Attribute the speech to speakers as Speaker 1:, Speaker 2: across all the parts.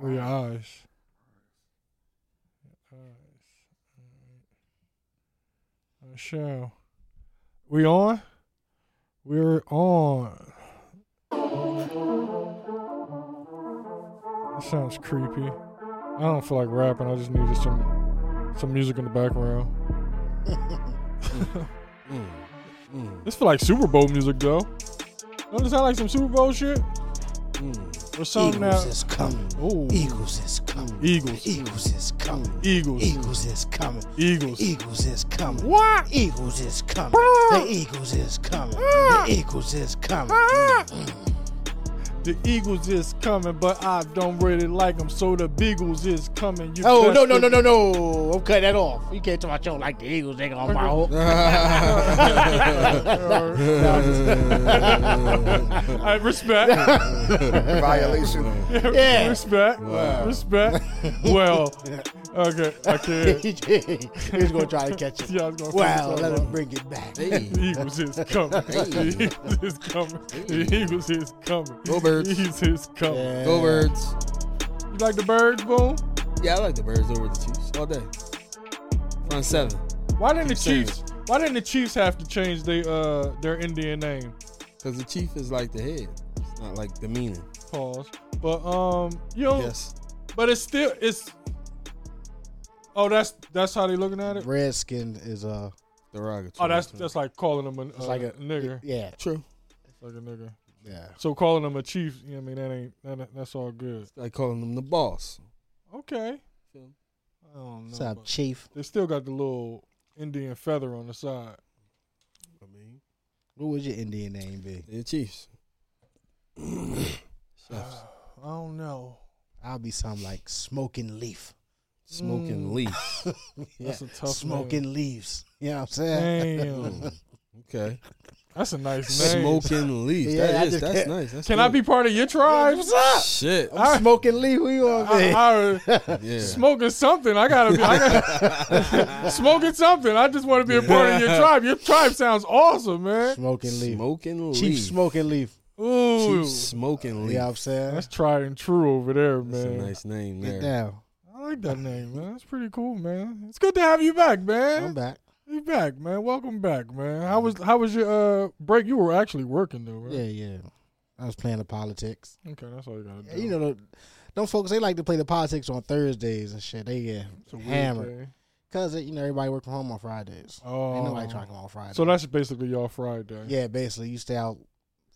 Speaker 1: We ours. Ours. Show. We on? We're on. That sounds creepy. I don't feel like rapping. I just needed some some music in the background. This feel like Super Bowl music though. Don't it sound like some Super Bowl shit? Hmm. Or something
Speaker 2: Eagles
Speaker 1: that-
Speaker 2: is coming.
Speaker 1: Ooh.
Speaker 2: Eagles is coming.
Speaker 1: Eagles.
Speaker 2: Eagles is coming.
Speaker 1: Eagles.
Speaker 2: Eagles is coming.
Speaker 1: Eagles.
Speaker 2: Eagles is coming.
Speaker 1: What?
Speaker 2: Eagles is coming.
Speaker 1: Ah.
Speaker 2: The Eagles is coming.
Speaker 1: Ah.
Speaker 2: The Eagles is coming.
Speaker 1: Ah! The Eagles is coming, but I don't really like them, so the Beagles is coming. You
Speaker 2: Oh no
Speaker 1: best
Speaker 2: no no
Speaker 1: to-
Speaker 2: no no! I'm cutting that off. You can't talk about you don't like the Eagles. They on my hook.
Speaker 1: I respect.
Speaker 3: Violation.
Speaker 2: Yeah.
Speaker 1: Respect. Respect. Well, okay, I can't.
Speaker 2: He's gonna try to catch
Speaker 1: Yeah, I
Speaker 2: it.
Speaker 1: was gonna say
Speaker 2: Wow,
Speaker 1: something.
Speaker 2: let him bring it back.
Speaker 3: Hey.
Speaker 1: The Eagles is coming. The Eagles is coming. The Eagles is coming.
Speaker 3: Go Birds.
Speaker 1: The Eagles is coming.
Speaker 2: Yeah.
Speaker 3: Go birds.
Speaker 1: You like the birds, boom?
Speaker 3: Yeah, I like the birds over the Chiefs all day. Front seven.
Speaker 1: Why didn't the
Speaker 3: Keep saying
Speaker 1: Chiefs? Why didn't the Chiefs have to change their uh their Indian name?
Speaker 3: Because the chief is like the head. It's not like the meaning.
Speaker 1: Pause. But um, you know,
Speaker 3: Yes.
Speaker 1: but it's still it's. Oh, that's that's how they looking at it.
Speaker 2: Redskin is uh,
Speaker 3: Derogatory.
Speaker 1: Oh, that's that's like calling them a, uh,
Speaker 2: like a-
Speaker 1: nigger,
Speaker 2: yeah,
Speaker 3: true.
Speaker 1: like a nigger.
Speaker 2: yeah.
Speaker 1: So calling them a chief, you know what I mean? That ain't that, ain't- that's all good.
Speaker 3: Like calling them the boss.
Speaker 1: Okay. I don't
Speaker 2: What's
Speaker 1: know.
Speaker 2: up,
Speaker 1: but
Speaker 2: Chief?
Speaker 1: They still got the little Indian feather on the side.
Speaker 3: I mean,
Speaker 2: What would your Indian name be?
Speaker 3: they're Chiefs. Chefs.
Speaker 1: I don't know.
Speaker 2: I'll be something like smoking leaf.
Speaker 3: Smoking
Speaker 1: Mm.
Speaker 3: leaf.
Speaker 1: That's a tough
Speaker 2: smoking leaves. You know what I'm saying?
Speaker 1: Damn,
Speaker 3: Okay.
Speaker 1: that's a nice name.
Speaker 3: Smoking leaf.
Speaker 2: Yeah, I
Speaker 3: that is.
Speaker 2: just
Speaker 3: That's
Speaker 2: can't- Ah.
Speaker 3: nice. That's
Speaker 1: Can I
Speaker 3: good.
Speaker 1: be part of your tribe?
Speaker 2: What's up?
Speaker 3: Shit.
Speaker 2: I'm
Speaker 1: I-
Speaker 2: smoking leaf. Who you want
Speaker 1: I,
Speaker 2: to
Speaker 1: I,
Speaker 3: Yeah.
Speaker 1: smoking something. I gotta be I gotta, smoking something. I just want to be a part of your tribe. Your tribe sounds awesome,
Speaker 2: be?
Speaker 1: man.
Speaker 2: Smoking leaf.
Speaker 3: Smoking leaf.
Speaker 2: Chief smoking leaf.
Speaker 1: Ooh,
Speaker 3: Chief smoking
Speaker 2: You
Speaker 3: leaf.
Speaker 2: know what I'm saying?
Speaker 1: that's tried and true over there,
Speaker 3: That's a
Speaker 1: man.
Speaker 3: nice name
Speaker 2: Get
Speaker 3: there.
Speaker 2: down.
Speaker 1: I like that name, man. That's pretty cool, man. It's good to have you back,
Speaker 2: I'm
Speaker 1: man.
Speaker 2: back.
Speaker 1: You back, man. Welcome back, man. How was how was your uh break? You were actually working though, right?
Speaker 2: Yeah, yeah. I was playing the politics.
Speaker 1: Okay, that's all you gotta do.
Speaker 2: You know, the- them folks they like to play the politics on Thursdays and shit. They get
Speaker 1: It's a weird
Speaker 2: hammered
Speaker 1: day.
Speaker 2: because you know everybody work from home on Fridays.
Speaker 1: Oh,
Speaker 2: Ain't nobody trying to come on Friday.
Speaker 1: so that's basically y'all Friday.
Speaker 2: yeah, basically you stay out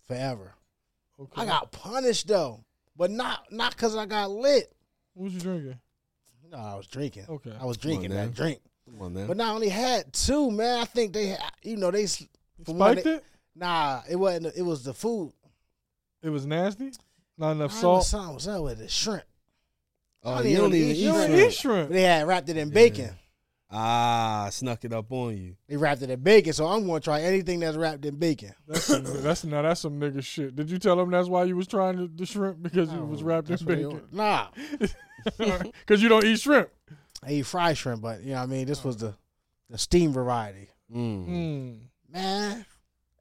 Speaker 2: forever.
Speaker 1: Okay.
Speaker 2: I got punished though, but not not because I got lit.
Speaker 1: What was you drinking?
Speaker 2: No, I was drinking.
Speaker 1: Okay.
Speaker 2: I was drinking
Speaker 3: now.
Speaker 2: that drink,
Speaker 3: Come on now.
Speaker 2: but not only had two man. I think they, had, you know, they s- for one,
Speaker 1: Spiked
Speaker 2: they-
Speaker 1: it?
Speaker 2: Nah, it wasn't. It was the food.
Speaker 1: It was nasty. Not enough
Speaker 2: I
Speaker 1: salt.
Speaker 2: was something was up with the shrimp.
Speaker 3: Oh,
Speaker 2: I
Speaker 3: you don't even eat
Speaker 1: You don't
Speaker 3: shrimp.
Speaker 1: eat shrimp.
Speaker 2: But they had wrapped it in bacon.
Speaker 3: Ah, snuck it up on you.
Speaker 2: They wrapped it in bacon, so I'm gonna try anything that's wrapped in bacon.
Speaker 1: That's some, that's now that's some nigga shit. Did you tell him that's why you was trying to, the shrimp because it was wrapped in
Speaker 2: Oh, That's what they
Speaker 1: bacon?
Speaker 2: want. Nah,
Speaker 1: Because you don't eat shrimp.
Speaker 2: I eat fried shrimp, but you know what I mean. This was the the steam variety,
Speaker 3: Mm.
Speaker 1: Mm.
Speaker 2: man.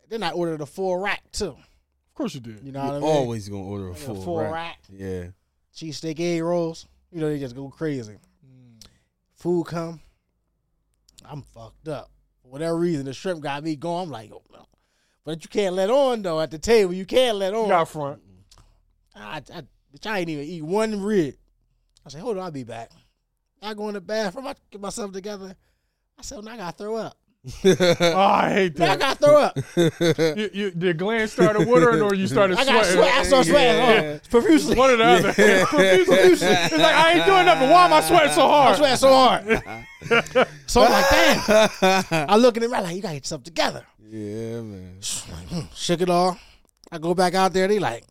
Speaker 2: Then I ordered a full rack too.
Speaker 1: Of course you did.
Speaker 2: You
Speaker 3: You
Speaker 2: know what I mean?
Speaker 3: always gonna order a
Speaker 2: Like a
Speaker 3: full,
Speaker 2: full
Speaker 3: rack.
Speaker 2: rack.
Speaker 3: Yeah.
Speaker 2: cheesesteak egg rolls. You know they just go crazy. Food come, I'm fucked up for whatever reason. The shrimp got me going. I'm like, oh, no. but you can't let on though at the table. You can't let on.
Speaker 1: You got front.
Speaker 2: I, I, bitch, I ain't even eat one rib. I said, hold on, I'll be back. I go in the bathroom, I get myself together. I said, now I gotta throw up.
Speaker 1: Oh, I hate
Speaker 2: Now I
Speaker 1: that.
Speaker 2: gotta throw up.
Speaker 1: You, you, the glands started watering or you started
Speaker 2: I gotta
Speaker 1: sweating.
Speaker 2: sweat. I start sweating
Speaker 3: Yeah.
Speaker 2: oh, profusely.
Speaker 1: One or the other. it's like I ain't doing nothing. Why am I sweating so
Speaker 2: I
Speaker 1: hard?
Speaker 2: sweat so hard. so I'm like, damn. I look in the mirror like, you gotta get yourself together.
Speaker 3: Yeah, man.
Speaker 2: Like, hmm, shook it all. I go back out there. They like,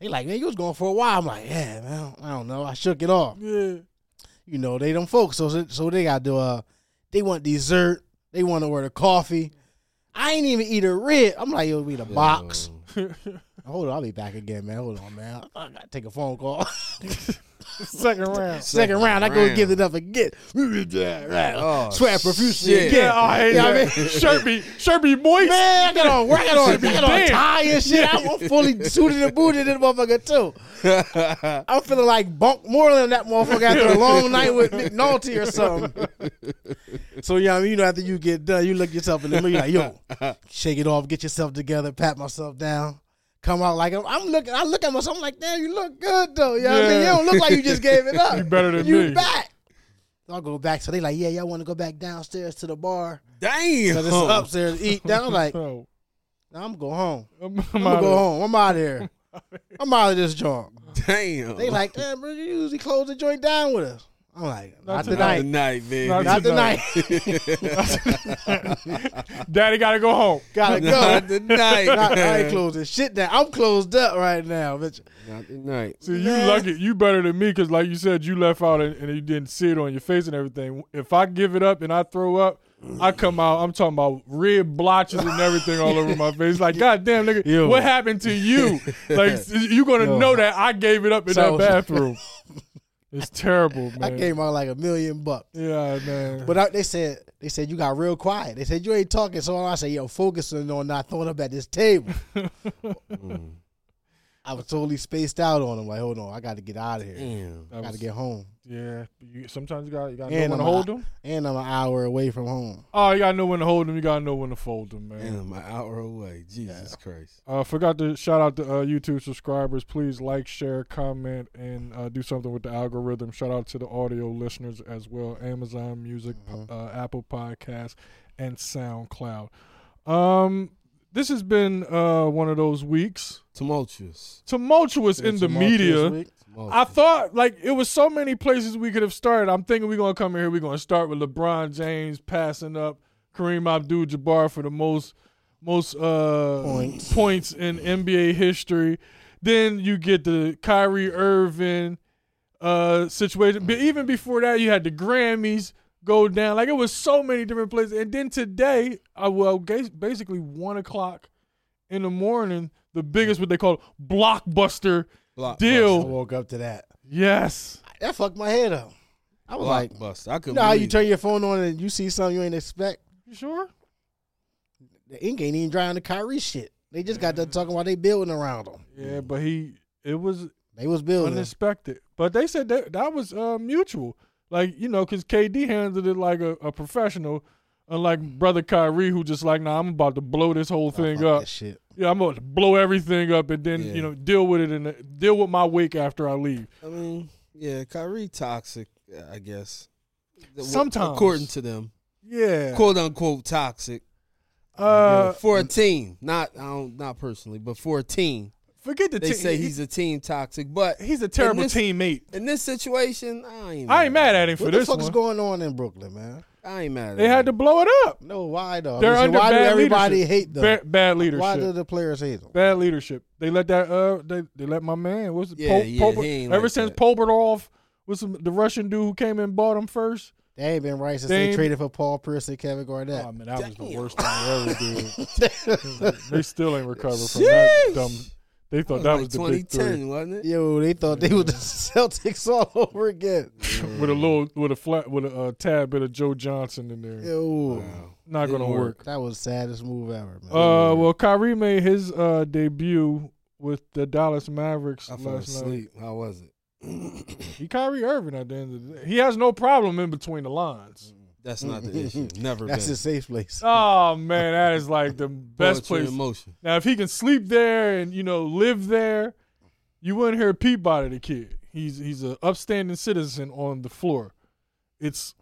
Speaker 2: they like, man, you was going for a while. I'm like, yeah, man, I don't know. I shook it off.
Speaker 1: Yeah.
Speaker 2: You know, they them folks. So so they got to. Uh, they want dessert. They want to order coffee. I ain't even eat a rib. I'm like, yo, we the box. Hold on, I'll be back again, man. Hold on, man. I gotta take a phone call.
Speaker 1: Second round.
Speaker 2: Second round, I go
Speaker 3: round.
Speaker 2: give it up again. right.
Speaker 3: Oh,
Speaker 2: Sweat profusely
Speaker 3: shit.
Speaker 2: again.
Speaker 1: Yeah, I hate
Speaker 2: You know what
Speaker 1: that.
Speaker 2: I mean?
Speaker 1: Shirt be, shirt be moist.
Speaker 2: Man, I got on work, I got on, I got on
Speaker 1: Damn.
Speaker 2: tie and shit. I'm fully suited and booted in the motherfucker too. I'm feeling like Bunk Moreland that motherfucker after a long night with McNulty or something. So yeah, I mean, you know, after you get done, you look yourself in the mirror, you're like, yo, shake it off, get yourself together, pat myself down. Come out like I'm, I'm looking. I look at myself. I'm like, damn, you look good though. You know what I mean? You
Speaker 1: Yeah.
Speaker 2: don't look like you just gave it up.
Speaker 1: You better than
Speaker 2: you
Speaker 1: me.
Speaker 2: back. So I go back. So they like, yeah, y'all want to go back downstairs to the bar?
Speaker 3: Damn.
Speaker 2: Cause it's upstairs, eat down. I'm like,
Speaker 1: Bro,
Speaker 2: nah, I'm going home.
Speaker 1: I'm, I'm
Speaker 2: I'm
Speaker 1: outta
Speaker 2: gonna go
Speaker 1: here.
Speaker 2: home. I'm out of here. I'm out of this joint.
Speaker 3: Uh-huh. Damn.
Speaker 2: They like, damn, bro, you usually close the joint down with us. I'm like, not,
Speaker 1: Not
Speaker 3: Not
Speaker 2: tonight.
Speaker 3: tonight, baby.
Speaker 1: Not
Speaker 2: Not tonight.
Speaker 1: Daddy gotta go home.
Speaker 2: Gotta go.
Speaker 3: Not tonight.
Speaker 2: Not- I ain't closing shit down. I'm closed up right now, bitch.
Speaker 3: Not tonight.
Speaker 1: See, you
Speaker 2: Man.
Speaker 1: lucky. You better than me because, like you said, you left out and, and you didn't see it on your face and everything. If I give it up and I throw up, I come out. I'm talking about red blotches and everything all over my face. Like, goddamn, nigga,
Speaker 2: Yo.
Speaker 1: what happened to you? Like, s- you gonna
Speaker 2: Yo.
Speaker 1: know that I gave it up in
Speaker 2: So-
Speaker 1: that bathroom. it's terrible, man.
Speaker 2: I came out like a million bucks.
Speaker 1: yeah, man.
Speaker 2: But I, they said they said you got real quiet. They said you ain't talking. So I said, yo, focusing on not throwing up at this table.
Speaker 3: Mm.
Speaker 2: I was totally spaced out on him. Like, hold on, I got to get out of here.
Speaker 3: Damn.
Speaker 1: That
Speaker 2: I got to
Speaker 1: was-
Speaker 2: get home.
Speaker 1: yeah. You, sometimes you got you got
Speaker 2: And
Speaker 1: know when
Speaker 2: I'm
Speaker 1: to hold
Speaker 2: a-
Speaker 1: them.
Speaker 2: And I'm an hour away from home.
Speaker 1: Oh, you gotta know when to hold them. You gotta know when to fold them, man.
Speaker 3: Damn, my hour away. Jesus Christ.
Speaker 1: Uh, forgot to shout out to uh, YouTube subscribers. Please like, share, comment, and uh, do something with the algorithm. Shout out to the audio listeners as well Amazon Music, uh, Apple Podcasts, and SoundCloud. Um, this has been uh, one of those weeks.
Speaker 3: Tumultuous.
Speaker 1: Tumultuous in the
Speaker 2: Tomorrow,
Speaker 1: media.
Speaker 2: this week.
Speaker 3: Tumultuous.
Speaker 1: I thought like it was so many places we could have started. I'm thinking we're gonna come in here. We're gonna start with LeBron James passing up Kareem Abdul-Jabbar for the most most uh,
Speaker 2: Points.
Speaker 1: points in NBA history. Then you get the Kyrie Irving uh, situation. But even before that, you had the Grammys go down. Like it was so many different places. And then today, uh, well, ga- basically one o'clock in the morning, the biggest what they call blockbuster
Speaker 3: Blockbuster.
Speaker 2: I
Speaker 1: deal.
Speaker 2: woke up to that.
Speaker 1: Yes.
Speaker 2: That fucked my head up. I was like,
Speaker 3: Blockbuster. I
Speaker 2: you
Speaker 3: could
Speaker 2: know how you turn your phone on and you see something you ain't expect?
Speaker 1: You sure?
Speaker 2: The ink ain't even dry on the Kyrie shit. They just got
Speaker 1: Mm.
Speaker 2: done talking about they building around them.
Speaker 1: Yeah, but he it was
Speaker 2: They was building.
Speaker 1: unexpected. But they said that that was uh, mutual. Like you know, because KD handled it like a, a professional, unlike brother Kyrie, who just like, nah, I'm about to blow this whole
Speaker 2: Oh,
Speaker 1: thing
Speaker 2: fuck
Speaker 1: up.
Speaker 2: that shit.
Speaker 1: Yeah, I'm about to blow everything up and then
Speaker 3: Yeah.
Speaker 1: you know deal with it and uh, deal with my wake after I leave.
Speaker 3: I mean, yeah, Kyrie toxic, I guess.
Speaker 1: Sometimes.
Speaker 3: according to them,
Speaker 1: Yeah.
Speaker 3: quote unquote toxic.
Speaker 1: Uh,
Speaker 3: for a team, not I don't, not personally, but for a team,
Speaker 1: forget the
Speaker 3: they
Speaker 1: team.
Speaker 3: say he's a team toxic. But
Speaker 1: he's a terrible
Speaker 3: this-
Speaker 1: teammate.
Speaker 3: in this situation, I ain't.
Speaker 1: I ain't mad at him for
Speaker 2: What the
Speaker 1: this
Speaker 2: fuck
Speaker 1: one.
Speaker 2: is going on in Brooklyn, man?
Speaker 3: I ain't mad. At
Speaker 1: they had to blow it up.
Speaker 2: No, why though?
Speaker 1: They're
Speaker 2: I mean,
Speaker 1: under
Speaker 2: why do
Speaker 1: bad
Speaker 2: everybody
Speaker 1: leadership.
Speaker 2: hate them?
Speaker 1: Ba- bad leadership.
Speaker 2: why do the players hate them?
Speaker 1: Bad leadership. They let that uh they, they let my man what's it
Speaker 3: Yeah,
Speaker 1: Pol-
Speaker 3: yeah,
Speaker 1: Polber-
Speaker 3: he ain't
Speaker 1: ever
Speaker 3: like
Speaker 1: since
Speaker 3: that.
Speaker 1: Polbertov was some, the Russian dude who came and bought him first.
Speaker 2: They ain't been right since
Speaker 1: They
Speaker 2: they,
Speaker 1: ain't-
Speaker 2: traded for Paul Pierce and Kevin Garnett.
Speaker 1: Oh man, that was the
Speaker 3: Damn.
Speaker 1: worst thing they ever did. they still ain't recovered from that
Speaker 3: Sheesh.
Speaker 1: dumb. They thought that
Speaker 3: That
Speaker 1: was
Speaker 3: was like
Speaker 1: the big
Speaker 3: 2010,
Speaker 1: three
Speaker 3: wasn't it?
Speaker 2: Yo, they thought they were the Celtics all over again.
Speaker 1: with a little with a flat with a uh, tad bit of Joe Johnson in there.
Speaker 2: Yo,
Speaker 3: Wow.
Speaker 1: Not
Speaker 3: didn't
Speaker 1: gonna
Speaker 3: work.
Speaker 1: work.
Speaker 2: that was the saddest move ever, man.
Speaker 1: Uh, well, Kyrie made his uh debut with the Dallas Mavericks
Speaker 3: I fell
Speaker 1: last night.
Speaker 3: asleep. How was it?
Speaker 1: He Kyrie Irving at the end of the day. He has no problem in between the lines.
Speaker 3: That's not the issue. Never
Speaker 2: That's
Speaker 3: been.
Speaker 2: a safe place.
Speaker 1: Oh man, that is like the best
Speaker 3: Poetry
Speaker 1: place.
Speaker 3: in motion.
Speaker 1: Now, if he can sleep there and you know live there, you wouldn't hear a peep out of the kid. He's he's an upstanding citizen on the floor. It's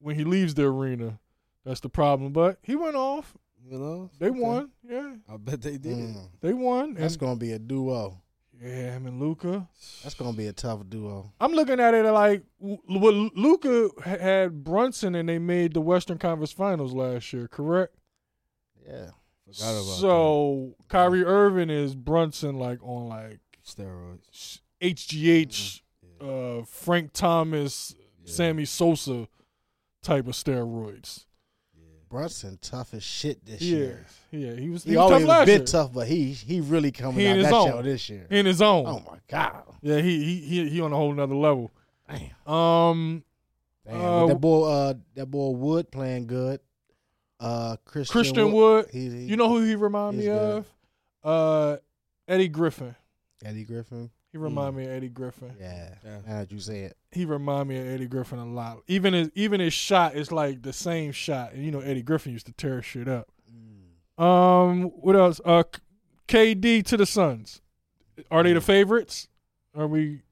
Speaker 1: when he leaves the arena that's the problem. But he went off.
Speaker 3: You know,
Speaker 1: They
Speaker 3: Okay.
Speaker 1: won. Yeah,
Speaker 3: I bet they did.
Speaker 2: Mm.
Speaker 1: they won.
Speaker 2: That's
Speaker 1: And,
Speaker 2: gonna be a duo.
Speaker 1: yeah, him and Luca.
Speaker 2: That's gonna be a tough duo.
Speaker 1: I'm looking at it like w- well, Luca had Brunson and they made the Western Conference Finals last year, correct?
Speaker 2: Yeah.
Speaker 3: Forgot about
Speaker 1: So Kyrie Irving is Brunson like on like
Speaker 3: steroids.
Speaker 1: s-
Speaker 3: Mm-hmm.
Speaker 1: HGH,
Speaker 3: Yeah.
Speaker 1: uh, Frank Thomas,
Speaker 3: Yeah.
Speaker 1: Sammy Sosa type of steroids.
Speaker 3: Yeah.
Speaker 2: Brunson tough as shit this
Speaker 1: Yeah,
Speaker 2: year.
Speaker 1: yeah, he was. He,
Speaker 2: He,
Speaker 1: was
Speaker 2: always
Speaker 1: tough last
Speaker 2: been
Speaker 1: year.
Speaker 2: tough, but he he really coming
Speaker 1: He in
Speaker 2: out
Speaker 1: his
Speaker 2: that
Speaker 1: own.
Speaker 2: show this year.
Speaker 1: in his own.
Speaker 2: Oh my god,
Speaker 1: Yeah, he he he he on a whole nother level.
Speaker 2: damn,
Speaker 1: Um,
Speaker 2: damn.
Speaker 1: Uh,
Speaker 2: that boy, uh, that boy Wood playing good. Uh, Christian,
Speaker 1: Christian Wood.
Speaker 2: He, he-
Speaker 1: You know who he remind me
Speaker 2: He's good.
Speaker 1: of? Uh, Eddie Griffin.
Speaker 2: Eddie Griffin.
Speaker 1: He remind me of Eddie Griffin.
Speaker 2: Mm. Yeah,
Speaker 3: Yeah.
Speaker 2: now that you say it,
Speaker 1: He remind me of Eddie Griffin a lot. Even his even his shot is like the same shot. And you know Eddie Griffin used to tear shit up.
Speaker 2: Mm.
Speaker 1: Um, what else? Uh, K- KD to the Suns. Are they the favorites? Are we?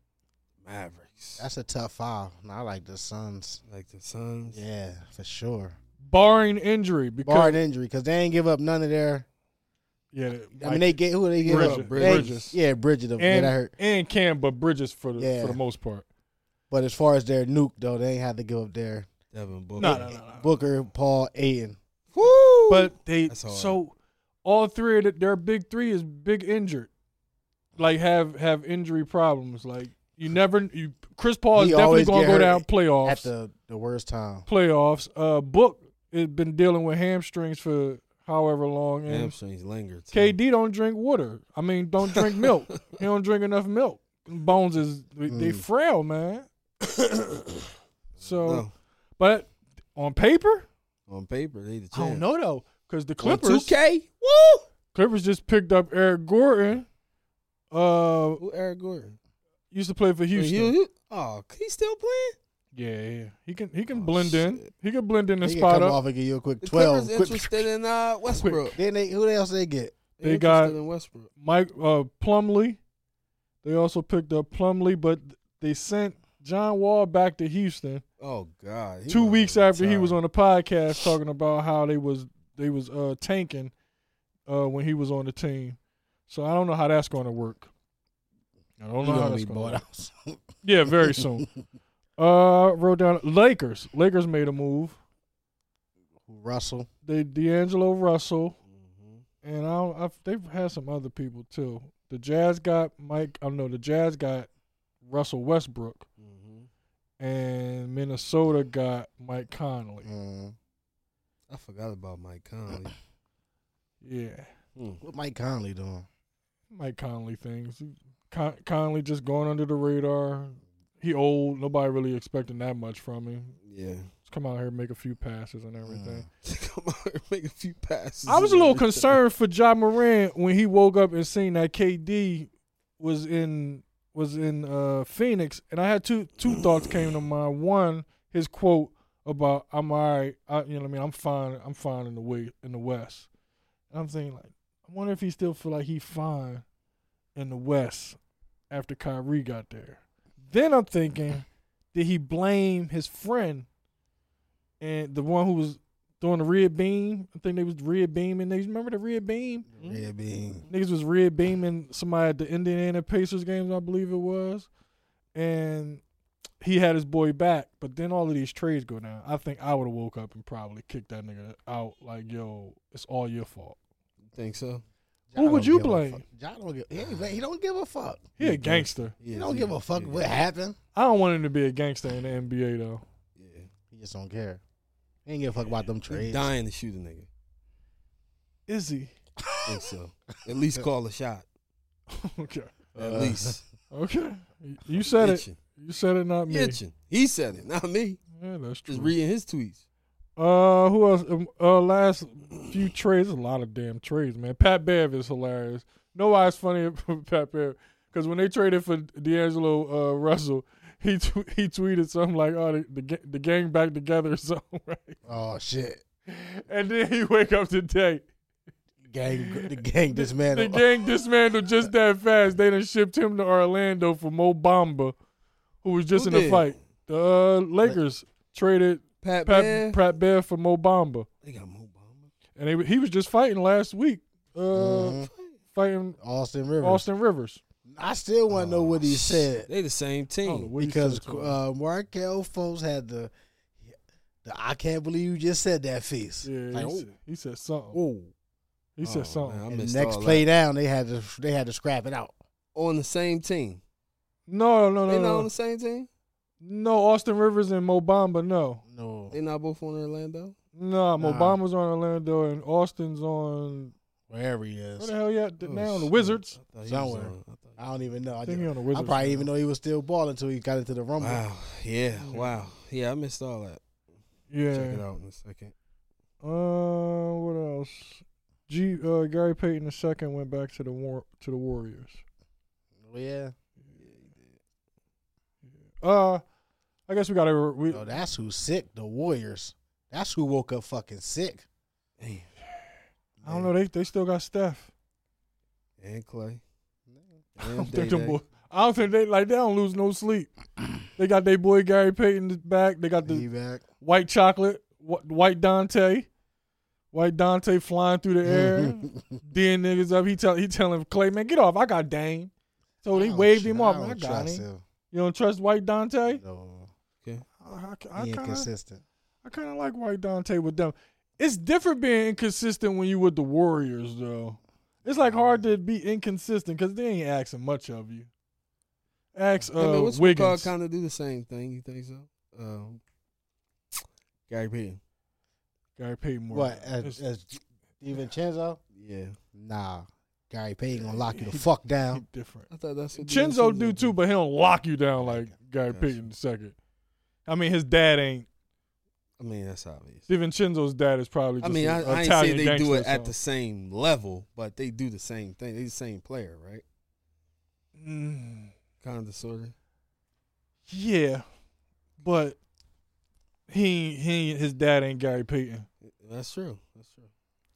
Speaker 3: Mavericks.
Speaker 2: that's a tough foul. And I like the Suns.
Speaker 3: like the Suns.
Speaker 2: Yeah, for sure.
Speaker 1: Barring injury, because
Speaker 2: Barring injury, because they ain't give up none of their.
Speaker 1: yeah,
Speaker 2: I mean, they get who they give
Speaker 1: Bridges-
Speaker 2: up.
Speaker 1: Bridges.
Speaker 2: They, yeah, Bridges. Them, yeah,
Speaker 1: and
Speaker 2: that hurt.
Speaker 1: and Cam, but Bridges for the
Speaker 2: Yeah.
Speaker 1: for the most part.
Speaker 2: But as far as their nuke though, they ain't had to give up their
Speaker 3: Devin Booker.
Speaker 1: No, no, no, no.
Speaker 2: Booker, Paul, Aiden.
Speaker 3: Woo!
Speaker 1: But they
Speaker 3: That's hard.
Speaker 1: so all three of the, their big three is big injured, like have have injury problems. Like you never you Chris Paul is
Speaker 2: He
Speaker 1: definitely
Speaker 2: always
Speaker 1: going to
Speaker 2: get
Speaker 1: go
Speaker 2: hurt
Speaker 1: down
Speaker 2: at
Speaker 1: playoffs.
Speaker 2: the the worst time.
Speaker 1: playoffs. Uh, Book has been dealing with hamstrings for however long, and
Speaker 3: hamstrings linger. too.
Speaker 1: KD don't drink water. I mean, don't drink milk. he don't drink enough milk. Bones is they, they
Speaker 2: Mm.
Speaker 1: frail, man. so,
Speaker 3: No,
Speaker 1: but on paper,
Speaker 3: on paper they the champ.
Speaker 1: I don't know though, because the
Speaker 3: On
Speaker 1: Clippers
Speaker 3: 2K. Woo!
Speaker 1: Clippers just picked up Eric Gordon. Uh,
Speaker 3: Who Eric Gordon?
Speaker 1: used to play for Houston.
Speaker 3: You- Oh, he still playing?
Speaker 1: Yeah, yeah, he can he can
Speaker 3: Oh,
Speaker 1: blend in.
Speaker 3: shit.
Speaker 1: He can blend in the
Speaker 2: They can
Speaker 1: spot
Speaker 2: come
Speaker 1: up.
Speaker 2: off and give you a quick
Speaker 3: The
Speaker 2: twelve.
Speaker 3: Clippers
Speaker 2: quick-
Speaker 3: interested in uh, Westbrook.
Speaker 2: then they who else they get?
Speaker 1: They
Speaker 3: They
Speaker 1: got-
Speaker 3: got in Westbrook.
Speaker 1: Mike uh, Plumley. They also picked up Plumley, but they sent John Wall back to Houston.
Speaker 3: Oh God! he
Speaker 1: two
Speaker 3: wasn't
Speaker 1: weeks
Speaker 3: even
Speaker 1: after he was
Speaker 3: tired.
Speaker 1: on the podcast talking about how they was they was uh tanking uh when he was on the team. So I don't know how that's going to work. I don't
Speaker 2: You
Speaker 1: know how
Speaker 2: gonna
Speaker 1: that's
Speaker 2: be
Speaker 1: going to
Speaker 2: bought
Speaker 1: work.
Speaker 2: out.
Speaker 1: Yeah, very soon. uh wrote down Lakers. Lakers made a move.
Speaker 2: Russell.
Speaker 1: They D'Angelo Russell
Speaker 3: Mhm.
Speaker 1: and I don't, I've, they've had some other people too. The Jazz got Mike. I know the Jazz got Russell Westbrook
Speaker 3: Mhm.
Speaker 1: and Minnesota got Mike Conley.
Speaker 2: Mm.
Speaker 3: I forgot about Mike Conley.
Speaker 1: Yeah.
Speaker 3: Hmm.
Speaker 2: What Mike Conley doing?
Speaker 1: Mike Conley things. Con- Conley just going under the radar. He old. Nobody really expecting that much from him.
Speaker 3: Yeah,
Speaker 1: Just come out here and make a few passes and everything.
Speaker 3: come on, make a few passes.
Speaker 1: I was a
Speaker 3: and
Speaker 1: little
Speaker 3: everything.
Speaker 1: concerned for Ja Morant when he woke up and seen that KD was in was in uh, Phoenix, and I had two two thoughts came to mind. One, his quote about "I'm alright," I, you know what I mean. I'm fine. I'm fine in the way in the West. And I'm thinking like, I wonder if he still feel like he fine in the West after Kyrie got there. Then I'm thinking, did he blame his friend and the one who was doing the red beam? I think they was red beaming. They remember the red beam?
Speaker 2: Mm. Yeah, being
Speaker 1: Niggas was red beaming somebody at the Indiana Pacers games, I believe it was, and he had his boy back. But then all of these trades go down. I think I would have woke up and probably kicked that nigga out. Like, yo, it's all your fault.
Speaker 3: Think so?
Speaker 1: Who would you blame?
Speaker 2: John don't give. He, ain't blame- he don't give a fuck.
Speaker 1: He
Speaker 3: Yeah,
Speaker 1: a gangster.
Speaker 2: He
Speaker 3: Yeah,
Speaker 2: don't give a fuck
Speaker 3: yeah,
Speaker 2: what happened.
Speaker 1: I don't want him to be a gangster in the NBA though.
Speaker 3: Yeah,
Speaker 2: He just don't care. He ain't give a fuck about them
Speaker 3: He
Speaker 2: trades.
Speaker 3: dying to shoot a nigga.
Speaker 1: Is he?
Speaker 3: Think so? At least call a shot.
Speaker 1: okay.
Speaker 3: At
Speaker 2: Uh,
Speaker 3: least
Speaker 1: Okay. You said it.
Speaker 3: itching,
Speaker 1: You said it, not me.
Speaker 3: itching. He said it, not me.
Speaker 1: Yeah, that's true.
Speaker 3: Just reading his tweets.
Speaker 1: Uh, who else? Um, Uh, last few trades, a lot of damn trades, man. Pat Bev is hilarious. Know why it's funny about Pat Bev? Because when they traded for D'Angelo uh, Russell, he tw- he tweeted something like, "Oh, the the, ga- the gang back together," or something, right?
Speaker 2: Oh shit!
Speaker 1: And then he wake up today,
Speaker 2: Gang, the gang
Speaker 1: the
Speaker 2: dismantled.
Speaker 1: gang dismantled just that fast. They done shipped him to Orlando for Mo Bamba, who was just
Speaker 3: Who
Speaker 1: in a
Speaker 3: did?
Speaker 1: fight. The uh, Lakers traded
Speaker 3: Pat,
Speaker 1: Pat
Speaker 3: Bev.
Speaker 1: Pat Bev for Mo Bamba,
Speaker 3: They got Mo Bamba.
Speaker 1: and they, he was just fighting last week. Uh,
Speaker 2: Mhm.
Speaker 1: fighting
Speaker 2: Austin Rivers.
Speaker 1: Austin Rivers.
Speaker 2: I still want to know what he
Speaker 3: Oh,
Speaker 2: said
Speaker 3: They the same
Speaker 1: I don't know
Speaker 3: team.
Speaker 1: what he
Speaker 2: because
Speaker 1: said to him.
Speaker 2: uh, Markel folks had the, the I can't believe you just said that face.
Speaker 1: yeah,
Speaker 2: Like,
Speaker 1: he,
Speaker 2: oh,
Speaker 1: said, he said something.
Speaker 2: oh.
Speaker 1: He said
Speaker 3: Oh,
Speaker 1: something.
Speaker 3: man, I
Speaker 2: And the
Speaker 3: missed
Speaker 2: next
Speaker 3: all that.
Speaker 2: play down, they had to they had to scrap it out.
Speaker 3: on the same team.
Speaker 1: No, no,
Speaker 3: They
Speaker 1: no, no,
Speaker 3: not on
Speaker 1: no.
Speaker 3: the same team.
Speaker 1: No, Austin Rivers and Mobamba. No,
Speaker 2: No,
Speaker 3: They not both on Orlando.
Speaker 1: No,
Speaker 2: Nah.
Speaker 1: Obama's on Orlando and Austin's on
Speaker 2: Wherever he
Speaker 1: where
Speaker 2: is,
Speaker 1: the hell you at
Speaker 3: Oh,
Speaker 1: now? The
Speaker 3: shit.
Speaker 1: Wizards.
Speaker 3: I thought he was
Speaker 2: Somewhere.
Speaker 3: on- I thought-
Speaker 2: I don't even know. I,
Speaker 1: I
Speaker 2: just,
Speaker 1: think he on the
Speaker 2: I
Speaker 1: Wizards.
Speaker 2: probably
Speaker 1: now.
Speaker 2: even know he was still balling until he got into the rumble.
Speaker 3: Wow. Yeah.
Speaker 1: Yeah.
Speaker 3: Wow. Yeah. I missed all that. Check it
Speaker 1: Yeah.
Speaker 3: out in a second.
Speaker 1: Uh, what else? G. Uh, Gary Payton II went back to the war to the Warriors.
Speaker 2: Oh, Yeah,
Speaker 1: Uh, I guess we got to we
Speaker 2: Yo, that's who's sick. The Warriors. That's who woke up fucking sick.
Speaker 3: Damn.
Speaker 1: I don't know. They they still got Steph.
Speaker 3: And Clay.
Speaker 1: I
Speaker 3: And
Speaker 1: don't think them
Speaker 3: Day-Day.
Speaker 1: boy. I don't think they like they don't lose no sleep. They got their boy Gary Payton back. They got the
Speaker 2: He back.
Speaker 1: white chocolate, wh- white Dante, white Dante flying through the air. Then niggas up. He tell he telling Clay man get off. I got Dane. So
Speaker 2: I
Speaker 1: they
Speaker 2: don't
Speaker 1: waved
Speaker 2: tr-
Speaker 1: him off.
Speaker 2: don't
Speaker 1: Oh, I, got
Speaker 2: trust
Speaker 1: him.
Speaker 2: him.
Speaker 1: You don't trust white Dante?
Speaker 2: No,
Speaker 1: I, I, I
Speaker 2: he
Speaker 1: kinda-
Speaker 2: inconsistent.
Speaker 1: I kind of like White Dante with them. It's different being inconsistent when you with the Warriors, though. It's like hard to be inconsistent because they ain't asking much of you. Ask uh,
Speaker 3: I mean, what's
Speaker 1: Wiggins.
Speaker 3: kind of do the same thing? You think so? Um, Gary Payton.
Speaker 1: Gary Payton more.
Speaker 2: What? As,
Speaker 1: It's-
Speaker 2: as Vincenzo?
Speaker 3: Yeah.
Speaker 2: Nah, Gary Payton gonna lock you the fuck
Speaker 1: he
Speaker 2: down.
Speaker 1: different.
Speaker 3: I thought that's what the
Speaker 1: Chenzo
Speaker 3: Nets
Speaker 1: do
Speaker 3: did.
Speaker 1: too, but he don't lock you down like Gary
Speaker 3: Gotcha.
Speaker 1: Payton the second. I mean, his dad ain't.
Speaker 3: I mean, that's obvious.
Speaker 1: DiVincenzo's dad is probably.
Speaker 3: I
Speaker 1: Just
Speaker 3: mean,
Speaker 1: a-
Speaker 3: I, I ain't say
Speaker 1: Italian
Speaker 3: they do
Speaker 1: gangster
Speaker 3: it
Speaker 1: or
Speaker 3: at
Speaker 1: something.
Speaker 3: the same level, but they do the same thing. They the same player, right?
Speaker 1: Mm,
Speaker 3: Kind of sort of.
Speaker 1: yeah, but he he ain't- his dad ain't Gary Payton.
Speaker 3: That's true. That's true.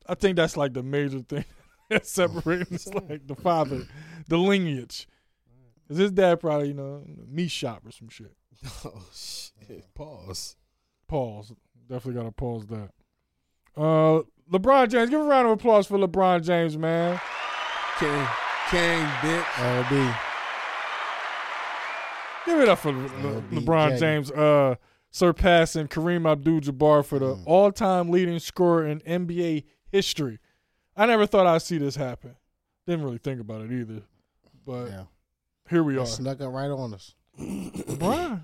Speaker 1: I think that's like the major thing that's separating is like the father, the lineage. Cause his dad probably you know meat shop or some shit.
Speaker 3: Oh shit! Pause.
Speaker 1: Pause. Definitely gotta pause that. Uh, LeBron James, give a round of applause for LeBron James, man.
Speaker 3: King, King, bitch.
Speaker 2: LB.
Speaker 1: Give it up for Le- Le-
Speaker 2: LBJ.
Speaker 1: LeBron James, uh, surpassing Kareem Abdul-Jabbar for the
Speaker 2: Mm.
Speaker 1: all-time leading scorer in NBA history. I never thought I'd see this happen. Didn't really think about it either, but
Speaker 2: Yeah,
Speaker 1: here we
Speaker 2: That
Speaker 1: are.
Speaker 2: snuck up right on us.
Speaker 1: LeBron.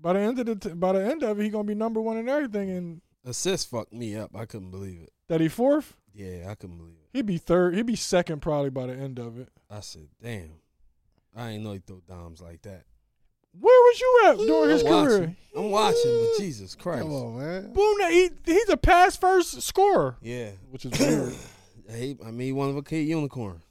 Speaker 1: By the end of the t- by the end of it, he gonna be number one in everything. And
Speaker 3: Assist fucked me up. I couldn't believe it.
Speaker 1: that he fourth,
Speaker 3: Yeah, I couldn't believe it.
Speaker 1: he'd be third. He'd be second probably by the end of it.
Speaker 3: I said, damn. I ain't know he throw dimes like that.
Speaker 1: Where was you at during his
Speaker 3: I'm watching.
Speaker 1: career?
Speaker 3: I'm watching, but Jesus Christ.
Speaker 2: Come on, man.
Speaker 1: Boom! that- He he's a pass first scorer,
Speaker 3: Yeah.
Speaker 1: which is weird.
Speaker 3: Hey, I mean, one of a kid unicorn.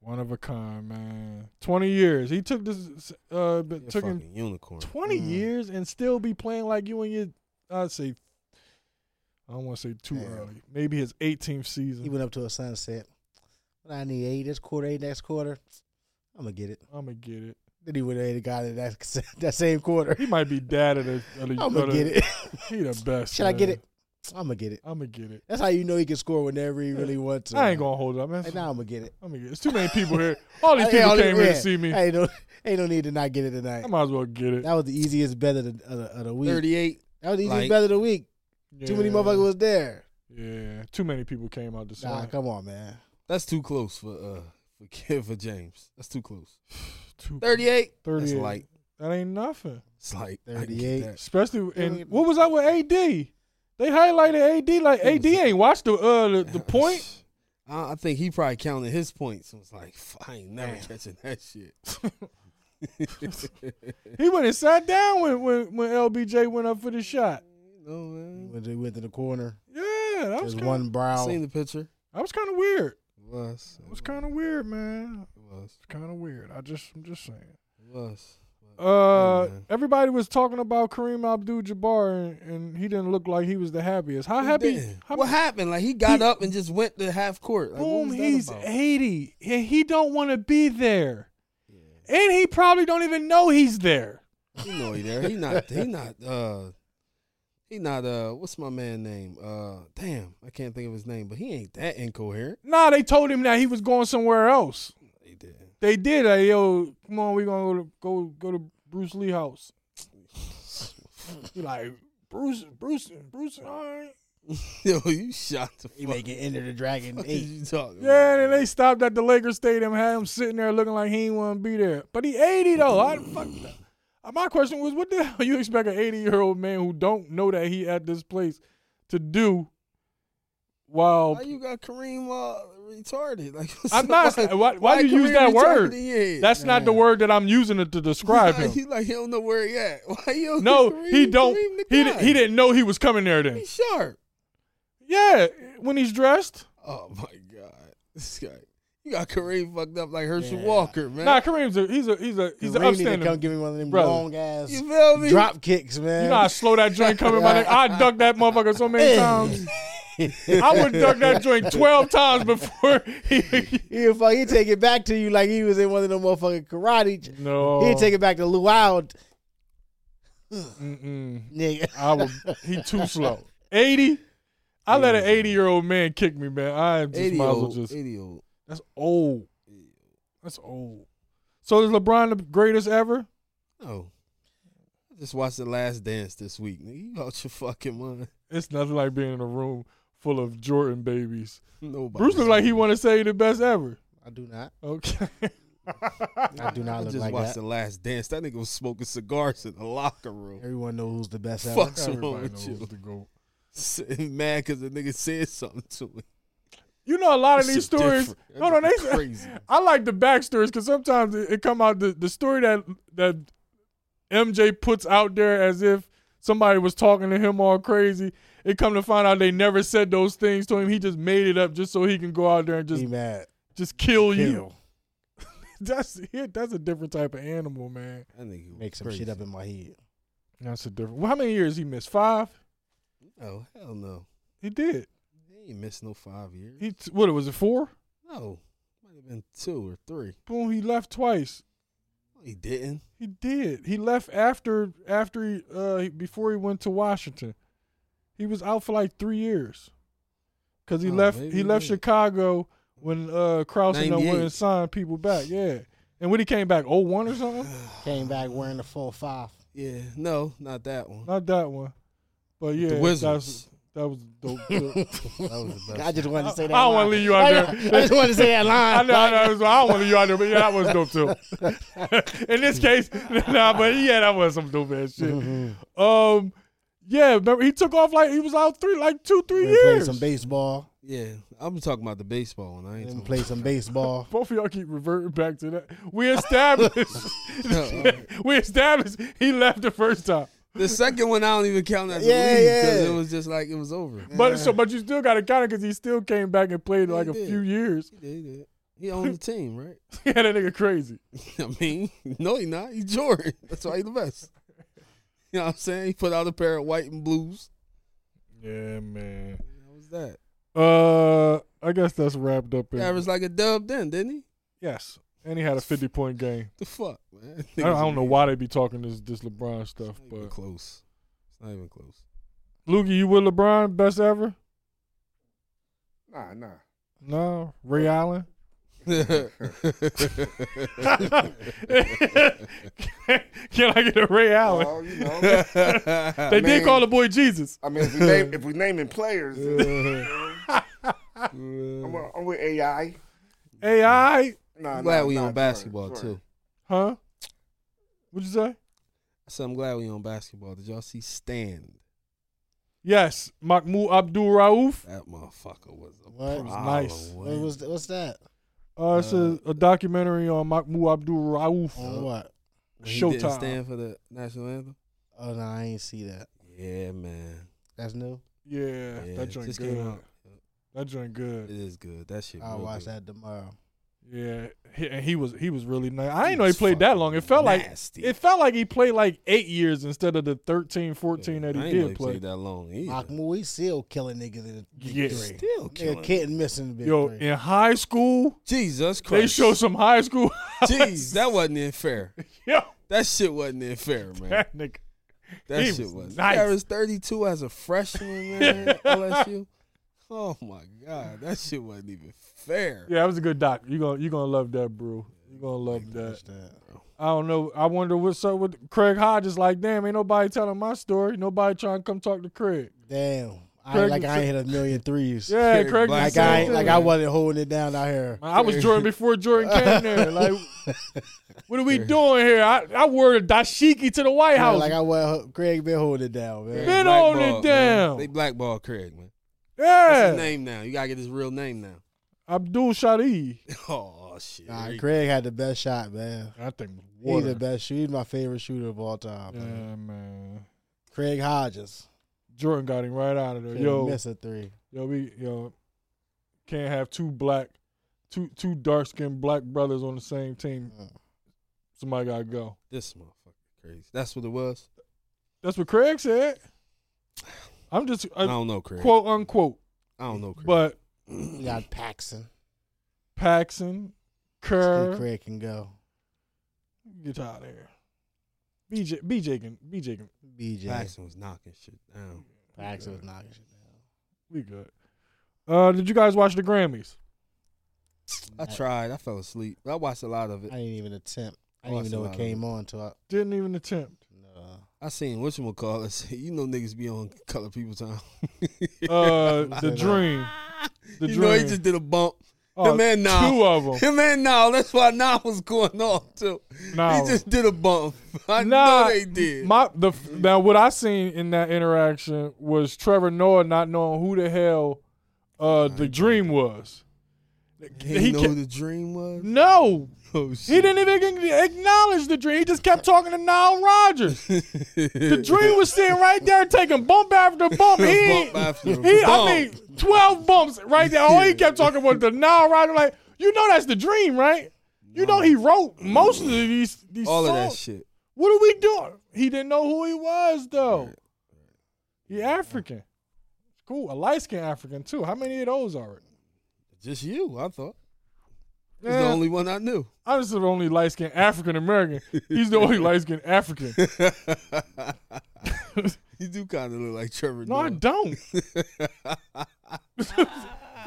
Speaker 1: one of a kind, man. Twenty years. He took this. Uh, but
Speaker 3: Yeah,
Speaker 1: took him
Speaker 3: fucking unicorn.
Speaker 1: twenty
Speaker 2: Mm.
Speaker 1: years and still be playing like you and your. I'd say. I don't want to say too
Speaker 2: Damn.
Speaker 1: early. Maybe his 18th season.
Speaker 2: He went up to a sunset. But I need eight this quarter, eight next quarter. I'm gonna get it.
Speaker 1: I'm gonna get it.
Speaker 2: Then he went eight and got it that that same quarter.
Speaker 1: He might be dad of the. Of the
Speaker 2: I'm gonna
Speaker 1: of the-
Speaker 2: get it.
Speaker 1: He the best.
Speaker 2: Should I get
Speaker 1: man.
Speaker 2: it? I'm gonna get it.
Speaker 1: I'm gonna get it.
Speaker 2: That's how you know he can score whenever he really wants to.
Speaker 1: I ain't gonna hold it up, man.
Speaker 2: Hey, now I'm gonna get it.
Speaker 1: I'm gonna get it. It's too many people here. All these
Speaker 2: Hey,
Speaker 1: people
Speaker 2: all the-
Speaker 1: came here
Speaker 2: yeah.
Speaker 1: to see me.
Speaker 2: Hey, no, ain't no need to not get it tonight.
Speaker 1: I might as well get it.
Speaker 2: That was the easiest bet of the, of the, of the week.
Speaker 3: 38.
Speaker 2: That was the easiest
Speaker 3: Like-
Speaker 2: bet of the week.
Speaker 1: Yeah.
Speaker 2: Too many motherfuckers was there.
Speaker 1: Yeah, too many people came out to see.
Speaker 2: Nah,
Speaker 1: me.
Speaker 2: come on, man.
Speaker 3: That's too close for uh for kid for James. That's too close.
Speaker 1: Too-
Speaker 3: 38. That's
Speaker 1: 38.
Speaker 3: light.
Speaker 1: That ain't nothing.
Speaker 3: It's light.
Speaker 2: 38.
Speaker 1: Especially
Speaker 2: Yeah,
Speaker 1: and
Speaker 2: we-
Speaker 1: what was up with AD? They highlighted AD like
Speaker 3: He
Speaker 1: AD
Speaker 3: was-
Speaker 1: ain't watched the uh the, the point.
Speaker 3: I I think he probably counted his points and was like, "Fuck, I ain't never
Speaker 2: Damn.
Speaker 3: catching that shit.
Speaker 1: He went and sat down when when, when LBJ went up for the shot.
Speaker 3: no, man.
Speaker 2: When they went to the corner,
Speaker 1: Yeah, that was
Speaker 2: there's
Speaker 1: kind.
Speaker 2: one brow.
Speaker 3: Seen the picture.
Speaker 1: That was kind of weird.
Speaker 3: It was.
Speaker 1: It was kind of weird, man.
Speaker 3: It was.
Speaker 1: It's kind of weird. I just I'm just saying.
Speaker 3: It was.
Speaker 1: Uh,
Speaker 3: man.
Speaker 1: everybody was talking about Kareem Abdul-Jabbar, and, and he didn't look like he was the happiest. How
Speaker 3: He
Speaker 1: happy?
Speaker 3: did.
Speaker 1: How,
Speaker 3: what happened? Like he got
Speaker 1: He-
Speaker 3: up and just went to half court. Like,
Speaker 1: boom,
Speaker 3: what was that
Speaker 1: he's
Speaker 3: about?
Speaker 1: eighty, and he don't want to be there,
Speaker 3: Yeah.
Speaker 1: and he probably don't even know he's there.
Speaker 3: You know he there. He not. He not. Uh, he not. Uh, what's my man name? Uh, damn, I can't think of his name. But he ain't that incoherent.
Speaker 1: Nah, they told him that he was going somewhere else.
Speaker 3: He did.
Speaker 1: They did. Like, yo, come on, we gonna go to, go go to Bruce Lee house. He like Bruce, Bruce, Bruce. All right.
Speaker 3: Yo, you shot the.
Speaker 2: He
Speaker 3: fuck-
Speaker 2: making Enter the Dragon
Speaker 3: What is
Speaker 2: eight.
Speaker 3: you talking?
Speaker 1: Yeah, and then
Speaker 3: about?
Speaker 1: they stopped at the Lakers Stadium, had him sitting there looking like he ain't want to be there. But he 80 though. I, fuck that. Uh, My question was, what the hell you expect an 80 year old man who don't know that he at this place to do while
Speaker 3: Why you got Kareem uh, retarded? Like
Speaker 1: I'm not. Why, why, do you use
Speaker 3: Kareem
Speaker 1: that
Speaker 3: retarded?
Speaker 1: word?
Speaker 3: Yeah.
Speaker 1: That's not the
Speaker 2: Nah.
Speaker 1: word that I'm using it to describe
Speaker 3: He's like,
Speaker 1: him.
Speaker 3: He like he don't know where he at. Why you? don't
Speaker 1: No,
Speaker 3: think
Speaker 1: he
Speaker 3: Kareem-
Speaker 1: don't.
Speaker 3: Kareem the
Speaker 1: He
Speaker 3: guy?
Speaker 1: di- he didn't know he was coming there then.
Speaker 3: He's sharp.
Speaker 1: Yeah, when he's dressed.
Speaker 3: Oh my god, this guy. You got Kareem fucked up like Herschel
Speaker 2: Yeah.
Speaker 3: Walker, man.
Speaker 1: Nah, Kareem's a he's a he's a he's an
Speaker 2: Kareem need to
Speaker 1: upstander.
Speaker 2: come give me one of them
Speaker 1: brother.
Speaker 2: long ass
Speaker 3: you feel me?
Speaker 2: drop kicks, man.
Speaker 1: You know how slow that joint coming by there? I ducked that motherfucker so many times. I would duck that joint twelve times before he.
Speaker 2: He'll fuck, he take it back to you like he was in one of them motherfucking karate. j-
Speaker 1: No,
Speaker 2: He'll take it back to Luau,
Speaker 1: Mm-mm.
Speaker 2: nigga.
Speaker 1: I would. He too slow. Eighty. I let an eighty-year-old man kick me, man. I just might as well
Speaker 3: Idiot.
Speaker 1: just.
Speaker 3: Idiot.
Speaker 1: That's old. That's old. So is LeBron the greatest ever?
Speaker 3: No. I just watched The Last Dance this week. Nigga, you out your fucking mind.
Speaker 1: It's nothing like being in a room full of Jordan babies.
Speaker 3: Nobody.
Speaker 1: Bruce looked like he want to say he the best ever.
Speaker 2: I do not.
Speaker 1: Okay.
Speaker 2: I do
Speaker 3: I
Speaker 2: not look
Speaker 3: just
Speaker 2: like
Speaker 3: watched
Speaker 2: that.
Speaker 3: The Last Dance. That nigga was smoking cigars in the locker
Speaker 1: Er
Speaker 3: room.
Speaker 2: Everyone knows who's the best ever.
Speaker 3: Fuck's wrong with you?
Speaker 1: you?
Speaker 3: Sitting mad because the nigga said something to him.
Speaker 1: You know a lot of
Speaker 3: This
Speaker 1: these
Speaker 3: is
Speaker 1: stories.
Speaker 3: different.
Speaker 1: No, no,
Speaker 3: That's
Speaker 1: they.
Speaker 3: crazy.
Speaker 1: I like the backstories because sometimes it, it come out the, the story that that MJ puts out there as if somebody was talking to him all crazy. It come to find out they never said those things to him. He just made it up just so he can go out there and just
Speaker 2: Be mad.
Speaker 1: just kill, you.
Speaker 2: Kill.
Speaker 1: That's it. That's a different type of animal, man.
Speaker 3: That nigga was
Speaker 2: Make some
Speaker 3: crazy.
Speaker 2: shit up in my head.
Speaker 1: That's a different. Well, how many years he missed? Five.
Speaker 3: Oh hell no.
Speaker 1: He did.
Speaker 3: He ain't missed no five years.
Speaker 1: He t- what was it four?
Speaker 3: No, might have been two or three.
Speaker 1: Boom. He left twice.
Speaker 3: No, He didn't.
Speaker 1: He did. He left after after he uh he- before he went to Washington. He was out for like three years. Cause he
Speaker 3: Oh,
Speaker 1: left
Speaker 3: maybe
Speaker 1: he
Speaker 3: he
Speaker 1: left
Speaker 3: did.
Speaker 1: Chicago when uh Krause and them
Speaker 3: 98.
Speaker 1: wouldn't sign people back. Yeah. And when he came back, 01 or something?
Speaker 2: Came back wearing the full five.
Speaker 3: Yeah, no, not that one.
Speaker 1: Not that one. But yeah,
Speaker 3: the
Speaker 1: that's
Speaker 3: Wizards.
Speaker 1: that was dope.
Speaker 3: That was the best.
Speaker 2: I just wanted to say that.
Speaker 1: I don't wanna
Speaker 2: line.
Speaker 1: leave you out there.
Speaker 2: I know- I just wanted to say that line.
Speaker 1: I know, I know. I, was- I don't want to you out there, but yeah, that was dope too. In this case, nah, but yeah, that was some dope ass shit. Um, yeah, remember he took off like he was out three, like two, three
Speaker 2: We played
Speaker 1: years.
Speaker 2: some baseball.
Speaker 3: yeah, I'm talking about the baseball one. I ain't
Speaker 2: Then
Speaker 3: talking
Speaker 2: play some baseball.
Speaker 1: Both of y'all keep reverting back to that. We established, we established he left the first time,
Speaker 3: The second one, I don't even count as
Speaker 2: Yeah,
Speaker 3: a league because
Speaker 2: yeah.
Speaker 3: it was just like it was over.
Speaker 1: but so but you still got to count it because he still came back and played like
Speaker 3: He
Speaker 1: a
Speaker 3: did.
Speaker 1: few years.
Speaker 3: He did it. He owned the team, right?
Speaker 1: yeah, that nigga crazy.
Speaker 3: I mean, no, he not. He Jordan. That's why he the best. You know what I'm saying? He put out a pair of white and blues.
Speaker 1: Yeah, man.
Speaker 3: That was that.
Speaker 1: Uh, I guess that's wrapped up.
Speaker 3: He
Speaker 1: In,
Speaker 3: averaged like a dub then, didn't he?
Speaker 1: yes, and he had a fifty point game.
Speaker 3: The fuck, man.
Speaker 1: I don't, I don't know why they be talking this this LeBron stuff,
Speaker 3: It's not even
Speaker 1: but
Speaker 3: close. It's not even close.
Speaker 1: Loogie, you with LeBron best ever?
Speaker 4: Nah, nah.
Speaker 1: No, Ray Allen. Can I get a Ray Allen?
Speaker 4: Well, you know,
Speaker 1: they did
Speaker 4: man.
Speaker 1: call the boy Jesus.
Speaker 4: I mean, if we name if we naming players, I'm, with- I'm with AI.
Speaker 1: AI,
Speaker 4: Nah,
Speaker 3: I'm glad
Speaker 4: nah,
Speaker 3: we
Speaker 4: nah,
Speaker 3: on
Speaker 4: sorry,
Speaker 3: basketball
Speaker 4: sorry.
Speaker 3: too.
Speaker 1: huh? What'd you say?
Speaker 3: So I'm glad we on basketball. Did y'all see Stand?
Speaker 1: Yes, Mahmoud Abdul Rauf.
Speaker 3: That motherfucker was a
Speaker 2: What? It was
Speaker 3: problem,
Speaker 1: nice.
Speaker 3: wasn't
Speaker 2: What
Speaker 3: it?
Speaker 2: was what's that?
Speaker 1: Uh, it's a, a documentary on Mahmoud Abdul Rauf.
Speaker 2: On what?
Speaker 3: When Oh, he didn't
Speaker 1: Showtime.
Speaker 3: stand for the national anthem.
Speaker 2: Oh no, I ain't see that.
Speaker 3: Yeah, man.
Speaker 2: That's new.
Speaker 1: yeah,
Speaker 3: Yeah,
Speaker 1: that
Speaker 3: it
Speaker 1: joint
Speaker 3: just
Speaker 1: good.
Speaker 3: came out.
Speaker 1: That joint
Speaker 3: It
Speaker 1: good.
Speaker 3: is good. That shit.
Speaker 2: I'll
Speaker 3: real
Speaker 2: watch
Speaker 3: good.
Speaker 2: that tomorrow.
Speaker 1: Yeah, he, and he was he was really nice. I didn't know he
Speaker 3: was
Speaker 1: played that
Speaker 3: fucking
Speaker 1: long. It felt like
Speaker 3: nasty.
Speaker 1: It felt like he played like eight years instead of the 13, 14
Speaker 3: Yeah,
Speaker 1: that
Speaker 3: I
Speaker 1: he
Speaker 3: ain't know
Speaker 1: did play.
Speaker 3: played that long. either.
Speaker 2: Mahmoud, we still killing niggas in the big
Speaker 1: Yeah.
Speaker 2: three.
Speaker 3: Still
Speaker 2: Nigga
Speaker 3: killing.
Speaker 2: can't miss in the big
Speaker 1: Yo,
Speaker 2: three.
Speaker 1: in high school,
Speaker 3: Jesus Christ.
Speaker 1: they show some high school.
Speaker 3: Jeez, that wasn't even fair.
Speaker 1: Yo,
Speaker 3: That shit wasn't even fair, man.
Speaker 1: that nigga.
Speaker 3: That
Speaker 1: He
Speaker 3: shit
Speaker 1: was
Speaker 3: was,
Speaker 1: nice.
Speaker 3: nice. was 32 as a freshman, man. at LSU. Oh my God, that shit wasn't even fair.
Speaker 1: Yeah, that was a good doc. You gonna you gonna love that, bro. You gonna love that.
Speaker 2: Watch that.
Speaker 1: I don't know. I wonder what's up with Craig Hodges. Like, damn, ain't nobody telling my story. Nobody trying to come talk to Craig.
Speaker 2: Damn. I ain't like I ain't hit a million threes.
Speaker 1: Yeah,
Speaker 3: Craig
Speaker 1: Craig.
Speaker 3: Black
Speaker 2: Like I ain't, like I wasn't holding it down out here.
Speaker 1: Man, I was Jordan before Jordan came there. Like, what are we doing here? I, I wore a dashiki to the White
Speaker 2: Yeah,
Speaker 1: House.
Speaker 2: like I was Craig been holding it down, man.
Speaker 1: Been
Speaker 3: Blackball,
Speaker 1: on it
Speaker 3: man.
Speaker 1: down.
Speaker 3: They blackball Craig, man. What's his
Speaker 1: yeah,
Speaker 3: name now? You gotta get his real name now.
Speaker 1: Abdul Shadi.
Speaker 3: Oh shit.
Speaker 2: Nah, Craig had the best shot, man.
Speaker 1: I think
Speaker 2: He's the best shooter. He's my favorite shooter of all time.
Speaker 1: Yeah,
Speaker 2: man.
Speaker 1: man.
Speaker 2: Craig Hodges.
Speaker 1: Jordan got him right out of there.
Speaker 2: Couldn't
Speaker 1: Yo,
Speaker 2: miss a three.
Speaker 1: yo, we yo can't have two black, two two dark skinned black brothers on the same team.
Speaker 2: Mm.
Speaker 1: Somebody gotta go.
Speaker 3: This motherfucker crazy. That's what it was.
Speaker 1: That's what Craig said. I'm just
Speaker 3: I
Speaker 1: uh,
Speaker 3: don't know, Craig.
Speaker 1: quote unquote,
Speaker 3: I don't know, Craig.
Speaker 1: but
Speaker 2: You
Speaker 3: Mm.
Speaker 2: got Paxson.
Speaker 1: Paxson,
Speaker 2: See
Speaker 1: Kerr,
Speaker 2: Craig can go.
Speaker 1: get out of here. BJ, BJ can, BJ can,
Speaker 2: BJ. Paxson,
Speaker 3: Jackson was knocking shit down.
Speaker 2: was knocking shit down.
Speaker 1: we good. Uh, did you guys watch the Grammys?
Speaker 3: I tried. I fell asleep. I watched a lot of it.
Speaker 2: I didn't even attempt. I
Speaker 3: Oh,
Speaker 2: didn't even
Speaker 3: that's
Speaker 2: know
Speaker 3: a
Speaker 2: it
Speaker 3: lot of
Speaker 2: came
Speaker 3: it.
Speaker 2: on until I.
Speaker 1: Didn't even attempt.
Speaker 2: No.
Speaker 3: I seen what you call it. You know niggas be on color people time.
Speaker 1: Uh, the Dream. The
Speaker 3: you
Speaker 1: Dream.
Speaker 3: know he just did a bump.
Speaker 1: Oh,
Speaker 3: the man now.
Speaker 1: two of them.
Speaker 3: Him and now. That's why now was going on too.
Speaker 1: Nah.
Speaker 3: He just did a bump. I
Speaker 1: Nah,
Speaker 3: know they did.
Speaker 1: My the f- now what I seen in that interaction was Trevor Noah not knowing who the hell uh the dream was.
Speaker 3: he
Speaker 1: he
Speaker 3: didn't know
Speaker 1: ca-
Speaker 3: who the dream was.
Speaker 1: No,
Speaker 3: Oh
Speaker 1: he
Speaker 3: shit.
Speaker 1: didn't even acknowledge the dream. He just kept talking to Nile Rodgers. The dream was sitting right there taking bump after bump. He,
Speaker 3: Bump after
Speaker 1: he
Speaker 3: bump.
Speaker 1: I mean, twelve bumps right there. All he kept talking was the Nile Rodgers. Like you know, that's the dream, right? You know, he wrote most of these these
Speaker 3: all of that
Speaker 1: songs.
Speaker 3: shit.
Speaker 1: What are we doing? He didn't know who he was though. He African. Cool. A light skinned African too. How many of those are it?
Speaker 3: Just you, I thought. He's
Speaker 1: Eh,
Speaker 3: the only one I knew.
Speaker 1: I'm just the only light skinned African American. He's the only light skinned African.
Speaker 3: you do kind of look like Trevor.
Speaker 1: No, I
Speaker 3: Noah.
Speaker 1: don't.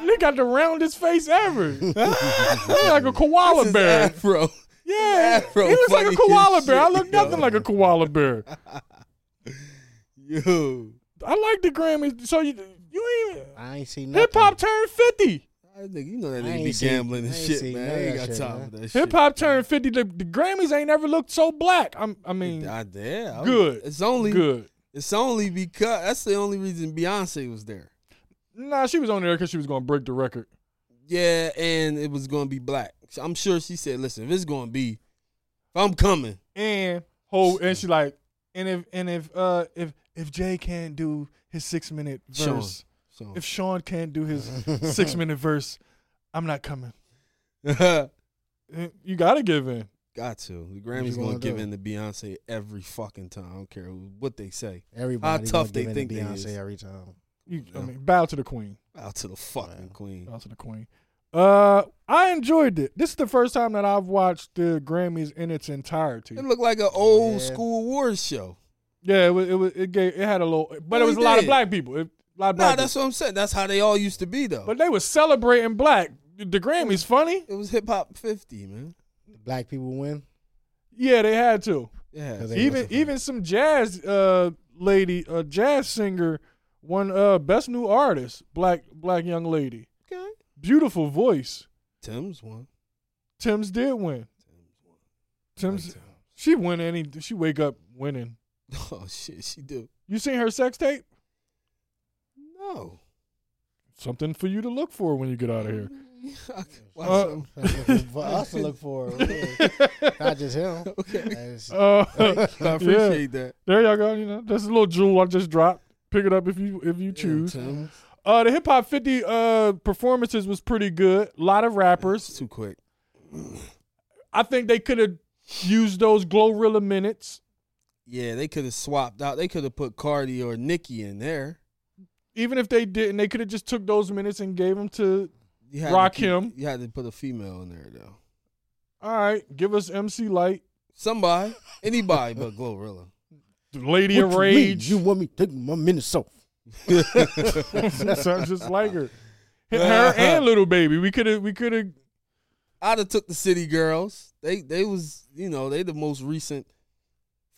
Speaker 1: They got the roundest face ever. He like a
Speaker 3: This
Speaker 1: koala
Speaker 3: is
Speaker 1: bear.
Speaker 3: Afro.
Speaker 1: Yeah.
Speaker 3: afro
Speaker 1: he looks like a
Speaker 3: funny as
Speaker 1: koala bear. I
Speaker 3: shit,
Speaker 1: look nothing
Speaker 3: yo.
Speaker 1: like a koala bear.
Speaker 3: Yo,
Speaker 1: I like the Grammys. So you you ain't
Speaker 2: I ain't seen nothing.
Speaker 1: hip hop turned fifty.
Speaker 3: I think you know that
Speaker 2: I
Speaker 3: nigga
Speaker 2: ain't
Speaker 3: be
Speaker 2: seen-
Speaker 3: gambling and
Speaker 2: I ain't
Speaker 3: shit,
Speaker 2: seen
Speaker 3: man.
Speaker 2: none
Speaker 3: I
Speaker 2: of
Speaker 3: ain't
Speaker 2: that
Speaker 3: got
Speaker 2: shit,
Speaker 3: time
Speaker 2: man.
Speaker 3: for that shit.
Speaker 1: Hip hop turned fifty. The, the Grammys ain't never looked so black. I'm, I mean,
Speaker 3: I, yeah, I-
Speaker 1: Good.
Speaker 3: It's only
Speaker 1: good.
Speaker 3: It's only because that's the only reason Beyonce was there.
Speaker 1: Nah, she was on there because she was gonna break the record.
Speaker 3: Yeah, and it was gonna be black. So I'm sure she said, "Listen, if it's gonna be, if I'm coming,
Speaker 1: and whole and she like and if and if uh if if Jay can't do his six minute verse,
Speaker 3: Sean. So
Speaker 1: if Sean can't do his six minute verse, I'm not coming.
Speaker 3: got
Speaker 1: Eh, You gotta give in.
Speaker 3: to the Grammys
Speaker 2: you
Speaker 3: gonna
Speaker 2: gonna
Speaker 3: give
Speaker 2: do?
Speaker 3: in to Beyonce every fucking time. I don't care who- what they say.
Speaker 2: Everybody gonna
Speaker 3: tough they
Speaker 2: give in to
Speaker 3: think they
Speaker 2: Beyonce
Speaker 3: is.
Speaker 2: every time.
Speaker 1: You, I
Speaker 3: Yeah.
Speaker 1: mean, bow to the queen.
Speaker 3: Out to the fucking
Speaker 2: Wow. Oh,
Speaker 3: queen.
Speaker 1: Bow to the queen. Uh, I enjoyed it. This is the first time that I've watched the Grammys in its entirety.
Speaker 3: It looked like an
Speaker 2: Oh,
Speaker 3: old
Speaker 2: Yeah.
Speaker 3: school award show.
Speaker 1: Yeah, it was. It, was, it gave. It had a little, but
Speaker 3: No,
Speaker 1: it was
Speaker 3: it
Speaker 1: a lot of
Speaker 3: did.
Speaker 1: black people. It, a lot of
Speaker 3: Nah,
Speaker 1: black
Speaker 3: that's what I'm saying. That's how they all used to be though.
Speaker 1: people. But they were celebrating black. The Grammys funny.
Speaker 3: it was hip hop 50, man.
Speaker 2: Black people win.
Speaker 1: Yeah, they had to.
Speaker 3: Yeah,
Speaker 2: 'Cause they
Speaker 1: even
Speaker 2: wasn't
Speaker 1: even some jazz uh lady a jazz singer won uh best new artist black black young lady
Speaker 3: okay.
Speaker 1: beautiful voice
Speaker 3: Tim's one.
Speaker 1: Tim's did win Tim's
Speaker 3: Like Tim.
Speaker 1: she win any she wake up winning
Speaker 3: Oh shit, she do.
Speaker 1: you seen her sex tape
Speaker 3: No.
Speaker 1: something for you to look for when you get out of here
Speaker 3: Watch
Speaker 1: Uh,
Speaker 3: some-
Speaker 2: for us to look for, not just him.
Speaker 3: okay.
Speaker 2: That's-
Speaker 1: uh,
Speaker 3: I appreciate that.
Speaker 1: there y'all go you know that's a little jewel I just dropped pick it up if you if you choose
Speaker 3: Tim.
Speaker 1: uh the hip hop 50 uh performances was pretty good a lot of rappers
Speaker 3: It's too quick.
Speaker 1: I think they could have used those Glorilla minutes.
Speaker 3: Yeah, they could have swapped out. They could have put Cardi or Nicki in there.
Speaker 1: Even if they didn't, they could have just took those minutes and gave them to.
Speaker 3: You had to
Speaker 1: Rock
Speaker 3: keep-
Speaker 1: him.
Speaker 3: You had to put a female in there though.
Speaker 1: All right, give us MC Light,
Speaker 3: Somebody, anybody but Glorilla.
Speaker 1: Lady of
Speaker 2: What you mean?
Speaker 1: Rage.
Speaker 2: You want me taking my Minnesota?
Speaker 1: Sounds just like her, her and Little Baby. We could have, we could have.
Speaker 3: I'd have took the City Girls. They they was you know they the most recent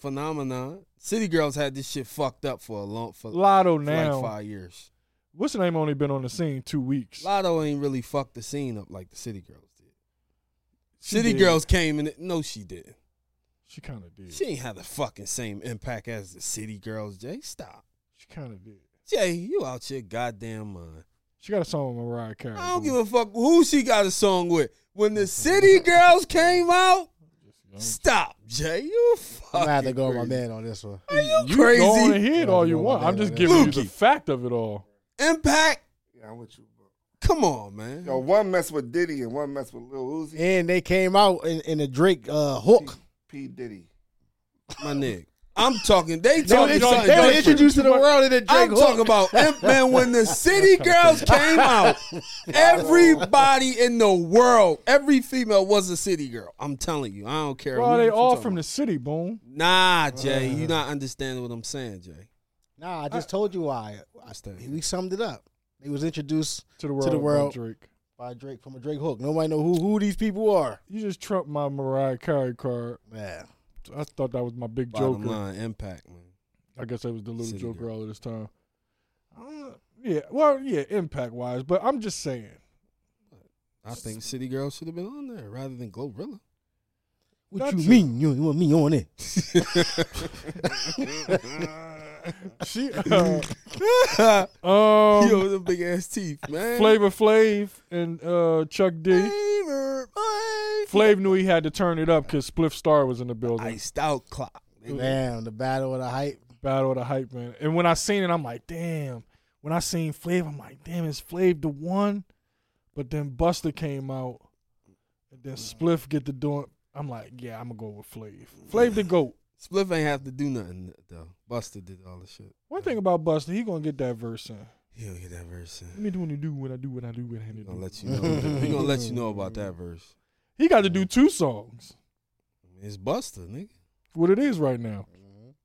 Speaker 3: phenomenon. City Girls had this shit fucked up for a long for,
Speaker 1: Lotto
Speaker 3: for
Speaker 1: now.
Speaker 3: like five years.
Speaker 1: What's the name? Only been on the scene two weeks.
Speaker 3: Lotto ain't really fucked the scene up like the City Girls did.
Speaker 1: She
Speaker 3: City
Speaker 1: did.
Speaker 3: Girls came in. No, she didn't.
Speaker 1: She kind of did.
Speaker 3: She ain't had the fucking same impact as the City Girls. Jay, stop.
Speaker 1: She kind of did.
Speaker 3: Jay, you out your goddamn mind.
Speaker 1: She got a song with Mariah Carey.
Speaker 3: I don't
Speaker 1: boo.
Speaker 3: give a fuck who she got a song with. When the City Girls came out, stop, Jay. You fucking.
Speaker 2: Mm. I'm gonna have to go with my
Speaker 3: crazy.
Speaker 2: man on this one.
Speaker 3: Are you
Speaker 1: You
Speaker 3: crazy?
Speaker 1: Go on ahead all you
Speaker 2: Yeah,
Speaker 1: want. I'm
Speaker 2: yeah,
Speaker 1: just
Speaker 2: yeah.
Speaker 1: giving you the
Speaker 3: Lukey.
Speaker 1: fact of it all.
Speaker 3: Impact?
Speaker 4: Yeah, I'm with you, bro.
Speaker 3: Come on, man.
Speaker 4: Yo, one mess with Diddy and one mess with Lil Uzi.
Speaker 2: And they came out in, in a Drake uh, hook.
Speaker 4: P Diddy.
Speaker 3: my nigga. I'm talking. They
Speaker 2: They, were
Speaker 3: talking.
Speaker 1: no,
Speaker 2: intro-
Speaker 3: something
Speaker 2: they were
Speaker 3: different.
Speaker 2: introduced to the world in a Drake
Speaker 3: I'm
Speaker 2: hook.
Speaker 3: talking about Imp Man. When the City Girls came out, everybody in the world, every female was a City Girl. I'm telling you, I don't care.
Speaker 1: Bro, they all from the
Speaker 3: the
Speaker 1: city, boom.
Speaker 3: Nah, Jay, you not understanding what I'm saying, Jay.
Speaker 2: Nah, I just told you why. I, we summed it up. They was introduced
Speaker 1: To the world.
Speaker 2: the
Speaker 1: by
Speaker 2: world.
Speaker 1: Drake.
Speaker 2: by Drake from a Drake hook. Nobody know who who these people are.
Speaker 1: You just trumped my Mariah Carey card.
Speaker 2: Yeah.
Speaker 1: I thought that was my big
Speaker 3: Bottom
Speaker 1: joker.
Speaker 3: line, impact, man.
Speaker 1: I guess that was the little
Speaker 3: City
Speaker 1: joker
Speaker 3: Girl.
Speaker 1: all of this time. I don't know. Yeah, well, yeah, impact wise, but I'm just saying.
Speaker 3: I think City Girls should have been on there rather than Glorilla.
Speaker 2: What
Speaker 1: Not
Speaker 2: you
Speaker 1: you.
Speaker 2: mean? You, you want me on it?
Speaker 1: She, uh,
Speaker 3: Yo,
Speaker 1: um,
Speaker 3: the big ass teeth, man.
Speaker 1: Flavor Flav and uh, Chuck D.
Speaker 3: Flavor, boy.
Speaker 1: Flav knew he had to turn it up because Spliff Star was in the building.
Speaker 3: Iced out clock.
Speaker 2: Damn, the battle of the hype.
Speaker 1: Battle of the Hype Man. And when I seen it, I'm like, damn. When I seen Flav, I'm like, damn, is Flav the one? But then Buster came out, and then Spliff get to doing. I'm like, yeah, I'm gonna go with Flav. Flav the goat.
Speaker 3: Spliff ain't have to do nothing though. Buster did all the shit.
Speaker 1: One thing about Buster, he gonna get that verse in.
Speaker 3: He'll get that verse
Speaker 1: Let
Speaker 3: in.
Speaker 1: me do what I do, what I do, what I do, what I
Speaker 3: He
Speaker 1: do.
Speaker 3: gonna let you know. he gonna let you know about that verse.
Speaker 1: He got to do two songs.
Speaker 3: It's Buster, nigga.
Speaker 1: What it is right now.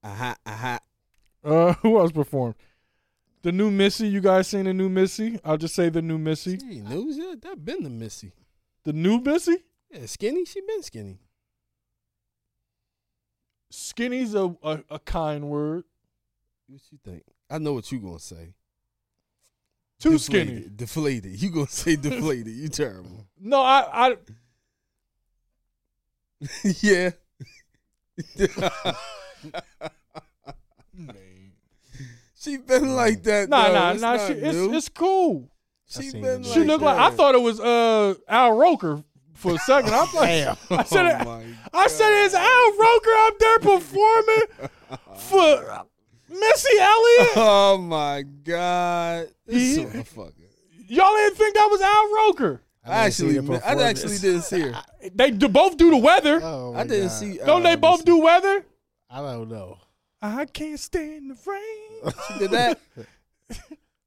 Speaker 3: Aha, aha.
Speaker 1: Uh, who else performed? The new Missy. You guys seen the new Missy? I'll just say the new Missy.
Speaker 3: She ain't news yet. That been the Missy.
Speaker 1: The new Missy.
Speaker 3: Yeah, skinny. She been skinny.
Speaker 1: Skinny's a a, a kind word.
Speaker 3: What you think? I know what you gonna say.
Speaker 1: Too
Speaker 3: Deflated,
Speaker 1: skinny.
Speaker 3: Deflated. You gonna say deflated. You terrible.
Speaker 1: No, I, I
Speaker 3: yeah. she been like that.
Speaker 1: nah
Speaker 3: though.
Speaker 1: nah
Speaker 3: It's
Speaker 1: nah.
Speaker 3: not
Speaker 1: She, it's
Speaker 3: new.
Speaker 1: it's cool.
Speaker 2: I
Speaker 3: she
Speaker 2: seen
Speaker 3: been
Speaker 2: it.
Speaker 1: She
Speaker 3: like
Speaker 1: looked like I
Speaker 3: that.
Speaker 1: thought it was uh Al Roker for a second. I'm like,
Speaker 2: Damn.
Speaker 1: I said
Speaker 3: Oh
Speaker 1: it.
Speaker 3: my
Speaker 1: I said it's Al Roker up there performing for Missy Elliott.
Speaker 3: Oh my god! This
Speaker 1: He-
Speaker 3: motherfucker.
Speaker 1: Y'all didn't think that was Al Roker.
Speaker 3: I
Speaker 2: didn't see
Speaker 3: actually,
Speaker 2: the
Speaker 3: mi- I
Speaker 2: performance.
Speaker 3: actually didn't see her.
Speaker 1: They do both do the weather.
Speaker 2: Oh my
Speaker 3: I didn't
Speaker 2: God.
Speaker 3: see.
Speaker 1: Don't they
Speaker 3: uh,
Speaker 1: both do weather?
Speaker 2: I don't know.
Speaker 1: I can't stand the rain.
Speaker 3: She did that.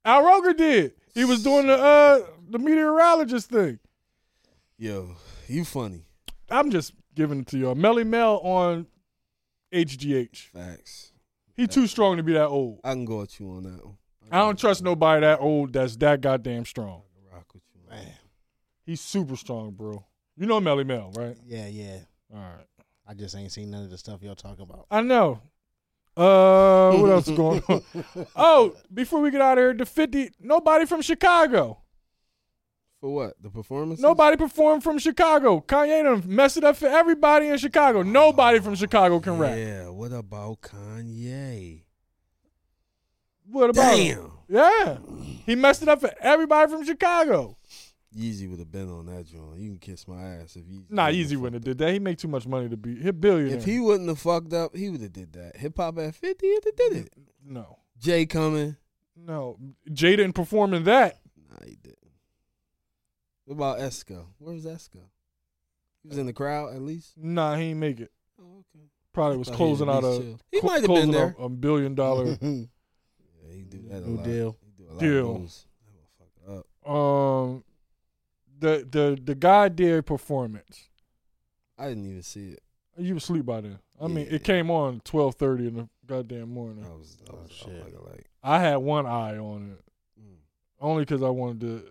Speaker 1: Al Roker did. He was doing the uh the meteorologist thing.
Speaker 3: Yo, you funny.
Speaker 1: I'm just giving it to y'all. Melly Mel on HGH.
Speaker 3: Facts.
Speaker 1: He too strong to be that old.
Speaker 3: I can go with you on that one.
Speaker 1: I don't trust nobody that old that's that goddamn strong.
Speaker 3: Rock with you. on that.
Speaker 2: Man.
Speaker 1: He's super strong, bro. You know Melly Mel, right?
Speaker 2: Yeah, yeah.
Speaker 1: All right.
Speaker 2: I just ain't seen none of the stuff y'all talking about.
Speaker 1: I know. Uh, what else is going on? Oh, before we get out of here, the fifty. Nobody from Chicago.
Speaker 3: For what? The performance?
Speaker 1: Nobody performed from Chicago. Kanye done messed it up for everybody in Chicago. Nobody from Chicago can rap.
Speaker 3: Yeah. What about Kanye?
Speaker 1: What about? him?
Speaker 3: Damn.
Speaker 1: Yeah, he messed it up for everybody from Chicago.
Speaker 3: Yeezy would have been on that joint. You can kiss my ass if Yeezy.
Speaker 1: Nah,
Speaker 3: wouldn't
Speaker 1: Easy
Speaker 3: fucked
Speaker 1: wouldn't have
Speaker 3: up.
Speaker 1: did that. He make too much money to be he a billionaire.
Speaker 3: If he wouldn't have fucked up, he would have did that. Hip hop at fifty, he'd have did it.
Speaker 1: no,
Speaker 3: Jay coming.
Speaker 1: no, Jay didn't perform in that.
Speaker 3: Nah, he didn't. What about Esco? Where was Esco? He was in the crowd at least.
Speaker 1: Nah, he ain't make it.
Speaker 3: Oh, okay.
Speaker 1: Probably was closing out a
Speaker 3: He
Speaker 1: clo-
Speaker 3: might have been
Speaker 1: closing
Speaker 3: there.
Speaker 1: out a billion dollar.
Speaker 3: Yeah, he do that a
Speaker 2: New
Speaker 3: lot.
Speaker 2: deal.
Speaker 3: He do a lot
Speaker 1: Deal.
Speaker 3: Of those. That motherfucker up.
Speaker 1: um, the the the guy did performance.
Speaker 3: I didn't even see it.
Speaker 1: You was asleep by then. I mean,
Speaker 3: Yeah.
Speaker 1: it came on twelve thirty in the goddamn morning.
Speaker 3: I was, I
Speaker 2: Oh,
Speaker 3: was up
Speaker 2: shit.
Speaker 3: like, a like
Speaker 1: I had one eye on it
Speaker 3: Mm.
Speaker 1: only because I wanted to.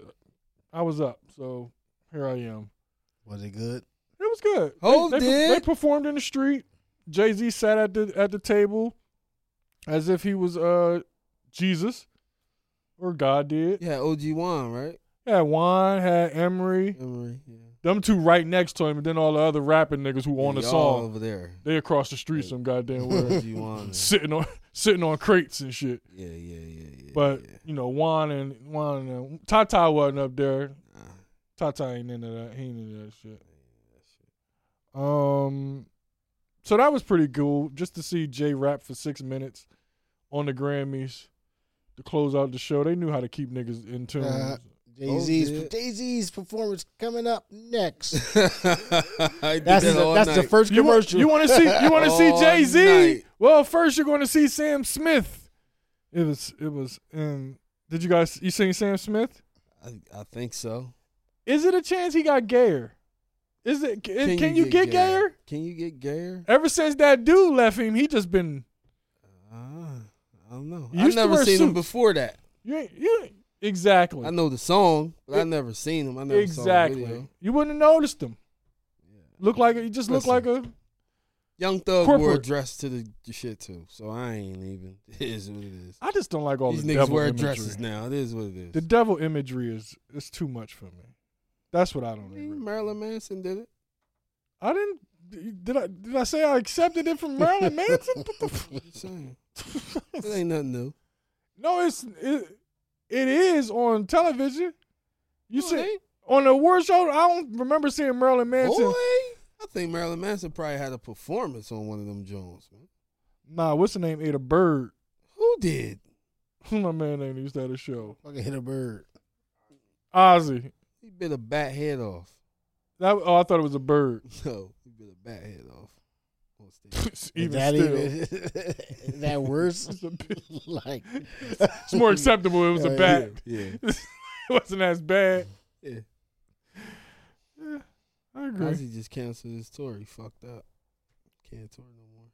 Speaker 1: I was up, so here I am.
Speaker 2: Was it good?
Speaker 1: It was good. They-
Speaker 3: Hov
Speaker 1: they,
Speaker 3: did.
Speaker 1: They performed in the street. Jay Z sat at the at the table as if he was uh Jesus. or God did.
Speaker 3: Yeah, OG Juan, right?
Speaker 1: Had Juan, had Emery,
Speaker 3: Emery, yeah.
Speaker 1: them two right next to him, and then all the other rapping niggas who on the
Speaker 3: Y'all
Speaker 1: song.
Speaker 3: over there.
Speaker 1: They across the street some goddamn where
Speaker 3: OG Juan.
Speaker 1: sitting on sitting on crates and shit.
Speaker 3: Yeah, yeah, yeah, yeah.
Speaker 1: But
Speaker 3: yeah.
Speaker 1: you know, Juan and Juan and Tata wasn't up there.
Speaker 3: Nah,
Speaker 1: Tata ain't into that. He ain't into that shit. Um, so that was pretty cool just to see Jay rap for six minutes on the Grammys to close out the show. They knew how to keep niggas in tune.
Speaker 2: Uh, Jay
Speaker 3: Oh,
Speaker 2: Z's
Speaker 3: yeah.
Speaker 2: Jay Z's performance coming up next.
Speaker 3: I did
Speaker 2: That's
Speaker 3: that
Speaker 2: the,
Speaker 3: all
Speaker 2: that's the
Speaker 3: night.
Speaker 2: first
Speaker 1: you want,
Speaker 2: commercial.
Speaker 1: you want to see you want to see
Speaker 3: All
Speaker 1: Jay Z?
Speaker 3: night.
Speaker 1: Well, first you're going to see Sam Smith. It was it was. Um, did you guys you seen Sam Smith?
Speaker 3: I, I think so.
Speaker 1: Is it a chance he got gayer? Is it? Can, can, you, get, gayer?
Speaker 3: Can you get gayer?
Speaker 1: Ever since that dude left him, he just been
Speaker 3: Uh, I don't know.
Speaker 1: You
Speaker 3: I've
Speaker 1: used to
Speaker 3: never
Speaker 1: wear
Speaker 3: seen him
Speaker 1: suits.
Speaker 3: before that.
Speaker 1: you ain't, you ain't- exactly
Speaker 3: I know the song, but I
Speaker 1: It-
Speaker 3: never seen him. I never saw the
Speaker 1: exactly.
Speaker 3: video.
Speaker 1: You wouldn't have noticed him. Look like a- he just looked like
Speaker 3: Listen.
Speaker 1: a
Speaker 3: Young Thug wore a
Speaker 1: Corporate.
Speaker 3: dress to the, the shit too, so I ain't even. It is what it is.
Speaker 1: I just don't like all
Speaker 3: These
Speaker 1: the
Speaker 3: niggas
Speaker 1: devil
Speaker 3: wear
Speaker 1: imagery.
Speaker 3: dresses now. It is what it is.
Speaker 1: The devil imagery is is too much for me. That's what I don't. agree with.
Speaker 3: Marilyn Manson did it.
Speaker 1: I didn't. Did I? Did I say I accepted it from Marilyn Manson? What the
Speaker 3: I'm just saying.
Speaker 1: f-
Speaker 3: It ain't nothing new.
Speaker 1: no, it's it, it is on television. You
Speaker 3: No, it
Speaker 1: said
Speaker 3: ain't.
Speaker 1: on the award show. I don't remember seeing Marilyn Manson.
Speaker 3: boy. I think Marilyn Manson probably had a performance on one of them Jones. Man.
Speaker 1: Nah, what's the name? Ate a bird.
Speaker 3: Who did?
Speaker 1: My man ain't used to have a show.
Speaker 2: Fucking hit a bird.
Speaker 1: Ozzy.
Speaker 3: He bit a bat head off.
Speaker 1: That, oh, I thought it was a bird.
Speaker 3: No, he bit a bat head off on stage.
Speaker 1: even
Speaker 2: that
Speaker 1: still,
Speaker 2: even that worse?
Speaker 1: It's, a bit-
Speaker 2: like
Speaker 1: it's more acceptable. It was a
Speaker 2: Yeah,
Speaker 1: bat.
Speaker 3: Yeah.
Speaker 1: It wasn't as bad.
Speaker 3: Yeah.
Speaker 1: Yeah, I agree.
Speaker 3: Ozzy just canceled his tour. He fucked up. Can't tour no more.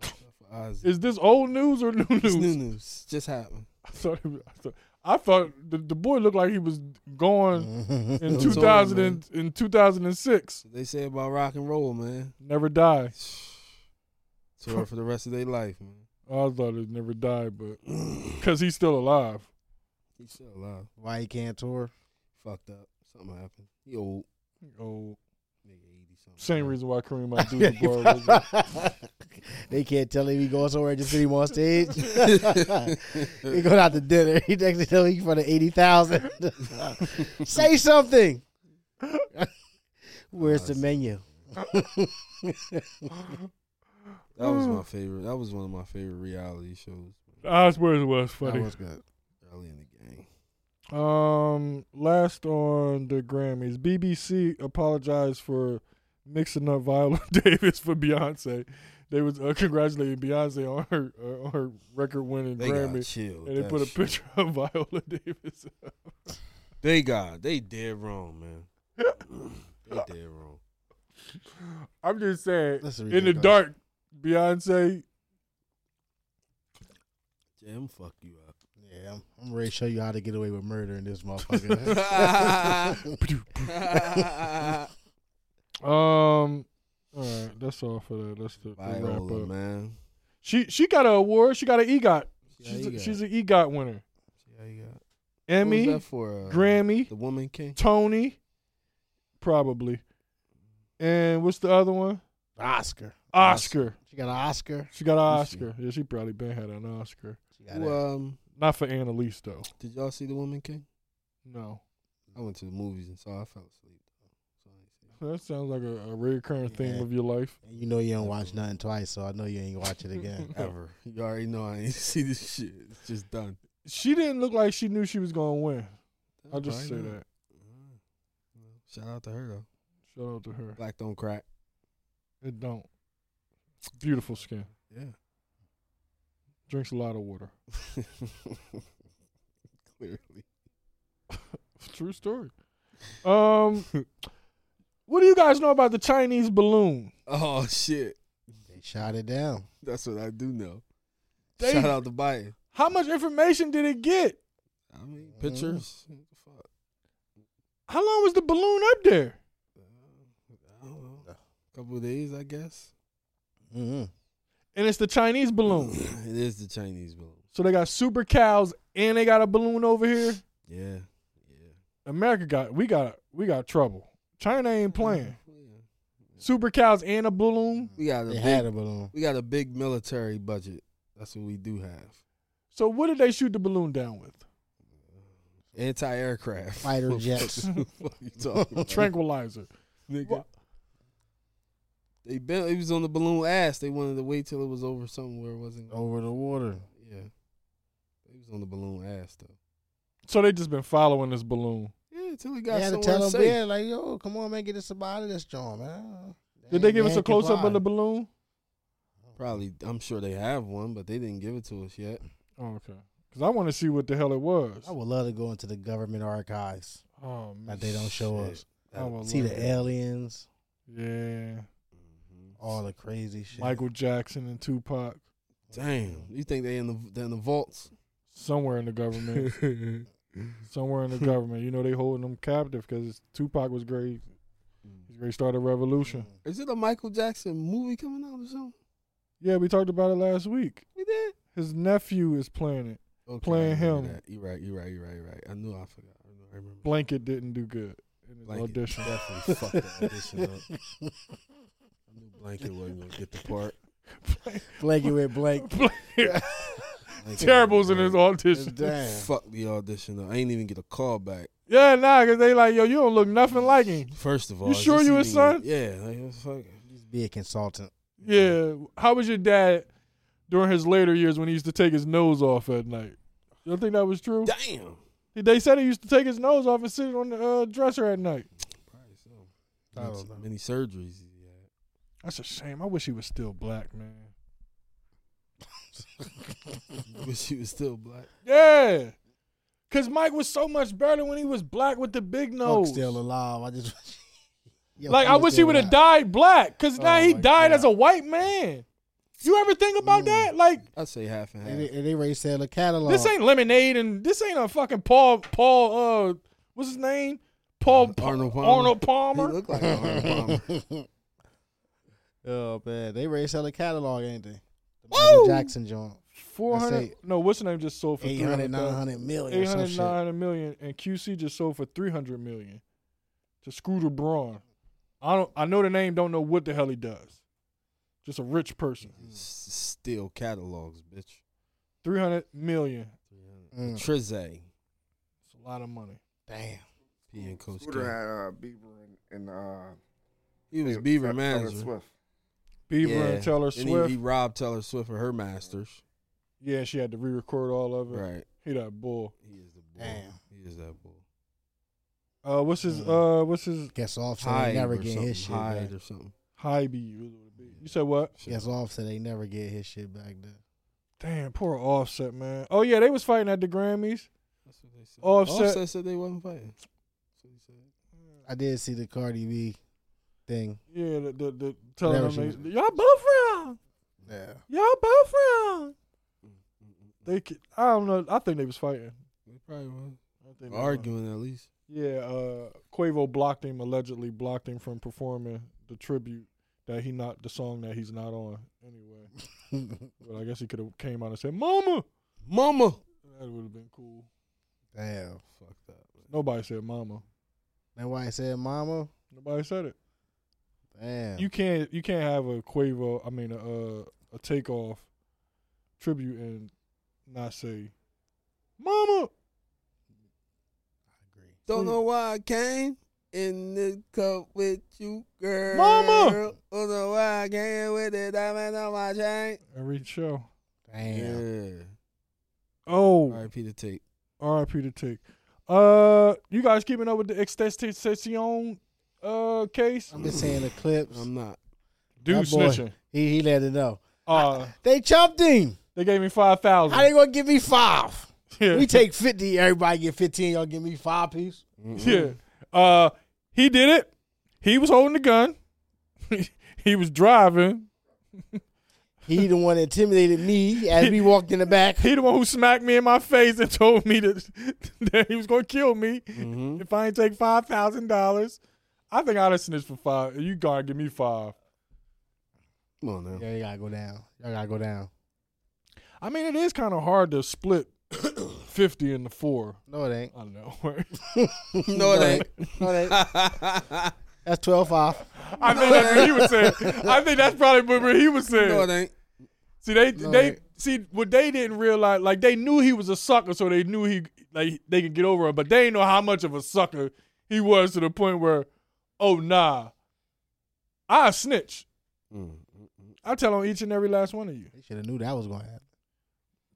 Speaker 3: Fucked up for Ozzy.
Speaker 1: Is this old news or new
Speaker 3: It's
Speaker 1: news?
Speaker 3: new news. Just happened.
Speaker 1: I thought. It was, I thought, I thought the, the boy looked like he was gone
Speaker 2: Mm-hmm.
Speaker 3: It
Speaker 1: in
Speaker 3: was
Speaker 1: two thousand and in two thousand and six.
Speaker 3: What they say about rock and roll, man.
Speaker 1: Never die.
Speaker 3: Tour for the rest of their life, man.
Speaker 1: Oh, I thought it never died, but because he's still alive.
Speaker 3: He's still alive.
Speaker 2: Why he can't tour?
Speaker 3: Fucked up. Something happened. He old.
Speaker 1: Oh,
Speaker 3: Nigga, 80 something.
Speaker 1: same reason why Kareem Abdul-Jabbar was
Speaker 2: they can't tell him he going somewhere just because he on stage. he going out to dinner. He next to him he front of eighty thousand. Say something. Where's the menu?
Speaker 3: That was
Speaker 1: Mm.
Speaker 3: my favorite. That was one of my favorite reality shows
Speaker 1: I swear it was funny.
Speaker 2: good.
Speaker 3: early in the game.
Speaker 1: Um, last on the Grammys, BBC apologized for mixing up Viola Davis for Beyonce. They was uh, congratulating Beyonce on her uh, on her record winning
Speaker 3: They got
Speaker 1: Grammy,
Speaker 3: chill.
Speaker 1: and they put a picture of Viola Davis.
Speaker 3: They got. They dead wrong, man. they dead wrong.
Speaker 1: I'm just saying,
Speaker 2: That's
Speaker 1: in the dark, Beyonce.
Speaker 3: Jim, fuck you up.
Speaker 2: Yeah, I'm, I'm ready to show you how to get away with murder in this motherfucker.
Speaker 3: Viola,
Speaker 1: Um, all right, that's all for that. That's the, the wrap up.
Speaker 3: man.
Speaker 1: She she got an award. She got an E EGOT.
Speaker 3: Yeah, E
Speaker 1: She's
Speaker 3: you
Speaker 1: a,
Speaker 3: got-
Speaker 1: she's an E EGOT winner.
Speaker 3: yeah, you got. What was
Speaker 1: Emmy,
Speaker 3: that for uh,
Speaker 1: Grammy.
Speaker 3: the Woman King.
Speaker 1: Tony, probably. And what's the other one?
Speaker 2: Oscar.
Speaker 1: Oscar.
Speaker 2: She got an Oscar.
Speaker 1: She got an
Speaker 3: Who's she?
Speaker 1: Oscar. Yeah, she probably been had an Oscar.
Speaker 2: She got
Speaker 3: Who,
Speaker 2: it.
Speaker 3: um,
Speaker 1: Not for Annalise though.
Speaker 3: did y'all see the Woman King?
Speaker 1: No,
Speaker 3: I went to the movies and saw. I fell asleep. So I ain't see it.
Speaker 1: that sounds like a, a recurring theme
Speaker 2: Yeah.
Speaker 1: of your life.
Speaker 2: And you know you don't watch nothing twice, so I know you ain't watch it again.
Speaker 3: Ever. You already know I ain't see this shit. It's just done.
Speaker 1: She didn't look like she knew she was gonna win. I'll just
Speaker 3: Probably
Speaker 1: say
Speaker 3: not.
Speaker 1: that.
Speaker 3: Mm. Well, Shout out to her though.
Speaker 1: Shout out to her.
Speaker 3: Black don't crack.
Speaker 1: It don't. Beautiful skin.
Speaker 3: Yeah.
Speaker 1: Drinks a lot of water.
Speaker 3: Clearly.
Speaker 1: True story. Um, what do you guys know about the Chinese balloon?
Speaker 3: Oh shit.
Speaker 2: They shot it down.
Speaker 3: That's what I do know.
Speaker 1: They-
Speaker 3: Shout out to Biden.
Speaker 1: How much information did it get?
Speaker 3: I mean
Speaker 2: Mhm.
Speaker 3: pictures. Fuck.
Speaker 1: How long was the balloon up there?
Speaker 3: Uh, I don't know. Couple of days, I guess.
Speaker 2: Mm-hmm.
Speaker 1: and it's the Chinese balloon.
Speaker 3: it is the Chinese balloon.
Speaker 1: So they got super cows and they got a balloon over here.
Speaker 3: Yeah, yeah.
Speaker 1: America got we got we got trouble. China ain't playing.
Speaker 3: Yeah.
Speaker 1: Super cows and a balloon.
Speaker 3: We got a
Speaker 2: They
Speaker 3: big,
Speaker 2: had a balloon.
Speaker 3: we got a big military budget. That's what we do have.
Speaker 1: So what did they shoot the balloon down with?
Speaker 3: Anti-aircraft
Speaker 2: Fighter jets.
Speaker 3: what you talking about?
Speaker 1: Tranquilizer.
Speaker 3: nigga.
Speaker 1: Wha-
Speaker 3: They been, it was on the balloon ass. They wanted to wait till it was over somewhere. It wasn't
Speaker 2: Over the water.
Speaker 3: yeah. They was on the balloon ass though.
Speaker 1: So they just been following this balloon.
Speaker 3: Yeah, till he got
Speaker 2: They had to
Speaker 3: somewhere
Speaker 2: tell them,
Speaker 3: safe.
Speaker 2: yeah, like, yo, come on, man, get us up out of this joint, man.
Speaker 1: Did they give
Speaker 2: ain't-
Speaker 1: us a
Speaker 2: ain't
Speaker 1: close up of
Speaker 2: comply.
Speaker 1: the balloon?
Speaker 3: Probably, I'm sure they have one, but they didn't give it to us yet.
Speaker 1: Oh, okay. Because I want to see what the hell it was.
Speaker 2: I would love to go into the government archives
Speaker 1: Oh man.
Speaker 2: that they don't show
Speaker 3: Shit.
Speaker 2: us.
Speaker 1: I would
Speaker 2: uh, See
Speaker 1: love
Speaker 2: the
Speaker 1: that.
Speaker 2: aliens,
Speaker 1: Yeah.
Speaker 2: all the crazy shit.
Speaker 1: Michael Jackson and Tupac
Speaker 3: Damn, you think they in the they in the vaults?
Speaker 1: somewhere in the government. somewhere in the government. You know they holding them captive because Tupac was great. He's great start a revolution.
Speaker 3: Is it a Michael Jackson movie coming out or something?
Speaker 1: Yeah, we talked about it last week.
Speaker 3: We did.
Speaker 1: His nephew is playing it.
Speaker 3: Okay,
Speaker 1: Playing
Speaker 3: I remember
Speaker 1: him.
Speaker 3: that. You right. You right. You right. You right. I knew I forgot. I know, I remember.
Speaker 1: Blanket didn't do good in his
Speaker 3: Blanket
Speaker 1: audition.
Speaker 3: Definitely fucked the audition up. I knew Blanket wasn't gonna get the part.
Speaker 2: Blanket with blank.
Speaker 3: Blanket
Speaker 1: Terrible's in
Speaker 3: wasn't
Speaker 1: his
Speaker 3: gonna-
Speaker 1: audition.
Speaker 2: Damn.
Speaker 3: Fuck the audition up. I ain't even get a call back.
Speaker 1: Yeah, nah, cause they like, yo, you don't look nothing like him.
Speaker 3: First of all,
Speaker 1: You
Speaker 3: is
Speaker 1: sure
Speaker 3: this
Speaker 1: you his son?
Speaker 3: even- Yeah. Like, what the fuck?
Speaker 2: Just be a consultant.
Speaker 1: Yeah. How was your dad during his later years when he used to take his nose off at night? You don't think that was true?
Speaker 3: Damn.
Speaker 1: They said he used to take his nose off and sit on the uh, dresser at night.
Speaker 3: Probably so.
Speaker 2: I don't know.
Speaker 3: Many surgeries. Yeah.
Speaker 1: That's a shame. I wish he was still black, man.
Speaker 3: Wish he was still black.
Speaker 1: Yeah. Cause Mike was so much better when he was black with the big
Speaker 2: Fuck
Speaker 1: nose.
Speaker 2: still alive. I just Yo,
Speaker 1: like I
Speaker 2: Funk's
Speaker 1: wish he
Speaker 2: still
Speaker 1: would have
Speaker 2: alive.
Speaker 1: died black. Cause now
Speaker 2: Oh
Speaker 1: he
Speaker 2: my
Speaker 1: died
Speaker 2: God.
Speaker 1: as a white man. You ever think about
Speaker 2: Mm.
Speaker 1: that? Like
Speaker 3: I say half and half.
Speaker 2: And they, and they ready to sell a catalog.
Speaker 1: this ain't lemonade and this ain't a fucking Paul Paul uh what's his name? Paul
Speaker 3: Arnold Palmer.
Speaker 1: Arnold
Speaker 3: He
Speaker 1: Palmer.
Speaker 3: look like Arnold Palmer.
Speaker 2: oh man, they ready to sell a catalog, ain't they? The
Speaker 1: Woo!
Speaker 2: Michael Jackson joint.
Speaker 1: Four hundred
Speaker 2: Let's
Speaker 1: no, what's his name just sold for
Speaker 2: 800,
Speaker 1: 300,000.
Speaker 2: 900 million or some
Speaker 1: 800,
Speaker 2: shit.
Speaker 1: 900 million, and QC just sold for three hundred million to Scooter Braun. I don't. I know the name. Don't know what the hell he does. Just a rich person.
Speaker 3: S- Still catalogs, bitch.
Speaker 1: Three hundred million.
Speaker 2: Mm.
Speaker 3: Trizay,
Speaker 1: It's a lot of money.
Speaker 2: Damn.
Speaker 3: P and Coach
Speaker 4: Scooter
Speaker 3: K.
Speaker 4: had uh, Bieber and, and uh,
Speaker 3: He was
Speaker 4: Taylor-
Speaker 3: Beaver
Speaker 4: Taylor
Speaker 3: manager.
Speaker 4: Swift.
Speaker 1: Bieber
Speaker 3: Yeah.
Speaker 1: and Taylor
Speaker 3: And
Speaker 1: Swift.
Speaker 3: He, he robbed Taylor Swift of her masters.
Speaker 1: yeah, she had to re-record all of it.
Speaker 3: Right.
Speaker 1: He that bull.
Speaker 3: He is the bull.
Speaker 2: Damn.
Speaker 3: He is that bull.
Speaker 1: Uh, what's his?
Speaker 2: Mm.
Speaker 1: Uh, what's his?
Speaker 2: Guess Offset
Speaker 3: Hyde
Speaker 2: ain't never
Speaker 3: or
Speaker 2: get
Speaker 3: something.
Speaker 2: his shit back.
Speaker 3: Hyde or something.
Speaker 1: Hybe. You said what?
Speaker 2: Guess Offset ain't never get his shit back then.
Speaker 1: Damn, poor Offset, man. Oh yeah, they was fighting at the Grammys.
Speaker 3: That's what they said.
Speaker 1: Offset-
Speaker 3: Offset said they wasn't fighting. That's what he said.
Speaker 2: I did see the Cardi B thing.
Speaker 1: Yeah, the the, the telling
Speaker 2: Whatever
Speaker 1: them
Speaker 2: she
Speaker 1: they-
Speaker 2: was-
Speaker 1: y'all both wrong.
Speaker 2: Yeah.
Speaker 1: Y'all both wrong.
Speaker 3: Mm, They,
Speaker 1: They, could- I don't know. I think they was fighting.
Speaker 3: probably was.
Speaker 1: I think they was.
Speaker 3: Arguing at least.
Speaker 1: Yeah, uh, Quavo blocked him allegedly blocked him from performing the tribute that he not the song that he's not on anyway. But I guess he could have came out and said, "Mama,"
Speaker 3: Mama.
Speaker 1: that would have been cool.
Speaker 2: Damn.
Speaker 3: Fuck that.
Speaker 1: Nobody said "Mama."
Speaker 2: That why he said mama.
Speaker 1: Nobody said it.
Speaker 2: Damn.
Speaker 1: You can't you can't have a Quavo. I mean, a uh, a takeoff tribute and not say "Mama."
Speaker 2: agree.
Speaker 3: Don't know why I came in this cup with you, girl.
Speaker 1: Mama!
Speaker 3: Don't know why I came with it. I on my chain.
Speaker 1: Every show.
Speaker 2: Damn.
Speaker 1: Oh,
Speaker 3: All right, Peter Tate.
Speaker 1: R.I.P. to Tick. Uh, you guys keeping up with the Extension uh case?
Speaker 2: I'm just saying the clips.
Speaker 3: I'm not.
Speaker 1: Dude
Speaker 2: That boy.
Speaker 1: snitching.
Speaker 2: He he let it know.
Speaker 1: Uh,
Speaker 2: They chumped him.
Speaker 1: they gave me five
Speaker 2: How they
Speaker 1: thousand.
Speaker 2: gonna give me five?
Speaker 1: Yeah,
Speaker 2: We take fifty. Everybody get fifteen. Y'all give me five piece.
Speaker 1: yeah. Uh, he did it. He was holding the gun. he was driving.
Speaker 2: He the one that intimidated me as we walked in the back.
Speaker 1: He the one who smacked me in my face and told me that, that he was gonna kill me
Speaker 3: Mhm.
Speaker 1: if I ain't take five thousand dollars. I think I'd have snitched for five. You gotta give me five.
Speaker 3: Come on now.
Speaker 2: Yeah, you gotta go down. Y'all gotta go down.
Speaker 1: I mean, it is kind of hard to split fifty into four.
Speaker 2: No, it ain't.
Speaker 1: I don't know.
Speaker 3: No, it ain't.
Speaker 2: No, it ain't. That's 12 5.
Speaker 1: I think that's what he was saying. I think that's probably what he was saying.
Speaker 3: no, it ain't.
Speaker 1: See, they
Speaker 2: No,
Speaker 1: they
Speaker 2: they-
Speaker 1: see what they didn't realize. Like they knew he was a sucker, so they knew he like they could get over him. But they didn't know how much of a sucker he was to the point where, oh nah, I snitch.
Speaker 3: Mm,
Speaker 1: I tell on each and every last one of you.
Speaker 2: They should have knew that was going to happen.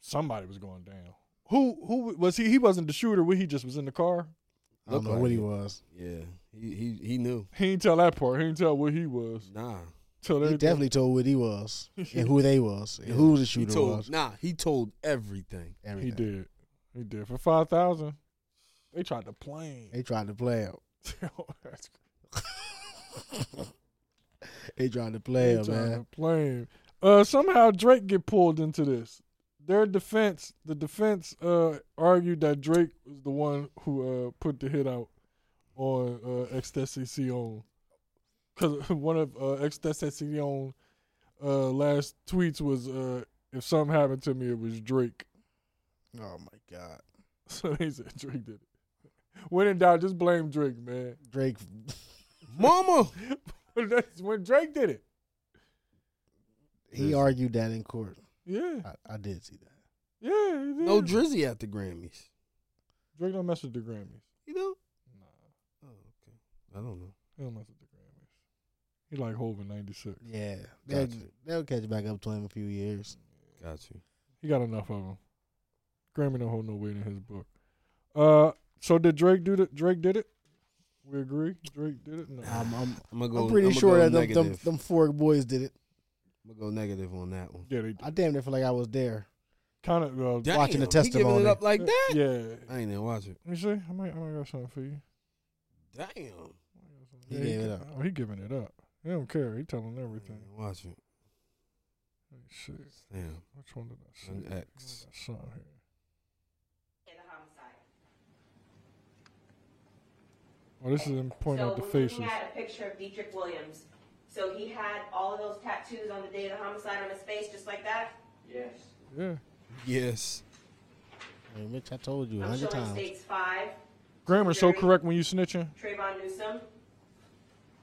Speaker 1: Somebody was going down. Who who was he? He wasn't the shooter. He just was in the car.
Speaker 2: I don't
Speaker 3: Looked
Speaker 2: know
Speaker 3: like
Speaker 2: what he
Speaker 3: it.
Speaker 2: was.
Speaker 3: Yeah, he he he knew.
Speaker 1: He didn't tell that part. He didn't tell what he was.
Speaker 3: Nah,
Speaker 1: Tell
Speaker 2: He
Speaker 1: everything.
Speaker 2: definitely told what he was and who they was and who the
Speaker 3: he
Speaker 2: shooter
Speaker 3: told.
Speaker 2: was.
Speaker 3: Nah, he told everything.
Speaker 1: He
Speaker 2: Everything.
Speaker 1: did. He did for five thousand. They tried to plane.
Speaker 2: They tried to play him.
Speaker 1: That's
Speaker 2: They tried to play him,
Speaker 1: They trying
Speaker 2: man.
Speaker 1: to play him. Uh, somehow Drake get pulled into this. Their defense, the defense, uh, argued that Drake was the one who uh put the hit out on uh Extasión, because one of uh Extasión, uh last tweets was uh if something happened to me it was Drake.
Speaker 2: Oh, my God.
Speaker 1: So they said Drake did it. When in doubt, just blame Drake, man.
Speaker 2: Drake.
Speaker 3: Mama,
Speaker 1: That's when Drake did it.
Speaker 2: He argued that in court.
Speaker 1: Yeah,
Speaker 2: I, I did see that.
Speaker 1: yeah. He did.
Speaker 3: no Drizzy at the Grammys.
Speaker 1: Drake don't mess with the Grammys.
Speaker 3: You know?
Speaker 1: Nah.
Speaker 3: Oh, okay. I don't know.
Speaker 1: He don't mess with the Grammys. He like Hov in '96.
Speaker 2: Yeah. They'll,
Speaker 3: Gotcha.
Speaker 2: they'll catch back up to him in a few years.
Speaker 3: Got you.
Speaker 1: He got enough of them. Grammy don't hold no weight in his book. Uh, so did Drake do it? Drake did it. We agree. Drake did it. No.
Speaker 2: I'm, I'm,
Speaker 3: I'm gonna go.
Speaker 2: I'm pretty
Speaker 3: I'ma
Speaker 2: sure
Speaker 3: go
Speaker 2: that them,
Speaker 3: negative.
Speaker 2: them, them four boys did it.
Speaker 3: I'm gonna go negative on that one.
Speaker 1: Yeah, they did.
Speaker 2: I damn near feel like I was there.
Speaker 1: kind of. Uh,
Speaker 2: Watching the
Speaker 3: Damn, he giving
Speaker 2: testimony.
Speaker 3: it up like that.
Speaker 1: yeah. Let
Speaker 3: I ain't even watch it.
Speaker 1: me see. I might. I might got something for you.
Speaker 3: Damn.
Speaker 2: He gave it up.
Speaker 1: Oh, he giving it up. He don't care. He telling everything.
Speaker 3: Everything. Watch it.
Speaker 1: Let me see.
Speaker 3: Damn.
Speaker 1: Which one did I see?
Speaker 3: An
Speaker 1: What
Speaker 3: X.
Speaker 1: I saw here.
Speaker 5: in the homicide.
Speaker 1: Oh, this is him pointing out the
Speaker 5: so
Speaker 1: faces.
Speaker 5: we had a picture of Dietrich Williams. So he had all of those tattoos on the day of the homicide on his face, just like that.
Speaker 1: Yeah.
Speaker 3: Yes.
Speaker 2: Hey, Mitch, I told you a
Speaker 5: I'm
Speaker 2: hundred
Speaker 5: showing
Speaker 2: times.
Speaker 5: states five.
Speaker 1: Grammar's so
Speaker 5: Drake.
Speaker 1: correct when you snitching.
Speaker 5: Trayvon Newsom.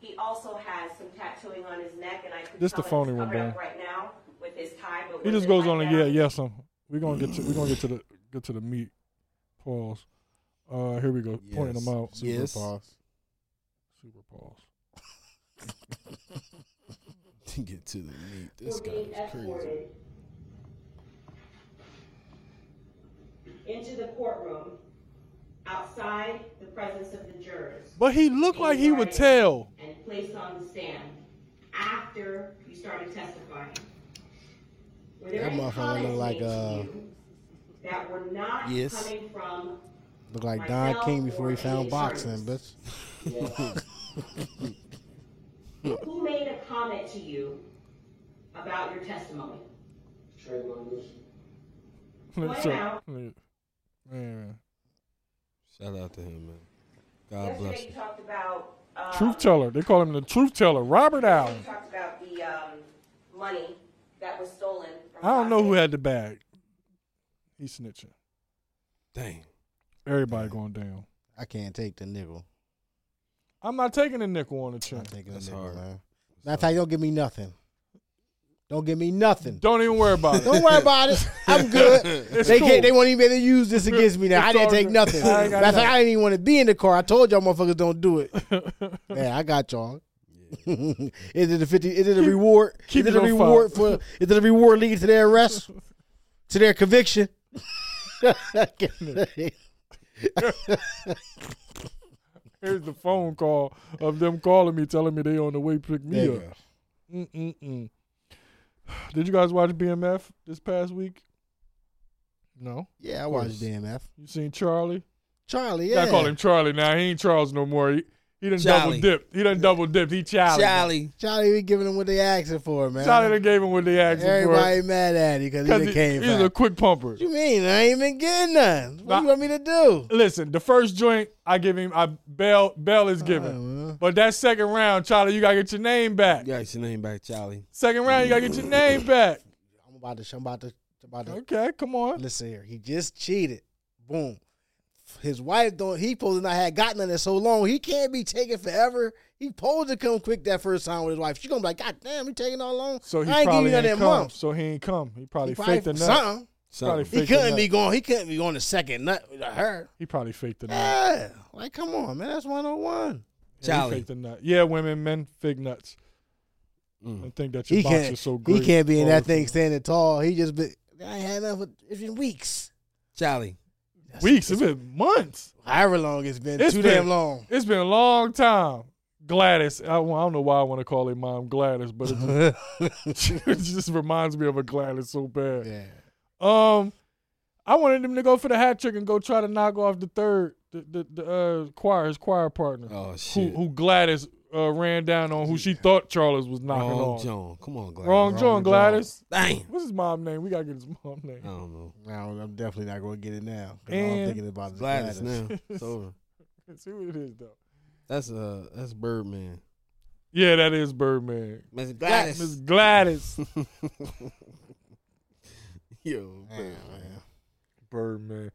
Speaker 5: He also has some tattooing on his neck, and I could
Speaker 1: This
Speaker 5: tell
Speaker 1: the
Speaker 5: it
Speaker 1: phony
Speaker 5: was
Speaker 1: one,
Speaker 5: covered
Speaker 1: man.
Speaker 5: up right now with his tie. But
Speaker 1: He
Speaker 5: with
Speaker 1: just
Speaker 5: it
Speaker 1: goes
Speaker 5: like
Speaker 1: on and yeah,
Speaker 5: that.
Speaker 1: yes. Um, we're gonna get to we're gonna get to the get to the meat. Pause. Uh, here we go. Pointing
Speaker 3: Yes.
Speaker 1: them out.
Speaker 2: Super
Speaker 3: Yes.
Speaker 2: pause.
Speaker 1: Super pause.
Speaker 3: To get to the meat. This
Speaker 5: We're
Speaker 3: guy
Speaker 5: being
Speaker 3: is crazy.
Speaker 5: escorted into the courtroom outside the presence of the jurors.
Speaker 1: But he looked like he would tell.
Speaker 5: and placed on the stand after you started testifying. Were there
Speaker 2: That
Speaker 5: any
Speaker 2: motherfucker
Speaker 5: comments
Speaker 2: look like,
Speaker 5: made to
Speaker 2: uh,
Speaker 5: you that were not
Speaker 3: Yes.
Speaker 5: coming from
Speaker 2: Look like Don King before he found boxing, bitch.
Speaker 5: who made a comment to you about your testimony?
Speaker 1: Let's
Speaker 5: Wow.
Speaker 1: check. Man, man.
Speaker 3: Shout out to him, man. God bless
Speaker 5: Yesterday you
Speaker 3: you.
Speaker 5: talked about um,
Speaker 1: Truth teller. They call him the truth teller. Robert
Speaker 5: You
Speaker 1: Allen.
Speaker 5: talked about the um, money that was stolen. From
Speaker 1: I don't know who
Speaker 5: Gossip.
Speaker 1: had the bag. He's snitching.
Speaker 3: Damn.
Speaker 1: Everybody going down.
Speaker 2: I can't take the nickel.
Speaker 1: I'm not taking a nickel on the
Speaker 2: I'm
Speaker 1: chin.
Speaker 2: not taking
Speaker 3: That's
Speaker 2: the nickel,
Speaker 3: hard.
Speaker 2: man. Matter of fact, don't give me nothing. Don't give me nothing.
Speaker 1: Don't even worry about it.
Speaker 2: Don't worry about it. I'm good.
Speaker 1: It's
Speaker 2: They
Speaker 1: cool.
Speaker 2: can't, they won't even be able to use this against me now.
Speaker 1: It's
Speaker 2: I didn't
Speaker 1: all
Speaker 2: take
Speaker 1: good.
Speaker 2: nothing.
Speaker 1: I ain't got
Speaker 2: Matter of fact, I didn't even want to be in the car. I told y'all motherfuckers don't do it. Yeah, I got y'all. is it a fifty? Is it a reward?
Speaker 1: keep
Speaker 2: is
Speaker 1: it
Speaker 2: it a
Speaker 1: on
Speaker 2: reward for? Is it a reward leading to their arrest? to their conviction?
Speaker 1: Here's the phone call of them calling me, telling me they on the way to pick me
Speaker 2: There you
Speaker 1: up. Mm-mm-mm. Did you guys watch BMF this past week? No.
Speaker 2: yeah, I
Speaker 1: course.
Speaker 2: watched DMF.
Speaker 1: You seen Charlie?
Speaker 2: Charlie,
Speaker 1: You
Speaker 2: yeah.
Speaker 1: Gotta call him Charlie now. He ain't Charles no more. He, he done double
Speaker 3: Charlie.
Speaker 1: dipped. He done double dipped. He Charlie. now.
Speaker 3: Charlie.
Speaker 2: Charlie, we giving them what they asking for, man.
Speaker 1: Charlie done gave him what they asked him for.
Speaker 2: Everybody mad at you because he
Speaker 1: 'Cause
Speaker 2: done
Speaker 1: he-
Speaker 2: came
Speaker 1: he's
Speaker 2: back.
Speaker 1: a quick pumper.
Speaker 2: What you mean? I ain't been getting none. What
Speaker 1: Nah.
Speaker 2: you want me to do?
Speaker 1: Listen, the first joint I give him, I bail bail is
Speaker 2: All right,
Speaker 1: given.
Speaker 2: Oh, well,
Speaker 1: But that second round, Charlie, you gotta get your name back.
Speaker 3: You got your name back, Charlie.
Speaker 1: Second round, you gotta get your name back.
Speaker 2: I'm about to. I'm about to About the
Speaker 1: Okay, come on.
Speaker 2: Listen here, he just cheated. Boom. His wife don't. He supposed to not had gotten in it so long. He can't be taking forever. He supposed to come quick that first time with his wife. She gonna be like, God damn, he taking all long.
Speaker 1: So he
Speaker 2: I ain't give
Speaker 1: probably
Speaker 2: you none
Speaker 1: ain't
Speaker 2: of that
Speaker 1: come.
Speaker 2: month.
Speaker 1: So he ain't come. He probably,
Speaker 2: He probably
Speaker 1: faked the nut.
Speaker 2: something.
Speaker 1: Probably
Speaker 3: Something.
Speaker 2: He
Speaker 1: faked the
Speaker 2: couldn't
Speaker 1: nut.
Speaker 2: be going. He couldn't be going the second nut. with Her.
Speaker 1: He probably faked the nut.
Speaker 2: Yeah. Like, come on, man. That's one on one.
Speaker 1: Yeah, he
Speaker 3: Charlie.
Speaker 1: faked the nut. Yeah, women, men, fig nuts.
Speaker 3: Mm.
Speaker 1: And think that your
Speaker 2: He
Speaker 1: box
Speaker 2: can't.
Speaker 1: is so great.
Speaker 2: He can't be in that
Speaker 1: Powerful.
Speaker 2: thing standing tall. He just been. I ain't had nothing. for- It's been weeks.
Speaker 3: Charlie.
Speaker 1: Weeks, it's been months.
Speaker 2: However long it's been.
Speaker 1: It's
Speaker 2: too
Speaker 1: been-
Speaker 2: damn long.
Speaker 1: It's been a long time. Gladys, I, wa- I don't know why I want to call her mom Gladys, but it just, it just reminds me of a Gladys so bad.
Speaker 2: Yeah.
Speaker 1: Um, I wanted him to go for the hat trick and go try to knock off the third, the the, the uh, choir, his choir partner,
Speaker 3: Oh
Speaker 1: who
Speaker 3: shit.
Speaker 1: who Gladys uh, ran down on, who she thought Charles was knocking
Speaker 3: Wrong
Speaker 1: on.
Speaker 3: John. Come on, Gladys.
Speaker 1: Wrong John, Gladys.
Speaker 3: Damn.
Speaker 1: What's his mom name? We gotta get his mom name.
Speaker 3: I don't know.
Speaker 2: No, I'm definitely not going to get it now. 'cause all I'm
Speaker 1: And-
Speaker 2: thinking about is
Speaker 3: Gladys,
Speaker 2: Gladys.
Speaker 3: now. It's over.
Speaker 1: Let's see what it is though.
Speaker 3: That's uh that's Birdman.
Speaker 1: Yeah, that is Birdman.
Speaker 3: Miss
Speaker 1: Miss Gladys.
Speaker 3: Yo,
Speaker 2: Yeah, man.
Speaker 1: Birdman.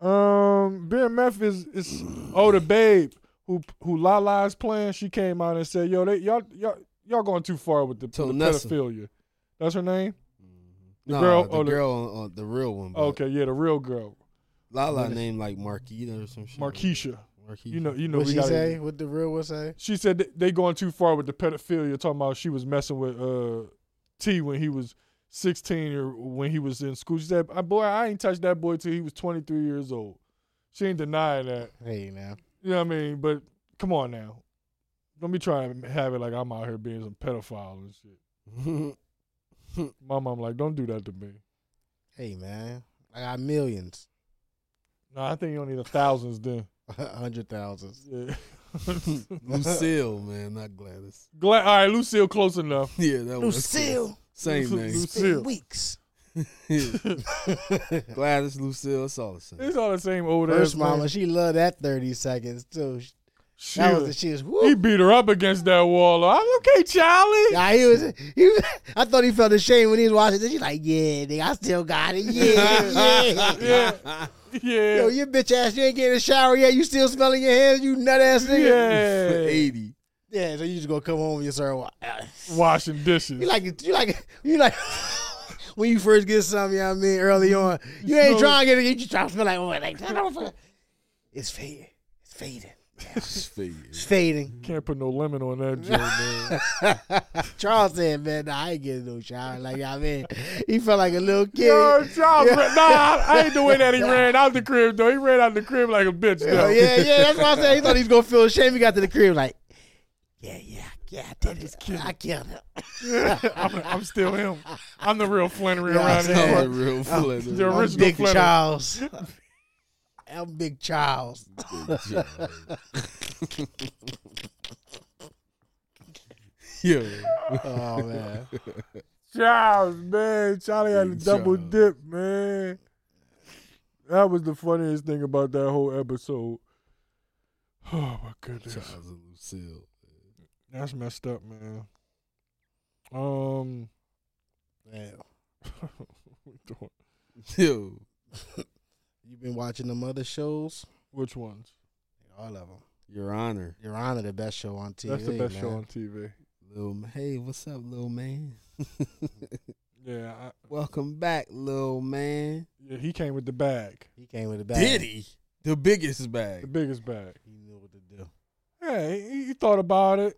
Speaker 1: Um, Ben Meth is is oh the babe who who Lala's playing. She came out and said, "Yo, they, y'all y'all y'all going too far with the, the
Speaker 3: So Nessa.
Speaker 1: pedophilia." That's her name.
Speaker 3: The
Speaker 1: girl
Speaker 3: girl, the
Speaker 1: or the-
Speaker 3: girl, on, on the real one. but
Speaker 1: Okay, yeah, the real girl,
Speaker 3: Lala named like Marquita or some shit.
Speaker 1: Markeisha.
Speaker 3: Marquita.
Speaker 1: You know, you know.
Speaker 2: What
Speaker 1: we
Speaker 2: she
Speaker 1: gotta-
Speaker 2: say? What the real one say?
Speaker 1: She said that they going too far with the pedophilia. Talking about she was messing with uh T when he was sixteen or when he was in school. She said, "Uh, "Boy, I ain't touched that boy till he was twenty three years old." She ain't denying that.
Speaker 2: Hey, now.
Speaker 1: You know what I mean? But come on now. Don't be trying to have it like I'm out here being some pedophile and shit. My mom like, don't do that to me.
Speaker 2: Hey, man. I got millions.
Speaker 1: No, I think you only the thousands then.
Speaker 2: A hundred thousands.
Speaker 1: Yeah.
Speaker 3: Lucille, man, not Gladys.
Speaker 1: Glad, all right, Lucille close enough.
Speaker 3: Yeah, that was
Speaker 2: Lucille.
Speaker 3: Same name.
Speaker 1: Lucille. Lucille.
Speaker 2: Weeks.
Speaker 3: Gladys, Lucille, it's all the same.
Speaker 1: It's all the same old
Speaker 2: First
Speaker 1: ass
Speaker 2: mama,
Speaker 1: name.
Speaker 2: she loved that 30 seconds, too. She- That was
Speaker 1: Shit.
Speaker 2: the shit.
Speaker 1: He
Speaker 2: Whoop.
Speaker 1: beat her up against that wall. I'm okay, Charlie.
Speaker 2: Nah, he was, he was- I thought he felt ashamed when he was watching this. She's like, yeah, nigga, I still got it. Yeah, yeah.
Speaker 1: Yeah. Yeah.
Speaker 2: Yo, you bitch ass, you ain't getting a shower yet. You still smelling your hands, you nut ass nigga.
Speaker 1: Yeah.
Speaker 3: Eighty.
Speaker 2: Yeah, so you just gonna come home and you start wa-
Speaker 1: Washing
Speaker 2: You
Speaker 1: dishes.
Speaker 2: like it. You like it. You like when you first get something. You know what I mean? Early
Speaker 1: Mm-hmm.
Speaker 2: on, you ain't
Speaker 1: smell
Speaker 2: trying to get it. You just try to smell like, oh, like that don't fuck- It's fading. It's fading.
Speaker 3: It's faded.
Speaker 2: It's fading.
Speaker 1: Can't put no lemon on that joint, man.
Speaker 2: Charles said, "Man, nah, I ain't getting no shower." Like, you know what I mean, he felt like a little kid.
Speaker 1: Yo, Charles, ran- nah, I, I ain't the way that he ran out the crib though. He ran out the crib like a bitch.
Speaker 2: Oh,
Speaker 1: Though.
Speaker 2: yeah, yeah. That's what I said. He thought he was gonna feel ashamed. He got to the crib like, yeah, yeah, yeah. I did
Speaker 1: just
Speaker 2: it.
Speaker 1: kidding.
Speaker 2: I killed him.
Speaker 1: I'm, I'm still him. I'm the real Flannery
Speaker 2: Yeah,
Speaker 1: around
Speaker 2: I'm
Speaker 1: here.
Speaker 3: the real Flanders.
Speaker 1: The
Speaker 2: I'm
Speaker 1: original
Speaker 2: Big
Speaker 1: Flannery.
Speaker 2: Charles. I'm Big Charles.
Speaker 3: Yo,
Speaker 2: Oh man.
Speaker 1: Charles, man, Charlie had a
Speaker 3: Big
Speaker 1: double
Speaker 3: Charles.
Speaker 1: dip, man. That was the funniest thing about that whole episode. Oh my goodness,
Speaker 3: Charles and Lucille.
Speaker 1: that's messed up, man. Um,
Speaker 2: Damn.
Speaker 3: Yo,
Speaker 2: You've been watching them other shows?
Speaker 1: which ones?
Speaker 2: All of them.
Speaker 3: Your Honor,
Speaker 2: Your Honor, the best show on TV.
Speaker 1: That's the best
Speaker 2: man.
Speaker 1: show on TV.
Speaker 3: little. Hey, what's up, little man?
Speaker 1: Yeah, I,
Speaker 3: Welcome back, little man.
Speaker 1: yeah, he came with the bag,
Speaker 2: He came with the bag.
Speaker 3: he? The biggest
Speaker 1: the
Speaker 3: bag.
Speaker 1: biggest bag.
Speaker 2: He knew what to do.
Speaker 1: Yeah, he, he thought about it.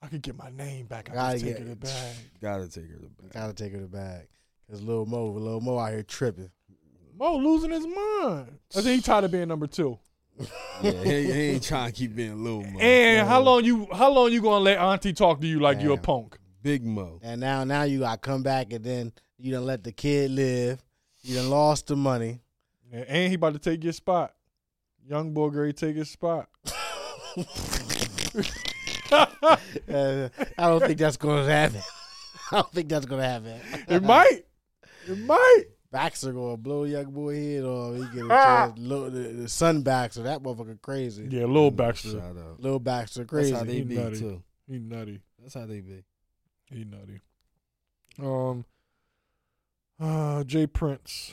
Speaker 1: I could get my name back. I
Speaker 2: Gotta
Speaker 1: just take
Speaker 2: get-
Speaker 1: it the bag.
Speaker 3: Gotta take her to bag.
Speaker 2: Gotta take her the bag. Cause Lil Mo, Lil Mo out here tripping.
Speaker 1: Mo losing his mind. I think he tired of being number two.
Speaker 3: Yeah, he, ain't- he ain't trying to keep being little
Speaker 2: Oh,
Speaker 3: mo.
Speaker 1: And how long you how long you gonna let Auntie talk to you like you a
Speaker 2: Damn.
Speaker 1: punk?
Speaker 3: Big Mo.
Speaker 2: And now now you gotta come back and then you done let the kid live. You done lost the money.
Speaker 1: And- And he about to take your spot. Young boy great take his spot.
Speaker 2: Uh, I don't think that's gonna happen. I don't think that's gonna happen.
Speaker 1: It might. It might.
Speaker 2: Baxter gonna blow young boy head off. He get a chance. Lil, the, the son Baxter, that motherfucker crazy.
Speaker 1: Yeah, Lil Baxter.
Speaker 3: Shout out.
Speaker 2: Lil Baxter
Speaker 3: That's
Speaker 2: crazy.
Speaker 3: how they
Speaker 1: He
Speaker 3: be
Speaker 1: nutty.
Speaker 3: too.
Speaker 1: He nutty.
Speaker 3: That's how they be.
Speaker 1: He nutty. Um Uh, Jay Prince.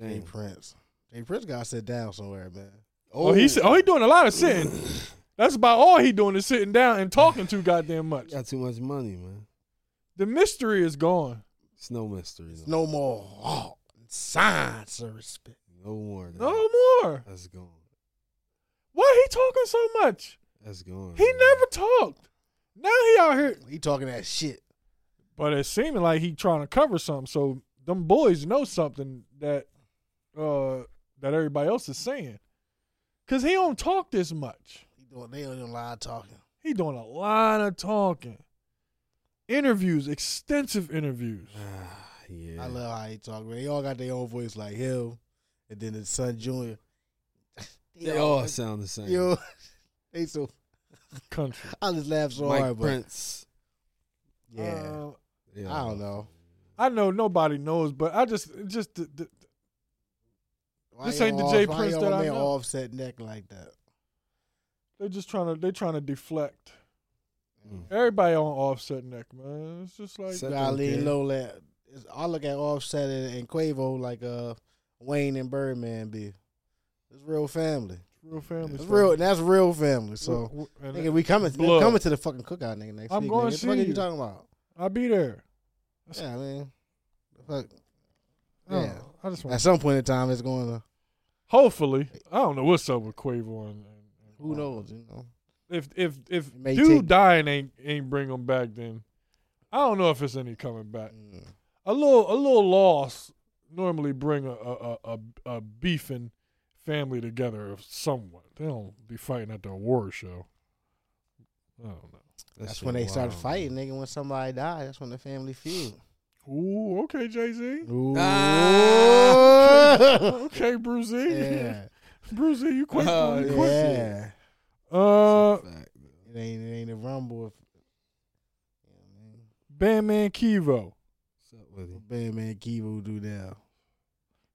Speaker 2: Jay
Speaker 3: Damn.
Speaker 2: Prince. Jay Prince got to sit down somewhere, man.
Speaker 1: Oh, he sit- oh he doing a lot of sitting. That's about all he doing is sitting down and talking too goddamn much.
Speaker 3: got too much money, man.
Speaker 1: The mystery is gone.
Speaker 3: It's no mystery. No,
Speaker 2: No more oh, signs of respect.
Speaker 3: no more. of that.
Speaker 1: No more.
Speaker 3: That's gone.
Speaker 1: Why he talking so much?
Speaker 3: That's gone.
Speaker 1: He
Speaker 3: man.
Speaker 1: never talked. Now he out here,
Speaker 2: He talking that shit.
Speaker 1: but it seeming like he trying to cover something. So them boys know something that uh that everybody else is saying, cause he don't talk this much.
Speaker 2: He doing they on the line talking.
Speaker 1: He doing a lot of talking, interviews, extensive interviews.
Speaker 3: Ah, yeah.
Speaker 2: I love how he talk, man. They all got their own voice like him, and then his son Junior.
Speaker 3: They all sound the same.
Speaker 2: yo, they so
Speaker 1: Country,
Speaker 2: I just laugh so
Speaker 3: Mike
Speaker 2: hard, but
Speaker 3: Prince.
Speaker 2: yeah,
Speaker 1: Uh,
Speaker 3: Yeah.
Speaker 2: I don't know.
Speaker 1: I know nobody knows, but I just just the, the,
Speaker 2: Why
Speaker 1: This
Speaker 2: y'all
Speaker 1: ain't the
Speaker 2: off-
Speaker 1: Jay
Speaker 2: why
Speaker 1: Prince
Speaker 2: y'all
Speaker 1: that I
Speaker 2: man
Speaker 1: know.
Speaker 2: Offset neck like that.
Speaker 1: they're just trying to they're trying to deflect.
Speaker 3: Mm.
Speaker 1: Everybody on offset neck, man. It's just like
Speaker 3: Set- That
Speaker 2: I
Speaker 3: don't care.
Speaker 2: lean low. That it's- I look at Offset and, and Quavo like uh Wayne and Birdman be. It's real family.
Speaker 1: real family.
Speaker 2: It's
Speaker 1: stuff.
Speaker 2: real. That's real family. So.
Speaker 1: W- and
Speaker 2: Nigga, we coming. we
Speaker 1: blood.
Speaker 2: coming to the fucking cookout, nigga. Next
Speaker 1: I'm
Speaker 2: week,
Speaker 1: gonna
Speaker 2: nigga.
Speaker 1: see
Speaker 2: What the fuck are
Speaker 1: you.
Speaker 2: you talking about?
Speaker 1: I'll be there.
Speaker 2: Yeah, I mean, the fuck.
Speaker 1: Oh,
Speaker 2: Yeah.
Speaker 1: I just
Speaker 2: At
Speaker 1: want.
Speaker 2: some point in time, it's going to.
Speaker 1: Hopefully, I don't know what's up with Quavo and. and and
Speaker 2: Who knows? You know.
Speaker 1: If if if
Speaker 2: It may
Speaker 1: dude
Speaker 2: take-
Speaker 1: dying ain't ain't bring him back, then I don't know if it's any coming back.
Speaker 2: Mm.
Speaker 1: A little a little loss normally bring a a a, a, a beefing family together of someone. They don't be fighting at the war show. I don't know.
Speaker 3: That
Speaker 2: That's
Speaker 3: shit
Speaker 2: when they started
Speaker 3: wild,
Speaker 2: fighting, nigga. When somebody died, that's when the family feud.
Speaker 1: Ooh, okay, Jay Z.
Speaker 2: Ooh.
Speaker 3: Ah.
Speaker 1: Okay, Brucey.
Speaker 2: yeah.
Speaker 1: Brucey, E, you quick.
Speaker 3: Oh,
Speaker 1: you quick.
Speaker 2: yeah.
Speaker 1: Uh,
Speaker 3: man. It's a fact, man.
Speaker 2: It ain't, it ain't a rumble. If,
Speaker 1: Bandman Kivo.
Speaker 3: What's up with him?
Speaker 2: what Bandman Kivo do now?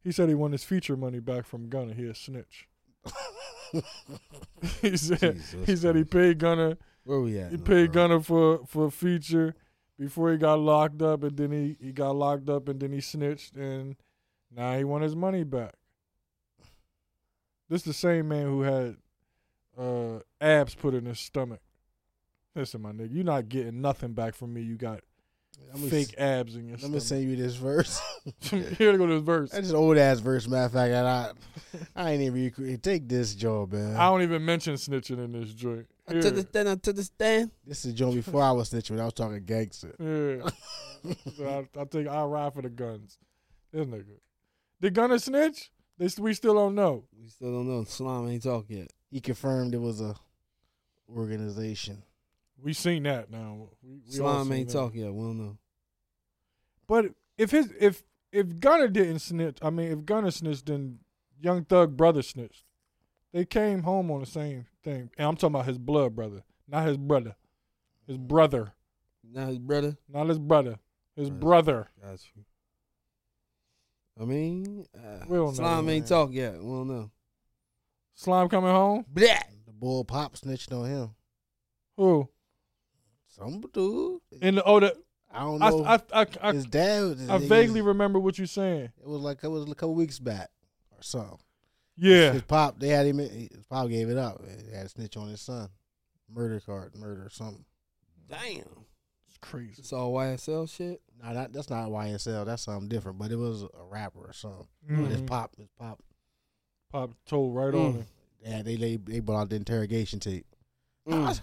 Speaker 1: He said he won his feature money back from Gunna. He a snitch. he said
Speaker 3: Jesus
Speaker 1: he said he
Speaker 3: Christ.
Speaker 1: paid Gunna.
Speaker 3: Where we at?
Speaker 1: He
Speaker 3: now,
Speaker 1: paid
Speaker 3: bro?
Speaker 1: Gunna for for feature before he got locked up, and then he he got locked up, and then he snitched, and now he won his money back. This the same man who had uh, abs put in his stomach. Listen, my nigga, you're not getting nothing back from me. You got
Speaker 2: I'm gonna,
Speaker 1: fake abs in your
Speaker 2: I'm gonna
Speaker 1: stomach.
Speaker 2: send you this verse.
Speaker 1: Here to go to this verse.
Speaker 2: That's an old ass verse. Matter of fact, and I, I ain't even recruit. Take this job, man.
Speaker 1: I don't even mention snitching in this joint.
Speaker 3: I took Uh, the
Speaker 1: Here.
Speaker 3: stand. I took the stand.
Speaker 2: This is Joe before I was snitching. I was talking gangster.
Speaker 1: Yeah. so I, I think I'll ride for the guns. This nigga. Did Gunner snitch? They, s- we still don't know.
Speaker 3: We still don't know. Slime ain't talk yet.
Speaker 2: He confirmed it was a organization.
Speaker 1: We seen that now. We, we all
Speaker 3: Slime
Speaker 1: seen
Speaker 3: ain't
Speaker 1: that.
Speaker 3: talk yet. We don't know.
Speaker 1: But if his if if Gunner didn't snitch, I mean if Gunner snitched, then Young Thug brother snitched. They came home on the same thing. And I'm talking about his blood brother, not his brother. His brother,
Speaker 3: Now his brother.
Speaker 1: not his brother. His
Speaker 3: Right.
Speaker 1: brother.
Speaker 3: Got you. I mean, uh,
Speaker 1: We don't
Speaker 3: slime
Speaker 1: know,
Speaker 3: ain't
Speaker 2: man.
Speaker 3: talk yet. We don't know.
Speaker 1: Slime coming home.
Speaker 3: Blah.
Speaker 2: The bull pop snitched on him.
Speaker 1: Who?
Speaker 2: Some dude.
Speaker 1: In the oh, the,
Speaker 2: I don't know.
Speaker 1: I, I, I, I,
Speaker 2: his dad. his
Speaker 1: I
Speaker 2: nigga-
Speaker 1: vaguely remember what you're saying.
Speaker 2: It was like it was a couple weeks back or something.
Speaker 1: Yeah,
Speaker 2: His pop. They had him. His pop gave it up. They had a snitch on his son. Murder card. Murder or something.
Speaker 3: Damn.
Speaker 1: it's crazy.
Speaker 3: It's all YSL shit.
Speaker 2: No, that, that's not YSL. That's something different. But it was a rapper or something. But
Speaker 3: Mm-hmm.
Speaker 2: his
Speaker 1: Mhm.
Speaker 2: pop. His pop.
Speaker 1: Pop told right
Speaker 3: Mm.
Speaker 1: on him.
Speaker 2: Yeah, they they they brought out the interrogation tape.
Speaker 3: Mm.
Speaker 2: How's,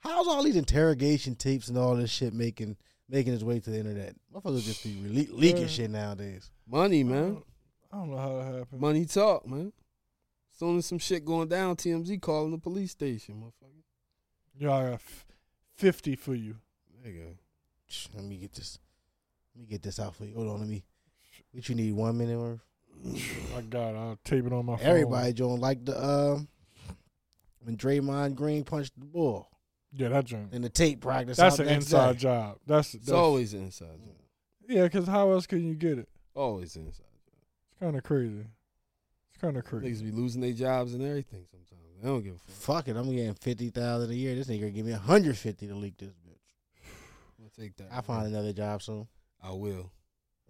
Speaker 2: how's all these interrogation tapes and all this shit making making its way to the internet? Motherfuckers just be rele- leaking
Speaker 1: Yeah.
Speaker 2: shit nowadays.
Speaker 3: Money, man.
Speaker 1: I don't know how that happened.
Speaker 3: Money talk, man. Soon as some shit going down, TMZ calling the police station, motherfucker.
Speaker 1: Yeah, I got f- fifty for you.
Speaker 3: There you go.
Speaker 2: Shh, Let me get this. Let me get this out for you. Hold on, let me. What you need? One minute worth.
Speaker 1: I got. it. I'll tape it on my phone.
Speaker 2: Everybody joined like the um when Draymond Green punched the ball
Speaker 1: Yeah, that joint.
Speaker 2: in the tape practice.
Speaker 1: That's
Speaker 2: out
Speaker 1: an
Speaker 2: the next
Speaker 1: inside
Speaker 2: day.
Speaker 1: job. That's,
Speaker 3: It's
Speaker 1: that's
Speaker 3: always an inside job.
Speaker 1: Yeah, because how else can you get it?
Speaker 3: Always an inside job.
Speaker 1: It's kind of crazy. It's kind of crazy.
Speaker 3: Niggas be losing their jobs and everything sometimes. They don't give a fuck.
Speaker 2: Fuck it, I'm getting fifty thousand a year. This nigga give me hundred fifty to leak this bitch.
Speaker 3: I'll take that.
Speaker 2: I find
Speaker 3: man.
Speaker 2: another job soon.
Speaker 3: I will.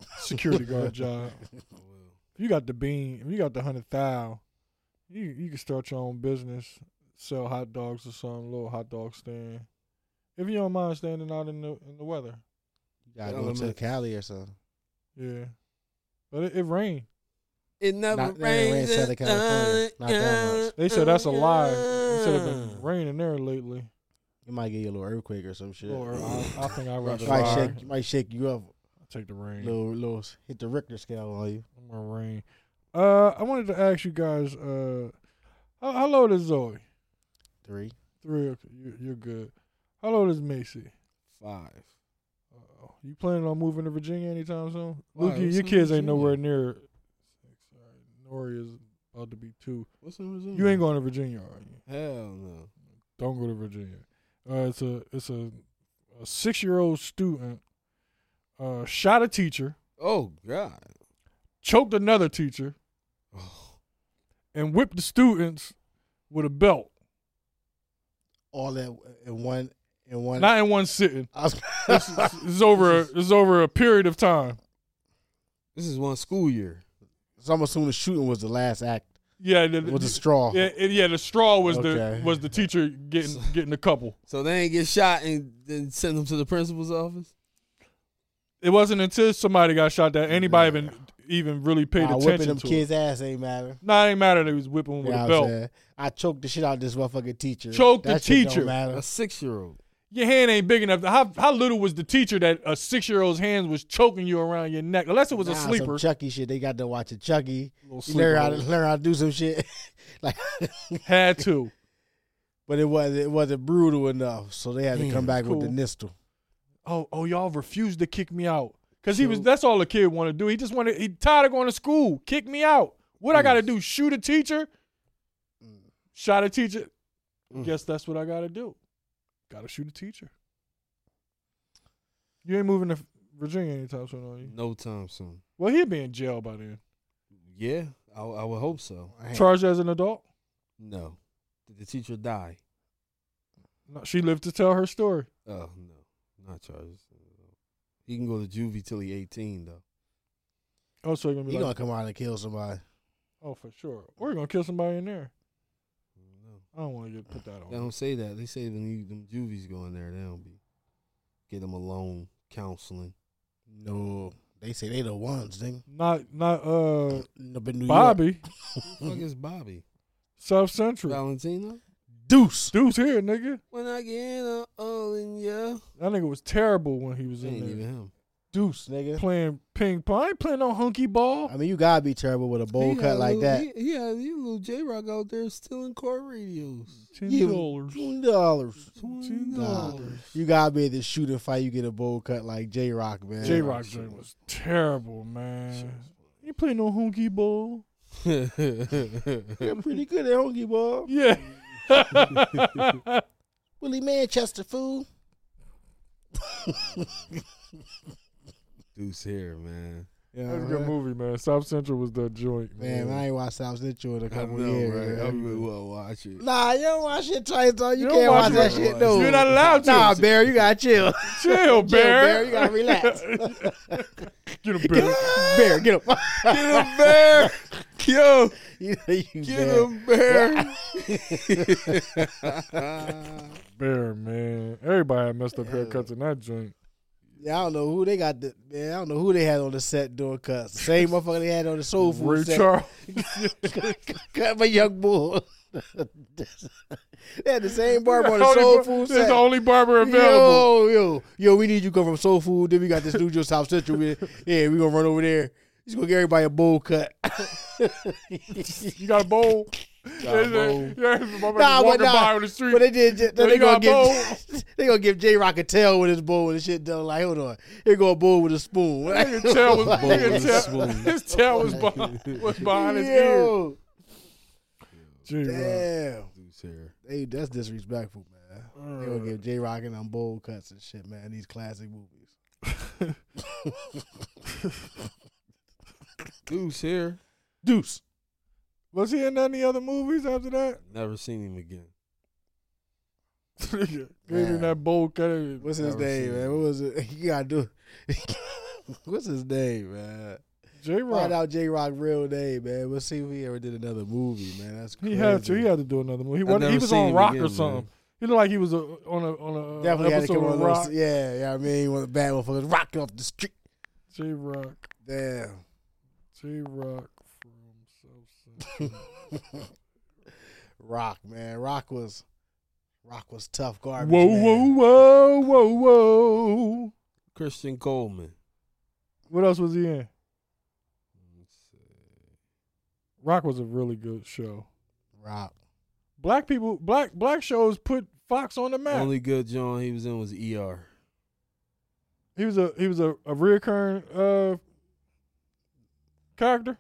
Speaker 1: security guard job.
Speaker 3: I will.
Speaker 1: If you got the bean, if you got the hundred thou, you you can start your own business, sell hot dogs or something, little hot dog stand. If you don't mind standing out in the in the weather,
Speaker 2: You gotta
Speaker 3: Yeah,
Speaker 2: go
Speaker 3: I'm
Speaker 2: to
Speaker 3: like-
Speaker 2: Cali or something.
Speaker 1: yeah. But it, it rained.
Speaker 3: It never
Speaker 2: Not- it rained
Speaker 3: rains
Speaker 2: Southern
Speaker 3: in
Speaker 2: California. Not that much.
Speaker 1: They said that's a lie. It should have
Speaker 3: Yeah.
Speaker 1: been raining there lately.
Speaker 2: It might get you a little earthquake or some shit.
Speaker 1: Or I, I think I rather
Speaker 2: might
Speaker 1: fire.
Speaker 2: shake, might shake you up.
Speaker 1: I'll take the rain.
Speaker 2: Little, little, hit the Richter scale on you.
Speaker 1: I'm gonna rain. Uh, I wanted to ask you guys. Uh, how, how low is Zoe?
Speaker 2: Three.
Speaker 1: Three. Okay, you, you're good. How low is Macy?
Speaker 3: Five.
Speaker 1: Uh, you planning on moving to Virginia anytime soon?
Speaker 3: Why,
Speaker 1: Lukey,
Speaker 3: what's
Speaker 1: your
Speaker 3: up,
Speaker 1: kids ain't
Speaker 3: Virginia?
Speaker 1: nowhere near. Six. All right. Nori is about to be two.
Speaker 3: What's in Virginia?
Speaker 1: You ain't going to Virginia, are you?
Speaker 3: Hell no.
Speaker 1: don't go to Virginia. Uh, it's a it's a, a six year old student uh, shot a teacher,
Speaker 3: Oh God.
Speaker 1: choked another teacher,
Speaker 3: Oh,
Speaker 1: and whipped the students with a belt.
Speaker 2: All that in one, in one.
Speaker 1: Not in one sitting.
Speaker 2: I was-
Speaker 1: It's, it's- it's over. It's over a period of time.
Speaker 3: this is one school year.
Speaker 2: so I'm assuming the shooting was the last act.
Speaker 1: Yeah. The,
Speaker 2: It was a straw.
Speaker 1: yeah, it- yeah, the straw was
Speaker 2: Okay.
Speaker 1: the was the teacher getting getting a couple.
Speaker 3: So they ain't get shot and then send them to the principal's office.
Speaker 1: It wasn't until somebody got shot that anybody even even really paid
Speaker 2: Nah, whipping
Speaker 1: attention
Speaker 2: them
Speaker 1: to it.
Speaker 2: kids' ass ain't matter.
Speaker 1: Nah, it ain't matter. They was whipping them
Speaker 2: You know
Speaker 1: with
Speaker 2: what
Speaker 1: a belt.
Speaker 2: I'm saying? I choked the shit out of this motherfucking teacher.
Speaker 1: Choked the
Speaker 2: That shit
Speaker 1: teacher.
Speaker 2: Don't matter.
Speaker 3: A six year old.
Speaker 1: your hand ain't big enough. How how little was the teacher that a six year old's hands was choking you around your neck? Unless it was
Speaker 2: Nah,
Speaker 1: a sleeper.
Speaker 2: Some Chucky shit. They got to watch a Chucky.
Speaker 1: Little
Speaker 2: You learn how to
Speaker 1: sleeper.
Speaker 2: learn how to do some shit. like,
Speaker 1: Had to.
Speaker 2: but it was it wasn't brutal enough, so they had to come
Speaker 3: Damn,
Speaker 2: back
Speaker 1: cool.
Speaker 2: with the nistel.
Speaker 1: Oh oh, y'all refused to kick me out because he was. That's all the kid wanted to do. He just wanted. He tired of going to school. Kick me out. What I got to do? Shoot a teacher? Shot a teacher?
Speaker 3: Mm.
Speaker 1: Guess that's what I got to do. Got to shoot a teacher. You ain't moving to Virginia anytime soon, are you?
Speaker 3: No time soon.
Speaker 1: Well, he'd be in jail by then.
Speaker 3: Yeah, I, I would hope so.
Speaker 1: Charged as an adult.
Speaker 3: No. Did the teacher die?
Speaker 1: No, she lived to tell her story.
Speaker 3: Oh no, not charges. He can go to juvie till he eighteen though.
Speaker 1: Oh, so you're gonna be
Speaker 2: He
Speaker 1: like,
Speaker 2: gonna come out and kill somebody.
Speaker 1: oh, for sure. Or you're gonna kill somebody in there.
Speaker 3: No,
Speaker 1: I don't want to get put that
Speaker 3: they
Speaker 1: on.
Speaker 3: don't say that. They say when you, them juvies go in there, they don't be get them alone counseling.
Speaker 2: No, they say they the ones. They
Speaker 1: Not, not uh,
Speaker 2: up in New York.
Speaker 1: Bobby,
Speaker 3: Who the fuck is Bobby
Speaker 1: South Central.
Speaker 3: Valentino?
Speaker 2: Deuce.
Speaker 1: Dude's here, nigga.
Speaker 3: When I get up all in ya,
Speaker 1: That nigga was terrible when he was
Speaker 3: it
Speaker 1: in
Speaker 3: ain't
Speaker 1: there
Speaker 3: even him.
Speaker 2: Deuce, nigga.
Speaker 1: playing ping pong. I ain't playing no hunky ball.
Speaker 2: I mean, you gotta be terrible with a bowl
Speaker 3: He had
Speaker 2: cut like
Speaker 3: little-
Speaker 2: that.
Speaker 3: He, he had you little J Rock out there stealing car radios.
Speaker 1: Ten
Speaker 2: You-
Speaker 1: dollars.
Speaker 2: Two dollars.
Speaker 3: Twenty
Speaker 2: Nah.
Speaker 3: dollars.
Speaker 2: You gotta be at the shooting fight. You get a bowl cut like J Rock, man.
Speaker 1: J Rock joint was terrible, man. You ain't playing no hunky ball.
Speaker 2: You're pretty good at honky ball.
Speaker 1: Yeah.
Speaker 2: Willie Manchester fool.
Speaker 3: Deuce here, man.
Speaker 2: Yeah,
Speaker 1: That's a good movie, man. South Central was that joint, man.
Speaker 2: Man, I ain't watched South Central in a
Speaker 3: I
Speaker 2: couple
Speaker 3: know,
Speaker 2: years.
Speaker 3: right?
Speaker 2: man.
Speaker 3: I really want to watch it.
Speaker 2: Nah, you don't watch shit twice, though. You,
Speaker 1: You don't
Speaker 2: can't
Speaker 1: watch
Speaker 2: watch, that
Speaker 3: it.
Speaker 2: shit, though.
Speaker 1: You're not allowed to.
Speaker 2: Nah, Bear, you gotta chill.
Speaker 1: Chill,
Speaker 2: Bear,
Speaker 1: Bear.
Speaker 2: you gotta relax.
Speaker 1: Get him, Bear.
Speaker 2: bear, get him.
Speaker 3: Get him, bear. Yo,
Speaker 2: you, you
Speaker 3: get
Speaker 2: bear.
Speaker 3: him, bear.
Speaker 1: Bear, man. Everybody had messed up haircuts in that joint.
Speaker 2: Yeah, I don't know who they got. The, man, I don't know who they had on the set doing cuts. The same motherfucker they had on the Soul Food
Speaker 1: Ray
Speaker 2: set.
Speaker 1: Charles.
Speaker 2: Cut my young boy. they had the same barber on the
Speaker 1: Only
Speaker 2: Soul
Speaker 1: bar-
Speaker 2: Food
Speaker 1: this is
Speaker 2: set.
Speaker 1: the only barber available.
Speaker 2: Yo, yo, yo, we need you to come from Soul Food. Then we got this new Joe South Central. We- yeah, we gonna run over there. He's gonna get everybody a bowl cut.
Speaker 1: You got a bowl.
Speaker 3: a bowl.
Speaker 1: Yeah, my man
Speaker 2: Nah, but
Speaker 1: walking
Speaker 2: nah.
Speaker 1: by on the street.
Speaker 2: But they did. They,
Speaker 1: Yo,
Speaker 2: they
Speaker 1: you
Speaker 2: gonna
Speaker 1: got a
Speaker 2: give. they gonna give J Rock a tail with his bowl and shit done. Like, hold on, here go a bowl with a spoon.
Speaker 1: his tail was,
Speaker 3: Bowl
Speaker 1: nigga
Speaker 3: was
Speaker 1: tail-
Speaker 3: smooth.
Speaker 1: his tail was behind, was behind his ear.
Speaker 2: Yo,
Speaker 1: Gee, bro.
Speaker 2: damn,
Speaker 3: Deuce here.
Speaker 2: hey, that's disrespectful, man. They gonna give J Rock and them bowl cuts and shit, man. These classic movies.
Speaker 3: Deuce here.
Speaker 2: Deuce.
Speaker 1: Was he in any other movies after that?
Speaker 3: Never seen him again.
Speaker 1: Nigga, Gave him
Speaker 2: Man.
Speaker 1: that bowl cut.
Speaker 2: What's his
Speaker 3: Never
Speaker 2: name,
Speaker 3: seen
Speaker 2: man?
Speaker 3: it.
Speaker 2: What was it? You gotta do. What's his name, man?
Speaker 1: J
Speaker 2: Find
Speaker 1: Rock.
Speaker 2: out J Rock real name, man. We'll see if he ever did another movie, man. That's
Speaker 1: He
Speaker 2: crazy.
Speaker 1: had to. He had to do another movie. He, wasn't, he
Speaker 3: never
Speaker 1: was
Speaker 3: seen
Speaker 1: on
Speaker 3: him
Speaker 1: Rock
Speaker 3: again,
Speaker 1: or
Speaker 3: man.
Speaker 1: something. He looked like he was a, on a on a uh,
Speaker 2: Definitely had to
Speaker 1: episode
Speaker 2: come
Speaker 1: of
Speaker 2: on
Speaker 1: Rock.
Speaker 2: Rock. Yeah, yeah. I mean, one of the bad motherfuckers rocking off the street.
Speaker 1: J Rock.
Speaker 2: Damn.
Speaker 1: J Rock from South Central.
Speaker 2: Rock, man. Rock was, Rock was tough garbage.
Speaker 1: whoa,
Speaker 2: man.
Speaker 1: whoa, whoa, whoa, whoa.
Speaker 3: Christian Coleman.
Speaker 1: What else was he in? Rock was a really good show.
Speaker 2: Rock.
Speaker 1: Black people, black black shows put Fox on the map.
Speaker 3: Only good John he was in was ER.
Speaker 1: he was a he was a, a reoccurring uh character.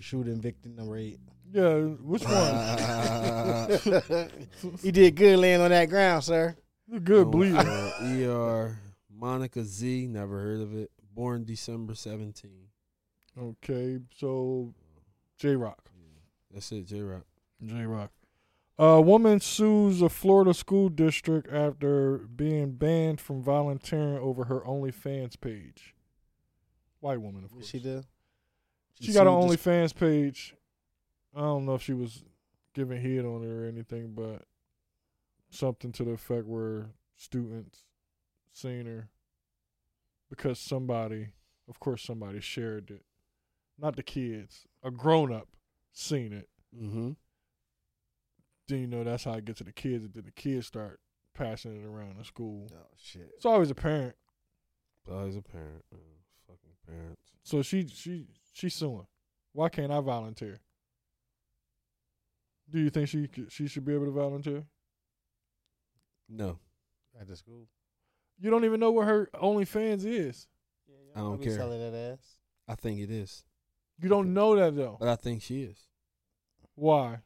Speaker 2: Shooting victim number eight.
Speaker 1: Yeah, which one?
Speaker 2: he did good laying on that ground, sir.
Speaker 1: good
Speaker 3: Oh,
Speaker 1: bleeder.
Speaker 3: uh, ER. Monica Z. Never heard of it. Born December 17.
Speaker 1: Okay, so J Rock.
Speaker 3: That's it, J Rock.
Speaker 1: J Rock. A woman sues a Florida school district after being banned from volunteering over her OnlyFans page. White woman, of
Speaker 2: What
Speaker 1: course.
Speaker 2: she do?
Speaker 1: She got an
Speaker 2: sued this-
Speaker 1: OnlyFans page. I don't know if she was giving head on it or anything, but something to the effect where students seen her because somebody, of course, somebody shared it. Not the kids, a grown up seen it.
Speaker 3: Mm-hmm.
Speaker 1: Then you know that's how it gets to the kids, and then the kids start passing it around in school.
Speaker 2: Oh shit.
Speaker 1: It's always a parent,
Speaker 3: But he's a parent. man. Fucking parents.
Speaker 1: so she she she's suing. Why can't I volunteer? Do you think she c- she should be able to volunteer?
Speaker 3: No,
Speaker 2: At the school.
Speaker 1: You don't even know what her OnlyFans is.
Speaker 2: Yeah,
Speaker 3: I don't care.
Speaker 2: Selling that ass.
Speaker 3: I think it is.
Speaker 1: You don't know that though.
Speaker 3: But I think she is.
Speaker 1: Why?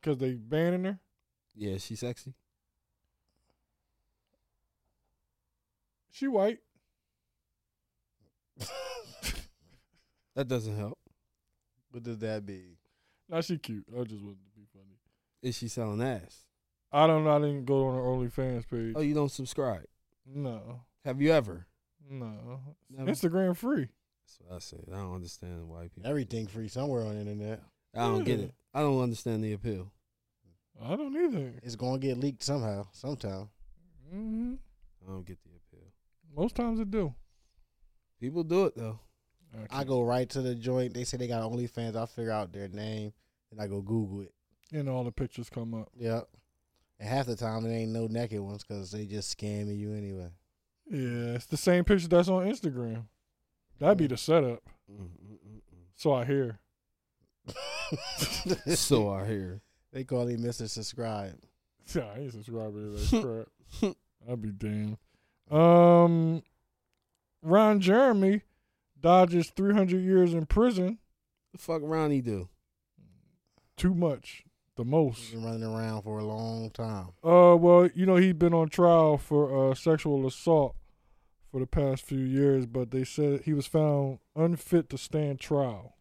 Speaker 1: Because they banning her.
Speaker 3: Yeah, she's sexy.
Speaker 1: She white.
Speaker 3: That doesn't help.
Speaker 2: What does that be?
Speaker 1: Now she cute. I just wanted to be funny.
Speaker 3: Is she selling ass?
Speaker 1: I don't know. I didn't go on her OnlyFans page.
Speaker 3: Oh, you don't subscribe.
Speaker 1: No,
Speaker 3: Have you ever?
Speaker 1: no.
Speaker 3: Never.
Speaker 1: Instagram free.
Speaker 3: That's what I said. I don't understand why people.
Speaker 2: Everything free somewhere on the internet.
Speaker 3: I don't get
Speaker 1: Yeah.
Speaker 3: it. I don't understand the appeal.
Speaker 1: I don't either.
Speaker 2: It's gonna get leaked somehow, sometime.
Speaker 1: hmm
Speaker 3: I don't get the appeal.
Speaker 1: Most times it do.
Speaker 3: People do it though.
Speaker 2: I go right to the joint. They say they got OnlyFans. I figure out their name and I go Google it.
Speaker 1: and all the pictures come up.
Speaker 2: Yep. And half the time it ain't no naked ones because they just scamming you anyway.
Speaker 1: Yeah, it's the same picture that's on Instagram. That'd be the setup.
Speaker 3: Mm-mm-mm-mm.
Speaker 1: So I hear.
Speaker 3: so I hear.
Speaker 2: They call him Mr. Subscribe.
Speaker 1: Yeah, I ain't subscribing to that crap. I'll be damned. Um, Ron Jeremy dodges 300 years in prison.
Speaker 3: The fuck Ronnie do?
Speaker 1: Too much, the most.
Speaker 2: He's been running around for a long time.
Speaker 1: Uh, well, you know he's been on trial for uh sexual assault for the past few years, but they said he was found unfit to stand trial.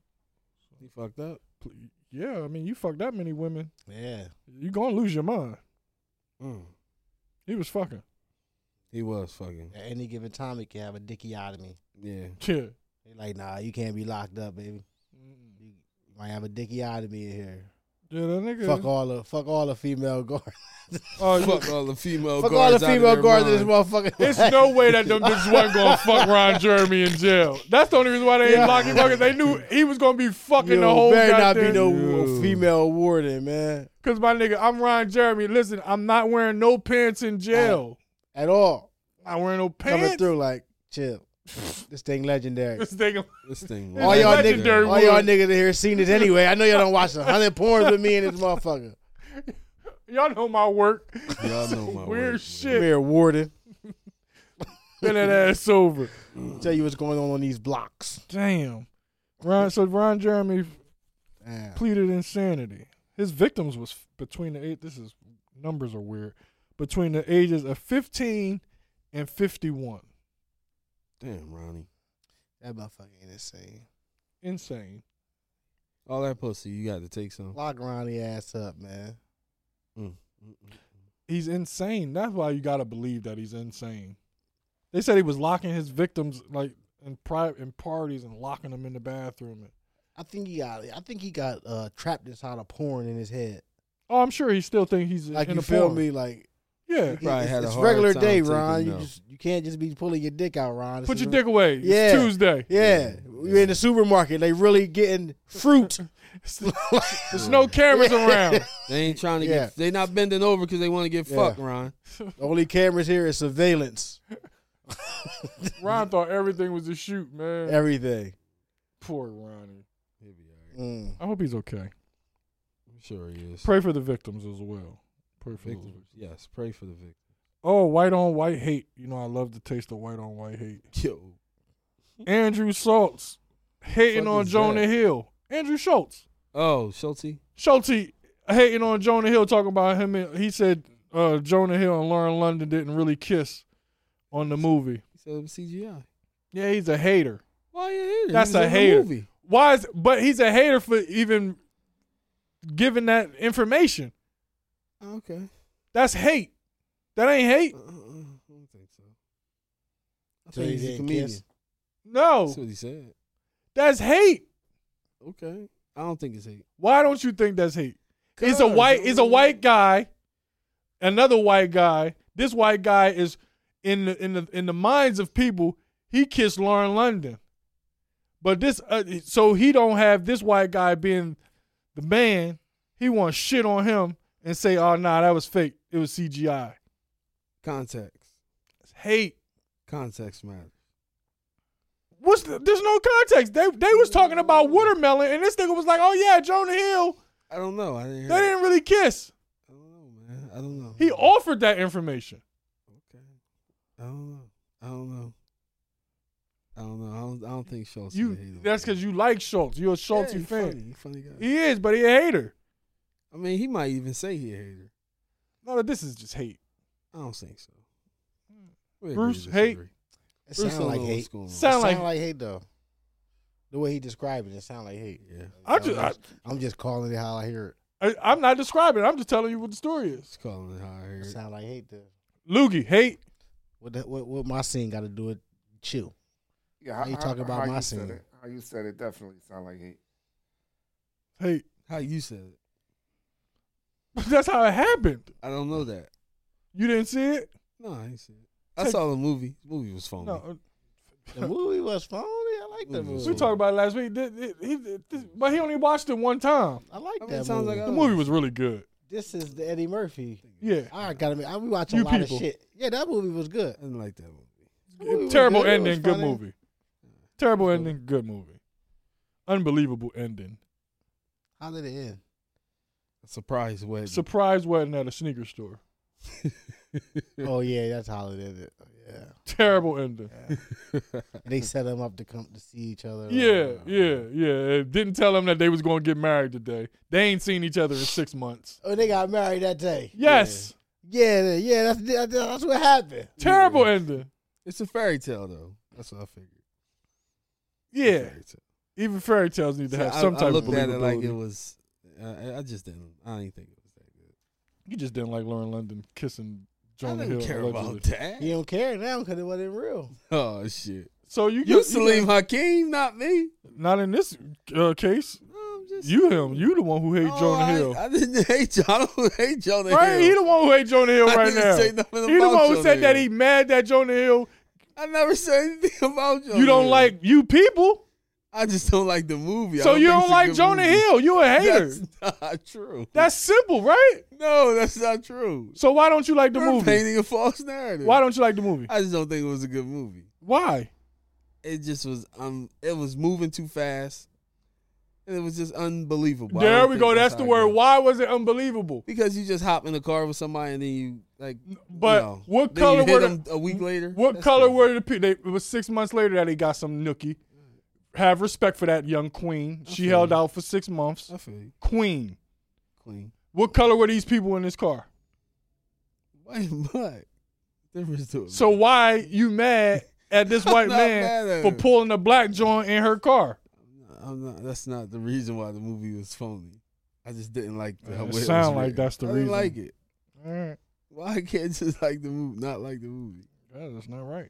Speaker 3: He fucked up.
Speaker 1: Ple- Yeah, I mean you fuck that many women,
Speaker 2: Yeah.
Speaker 1: you gonna lose your mind.
Speaker 3: Mm.
Speaker 1: He was fucking.
Speaker 3: He was fucking.
Speaker 2: At any given time, he can have a dickiotomy.
Speaker 3: Yeah.
Speaker 1: Yeah.
Speaker 2: They like, nah, you can't be locked up, baby. You might have a dickiotomy in here.
Speaker 1: Yeah, that nigga.
Speaker 2: Fuck all the fuck all the female guards.
Speaker 1: Oh, you-
Speaker 3: Fuck all the female
Speaker 2: fuck all
Speaker 3: guards.
Speaker 2: the female guards in
Speaker 3: out
Speaker 2: this
Speaker 3: of their
Speaker 2: motherfucker.
Speaker 1: It's no way that them bitches wasn't gonna fuck Ron Jeremy in jail. That's the only reason why they ain't
Speaker 2: Yeah.
Speaker 1: locked him up. 'cause They knew he was gonna be fucking
Speaker 2: You
Speaker 1: the whole
Speaker 2: better not be
Speaker 1: goddamn.
Speaker 2: no
Speaker 3: Yo.
Speaker 2: female warden, man,
Speaker 1: Cause my nigga, I'm Ron Jeremy. Listen, I'm not wearing no pants in jail.
Speaker 2: at all.
Speaker 1: I'm not wearing no
Speaker 2: Uh, Coming
Speaker 1: pants.
Speaker 2: through like chill. This thing legendary.
Speaker 1: This nigga,
Speaker 3: This thing.
Speaker 1: All
Speaker 2: All y'all
Speaker 1: legendary.
Speaker 2: niggas, all
Speaker 1: wood.
Speaker 2: y'all niggas in here seen it anyway. I know y'all don't watch a hundred porns with me and this motherfucker.
Speaker 1: y'all know my work.
Speaker 3: Y'all know my
Speaker 1: Weird
Speaker 3: work,
Speaker 1: shit.
Speaker 2: Come here, warden.
Speaker 1: Bend that ass over.
Speaker 2: Tell you what's going on on these blocks.
Speaker 1: Damn. Ron. So Ron Jeremy
Speaker 2: Damn.
Speaker 1: pleaded insanity. His victims was f- between the eight. This is numbers are weird. Between the ages of 15 and 51.
Speaker 3: man. Damn, Ronnie.
Speaker 2: That motherfucker ain't insane.
Speaker 1: Insane.
Speaker 3: All that pussy, you got to take some.
Speaker 2: Lock Ronnie ass up, man.
Speaker 3: Mm-mm.
Speaker 1: He's insane. That's why you gotta believe that he's insane. They said he was locking his victims like in private in parties and locking them in the bathroom. And,
Speaker 2: I think he got. I think he got uh, trapped inside a porn in his head.
Speaker 1: oh, I'm sure he still think he's
Speaker 2: Like
Speaker 1: in
Speaker 2: you
Speaker 1: a
Speaker 2: feel
Speaker 1: porn.
Speaker 2: me? Like
Speaker 1: Yeah,
Speaker 2: it's,
Speaker 3: probably had a
Speaker 2: it's
Speaker 3: hard
Speaker 2: regular
Speaker 3: time
Speaker 2: day,
Speaker 3: taking
Speaker 2: Ron. You
Speaker 3: no.
Speaker 2: just you can't just be pulling your dick out, Ron. This
Speaker 1: put
Speaker 2: is
Speaker 1: your
Speaker 2: real-
Speaker 1: dick away.
Speaker 2: Yeah.
Speaker 1: It's Tuesday.
Speaker 2: Yeah, you're in the supermarket. They really getting fruit.
Speaker 1: There's no cameras around.
Speaker 3: They ain't trying to
Speaker 2: Yeah.
Speaker 3: get. They not bending over because they want to get
Speaker 2: Yeah.
Speaker 3: fucked, Ron.
Speaker 2: The only cameras here is surveillance.
Speaker 1: Ron thought everything was a shoot, man.
Speaker 2: Everything.
Speaker 1: Poor Ronnie.
Speaker 2: Mm.
Speaker 1: I hope he's okay.
Speaker 3: Sure he is.
Speaker 1: Pray for the victims as well. Pray for those.
Speaker 3: Victims. Yes, pray for the victim.
Speaker 1: Oh, white on white hate. You know I love the taste of white on white hate.
Speaker 3: Yo,
Speaker 1: Andrew Schultz hating
Speaker 3: Fuck
Speaker 1: on
Speaker 3: is
Speaker 1: Jonah
Speaker 3: that?
Speaker 1: Hill. Andrew Schultz.
Speaker 3: oh Schulte.
Speaker 1: Schulte hating on Jonah Hill, talking about him. and- He said uh, Jonah Hill and Lauren London didn't really kiss on the movie.
Speaker 3: He said it was CGI.
Speaker 1: Yeah, he's a hater.
Speaker 3: Why you hating?
Speaker 1: That's
Speaker 3: He was
Speaker 1: a
Speaker 3: in the
Speaker 1: hater.
Speaker 3: movie.
Speaker 1: Why is but he's a hater for even giving that information.
Speaker 3: Oh, Okay.
Speaker 1: That's hate. That ain't hate.
Speaker 3: Uh, uh, uh, I don't think so. I
Speaker 2: So
Speaker 3: think
Speaker 2: he
Speaker 3: he's a
Speaker 2: didn't
Speaker 3: comedian.
Speaker 2: kiss?
Speaker 1: No,
Speaker 3: That's
Speaker 1: Oh.
Speaker 3: what he said.
Speaker 1: that's hate.
Speaker 3: Okay. I don't think it's hate.
Speaker 1: Why don't you think that's hate? It's a
Speaker 3: Cuz,
Speaker 1: white. It's a
Speaker 3: dude.
Speaker 1: white guy. Another white guy. This white guy is in the in the in the minds of people. He kissed Lauren London, but this uh, so he don't have this white guy being the man. He wants shit on him and say, "Oh nah, that was fake. It was CGI."
Speaker 3: Context.
Speaker 1: It's hate.
Speaker 3: Context matters.
Speaker 1: What's the, there's no context. They they was talking about watermelon, and this nigga was like, "Oh yeah, Jonah Hill.
Speaker 3: I don't know. I didn't hear.
Speaker 1: They
Speaker 3: it.
Speaker 1: didn't really kiss."
Speaker 3: I don't know, man. I don't know.
Speaker 1: He offered that information.
Speaker 3: Okay. I don't know. I don't know. I don't know. I don't, I don't think Schultz.
Speaker 1: You that's because you like Schultz. You're a Schultz
Speaker 3: he's
Speaker 1: fan.
Speaker 3: Funny. He funny guy.
Speaker 1: He is, but he a hater.
Speaker 3: I mean, he might even say he a hater.
Speaker 1: No, this is just hate.
Speaker 3: I don't think so. We
Speaker 1: Bruce,
Speaker 3: agree to
Speaker 1: hate.
Speaker 3: disagree.
Speaker 2: It
Speaker 3: Bruce
Speaker 2: sounds
Speaker 3: don't
Speaker 2: like
Speaker 3: know what's
Speaker 2: hate.
Speaker 3: going on.
Speaker 1: Sound-
Speaker 2: sound
Speaker 1: like-
Speaker 2: like, hate though. The way he described it, it sound like hate.
Speaker 3: Yeah.
Speaker 1: I just, I,
Speaker 2: I'm just calling it how I hear
Speaker 1: I, I'm not describing. it. I'm just telling you what the story is.
Speaker 3: Just calling it how I hear
Speaker 2: it. it
Speaker 3: it.
Speaker 2: sound like hate though.
Speaker 1: Loogie, hate.
Speaker 2: What that, what what my scene got to do with chill?
Speaker 4: Yeah,
Speaker 2: Now you talking about my
Speaker 4: you said
Speaker 2: scene.
Speaker 4: it- How you said it definitely sound like hate.
Speaker 1: Hate.
Speaker 3: How you said it.
Speaker 1: But that's how it happened.
Speaker 3: I don't know that.
Speaker 1: You didn't see it?
Speaker 3: No, I ain't see it. I
Speaker 1: Take-
Speaker 3: saw the movie. The movie was phony.
Speaker 1: No. uh,
Speaker 2: The movie was phony. I like that
Speaker 3: Movie was
Speaker 2: movie.
Speaker 1: We talked about it last week. Did- did- he- did- this- but he only watched it one time.
Speaker 2: I like
Speaker 3: I mean,
Speaker 2: that
Speaker 3: it sounds
Speaker 2: movie.
Speaker 3: like
Speaker 1: The
Speaker 3: Oh.
Speaker 1: movie was really good.
Speaker 2: this is the Eddie Murphy.
Speaker 1: Yeah.
Speaker 2: I gotta be. I be watching
Speaker 1: You
Speaker 2: a lot
Speaker 1: people.
Speaker 2: of shit. Yeah, that movie was good.
Speaker 3: I didn't like that movie.
Speaker 2: That movie was
Speaker 1: Terrible
Speaker 2: good. It was
Speaker 1: ending, good
Speaker 2: funny.
Speaker 1: movie. Terrible
Speaker 3: Good.
Speaker 1: ending, good movie. Unbelievable ending.
Speaker 2: How did it end?
Speaker 3: Surprise wedding.
Speaker 1: Surprise wedding at a sneaker store.
Speaker 2: Oh yeah, that's how it ended. Yeah,
Speaker 1: Terrible ending.
Speaker 2: they set them up to come to see each other.
Speaker 3: Uh,
Speaker 1: Yeah, yeah, yeah. It didn't tell them that they was gonna get married today. They ain't seen each other in six months.
Speaker 2: Oh, they got married that day.
Speaker 1: Yes.
Speaker 2: Yeah, yeah, yeah that's that- that's what happened.
Speaker 1: Terrible ending.
Speaker 3: it's a fairy tale though. That's what I figured. It's a
Speaker 1: Yeah.
Speaker 3: fairy tale.
Speaker 1: Even fairy tales need to
Speaker 3: So
Speaker 1: have
Speaker 3: I-
Speaker 1: some
Speaker 3: I,
Speaker 1: type of
Speaker 3: looked at it like
Speaker 1: believability.
Speaker 3: it was. I, I just didn't. I didn't think it was that good.
Speaker 1: you just didn't like Lauren London kissing Jonah
Speaker 3: I didn't
Speaker 1: Hill.
Speaker 3: care
Speaker 1: allegedly.
Speaker 3: about that.
Speaker 2: You don't care now because it wasn't real.
Speaker 3: Oh shit!
Speaker 1: So you
Speaker 3: You
Speaker 1: got-
Speaker 3: Salim Hakeem, not me.
Speaker 1: got- not in this uh, case.
Speaker 3: No, I'm just
Speaker 1: You him. You the one who hate
Speaker 3: No,
Speaker 1: Jonah
Speaker 3: Oh, I,
Speaker 1: Hill.
Speaker 3: I didn't hate Jonah. I don't hate Jonah
Speaker 1: right? He
Speaker 3: Hill.
Speaker 1: the one who hate Jonah Hill
Speaker 3: I
Speaker 1: right
Speaker 3: didn't
Speaker 1: now.
Speaker 3: say nothing
Speaker 1: He the
Speaker 3: about
Speaker 1: one who
Speaker 3: Jonah
Speaker 1: said that he
Speaker 3: Hill.
Speaker 1: mad that Jonah Hill.
Speaker 3: I never said anything about Jonah.
Speaker 1: You don't
Speaker 3: Hill.
Speaker 1: like you people,
Speaker 3: I just don't like the movie. I
Speaker 1: so you
Speaker 3: think
Speaker 1: don't
Speaker 3: it's a
Speaker 1: like
Speaker 3: good
Speaker 1: Jonah
Speaker 3: movie.
Speaker 1: Hill. You a hater. That's,
Speaker 3: That's not true.
Speaker 1: simple, right?
Speaker 3: no, that's not true.
Speaker 1: So why don't you like the
Speaker 3: You're
Speaker 1: movie?
Speaker 3: painting a false narrative.
Speaker 1: Why don't you like the movie?
Speaker 3: I just don't think it was a good movie.
Speaker 1: Why?
Speaker 3: It just was um it was moving too fast. And it was just unbelievable. I
Speaker 1: there
Speaker 3: don't
Speaker 1: we
Speaker 3: think
Speaker 1: go. That's
Speaker 3: how
Speaker 1: the
Speaker 3: I
Speaker 1: word.
Speaker 3: go.
Speaker 1: Why was it unbelievable?
Speaker 3: Because you just hop in the car with somebody and then you like
Speaker 1: But
Speaker 3: you know,
Speaker 1: what
Speaker 3: then you
Speaker 1: color
Speaker 3: hit
Speaker 1: were the-
Speaker 3: them a week later?
Speaker 1: What
Speaker 3: That's
Speaker 1: color
Speaker 3: crazy.
Speaker 1: were the people? It was six months later that he got some nookie. Have respect for that young queen. She
Speaker 3: feel
Speaker 1: held
Speaker 3: you.
Speaker 1: out for six months.
Speaker 3: I feel you.
Speaker 1: Queen.
Speaker 3: Queen.
Speaker 1: What color were these people in this car?
Speaker 3: White and black. Difference to it.
Speaker 1: So why you mad at this
Speaker 3: I'm
Speaker 1: white
Speaker 3: not mad
Speaker 1: man
Speaker 3: at
Speaker 1: for
Speaker 3: him.
Speaker 1: pulling a black joint in her car?
Speaker 3: I'm not that's not the reason why the movie was phony. I just didn't like the way
Speaker 1: Uh, It
Speaker 3: was
Speaker 1: sound like
Speaker 3: written.
Speaker 1: that's the
Speaker 3: I didn't
Speaker 1: reason.
Speaker 3: like it.
Speaker 1: All
Speaker 3: Mm,
Speaker 1: right.
Speaker 3: Why I can't just like the movie, not like the movie?
Speaker 1: Yeah, that's not right.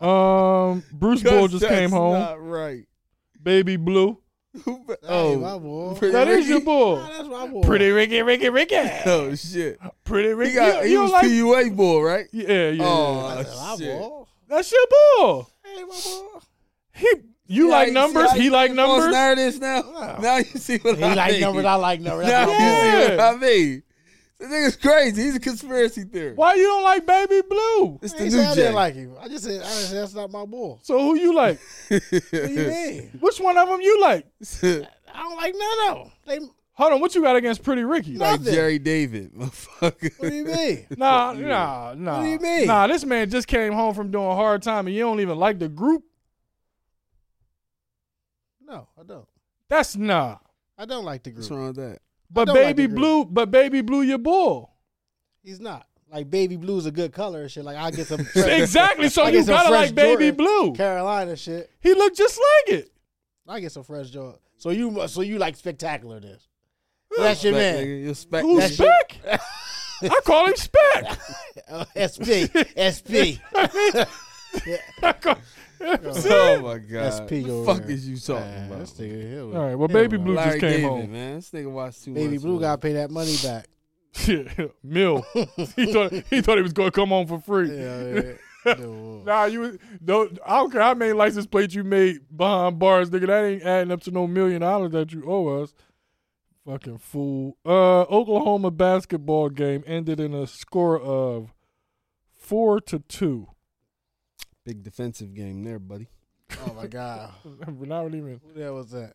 Speaker 1: Um, Bruce Bull just came home.
Speaker 3: Not right.
Speaker 1: Baby Blue.
Speaker 2: Oh,
Speaker 3: oh,
Speaker 2: my boy.
Speaker 3: Pretty
Speaker 1: That is your
Speaker 3: Ricky?
Speaker 2: Nah,
Speaker 1: bull.
Speaker 2: that's my boy.
Speaker 1: Pretty Ricky, Ricky, Ricky.
Speaker 3: Oh shit.
Speaker 1: Pretty Ricky.
Speaker 3: He got.
Speaker 1: you,
Speaker 3: He
Speaker 1: you
Speaker 3: was
Speaker 1: like?
Speaker 3: PUA bull, right?
Speaker 1: yeah, yeah.
Speaker 3: Oh.
Speaker 2: That's my
Speaker 3: shit.
Speaker 2: boy.
Speaker 1: That's your bull.
Speaker 2: Hey, my boy.
Speaker 1: He, you
Speaker 3: Yeah,
Speaker 1: like
Speaker 3: see
Speaker 1: numbers.
Speaker 3: how
Speaker 1: He
Speaker 3: you
Speaker 1: like
Speaker 3: came false
Speaker 1: numbers.
Speaker 3: narratives now. Now you see what
Speaker 2: He
Speaker 3: I
Speaker 2: like
Speaker 3: mean.
Speaker 2: numbers. I like numbers.
Speaker 3: Now
Speaker 2: That's my boy.
Speaker 1: Yeah.
Speaker 3: you see what I mean. This nigga's crazy. He's a conspiracy theorist.
Speaker 1: Why you don't like Baby Blue?
Speaker 3: It's
Speaker 2: I
Speaker 3: the
Speaker 2: ain't
Speaker 3: new
Speaker 2: say I
Speaker 3: Jay.
Speaker 2: didn't like him. I just said, I just said that's not my boy.
Speaker 1: So who you like?
Speaker 2: What do you mean?
Speaker 1: Which one of them you like?
Speaker 2: I don't like none of them.
Speaker 1: Hold on, what you got against Pretty Ricky?
Speaker 2: No.
Speaker 3: like
Speaker 2: Nothing.
Speaker 3: Jerry David,
Speaker 2: They, what do
Speaker 3: motherfucker.
Speaker 2: you mean?
Speaker 1: Nah, nah, nah.
Speaker 2: What do you mean?
Speaker 1: Nah, this man just came home from doing hard time, and you don't even like the group.
Speaker 2: No, I don't.
Speaker 1: That's nah.
Speaker 2: I don't like the
Speaker 3: What's
Speaker 2: group.
Speaker 3: wrong with that?
Speaker 1: But
Speaker 2: don't like
Speaker 1: Baby
Speaker 2: the group.
Speaker 1: Blue, but Baby Blue, your bull.
Speaker 2: He's not. Like baby blue's a good color and shit. Like I get some
Speaker 1: exactly. So
Speaker 2: I
Speaker 1: you
Speaker 2: get some
Speaker 1: gotta
Speaker 2: fresh
Speaker 1: like Baby
Speaker 2: Jordan,
Speaker 1: Blue.
Speaker 2: Carolina shit.
Speaker 1: He looked just like it.
Speaker 2: I get some fresh joy. So you mu- so you like spectacular this. That's your
Speaker 3: Black
Speaker 2: man.
Speaker 3: nigga, you spec-
Speaker 1: Who's
Speaker 2: that
Speaker 3: nigga.
Speaker 2: shit-
Speaker 1: Speck? I call him Speck.
Speaker 2: Oh, SP. SP.
Speaker 1: I call- See?
Speaker 3: Oh my god.
Speaker 2: SP
Speaker 3: the
Speaker 2: over
Speaker 3: fuck
Speaker 2: there.
Speaker 3: is you talking
Speaker 2: Man,
Speaker 3: about?
Speaker 2: this nigga here was-
Speaker 1: All right, well, Baby
Speaker 2: Hell
Speaker 1: Blue uh,
Speaker 2: no.
Speaker 1: just
Speaker 3: Larry
Speaker 1: came
Speaker 3: David,
Speaker 1: home.
Speaker 3: man. This nigga watched too
Speaker 2: Baby
Speaker 3: much.
Speaker 2: Blue
Speaker 3: man.
Speaker 2: gotta pay that money back.
Speaker 1: Yeah, Mill. he thought he thought he was gonna come home for free.
Speaker 2: Yeah, yeah. No.
Speaker 1: Nah, you don't. I don't care how many license plates you made behind bars, nigga. That ain't adding up to no million dollars that you owe us. Fucking fool. Uh, Oklahoma basketball game ended in a score of four to two.
Speaker 3: Big defensive game there, buddy.
Speaker 2: Oh my god.
Speaker 1: We're not even.
Speaker 2: Who that was that?